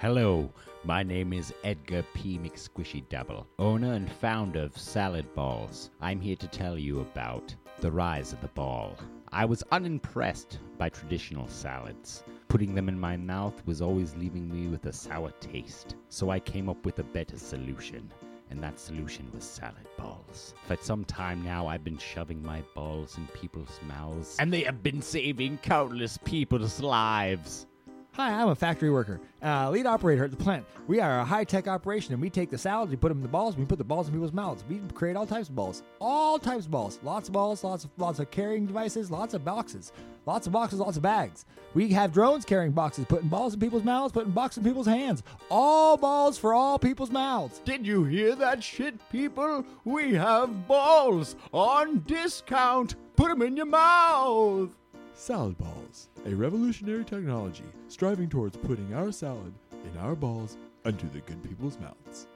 Hello, my name is Edgar P. McSquishy Double, owner and founder of Salad Balls. I'm here to tell you about the rise of the ball. I was unimpressed by traditional salads. Putting them in my mouth was always leaving me with a sour taste, so I came up with a better solution. And that solution was salad balls. For some time now, I've been shoving my balls in people's mouths, and they have been saving countless people's lives. Hi, I'm a factory worker, uh, lead operator at the plant. We are a high tech operation, and we take the salads, we put them in the balls, we put the balls in people's mouths. We create all types of balls, all types of balls, lots of balls, lots of lots of carrying devices, lots of boxes, lots of boxes, lots of bags. We have drones carrying boxes, putting balls in people's mouths, putting boxes in people's hands. All balls for all people's mouths. Did you hear that shit, people? We have balls on discount. Put them in your mouth. Salad balls, a revolutionary technology striving towards putting our salad in our balls unto the good people's mouths.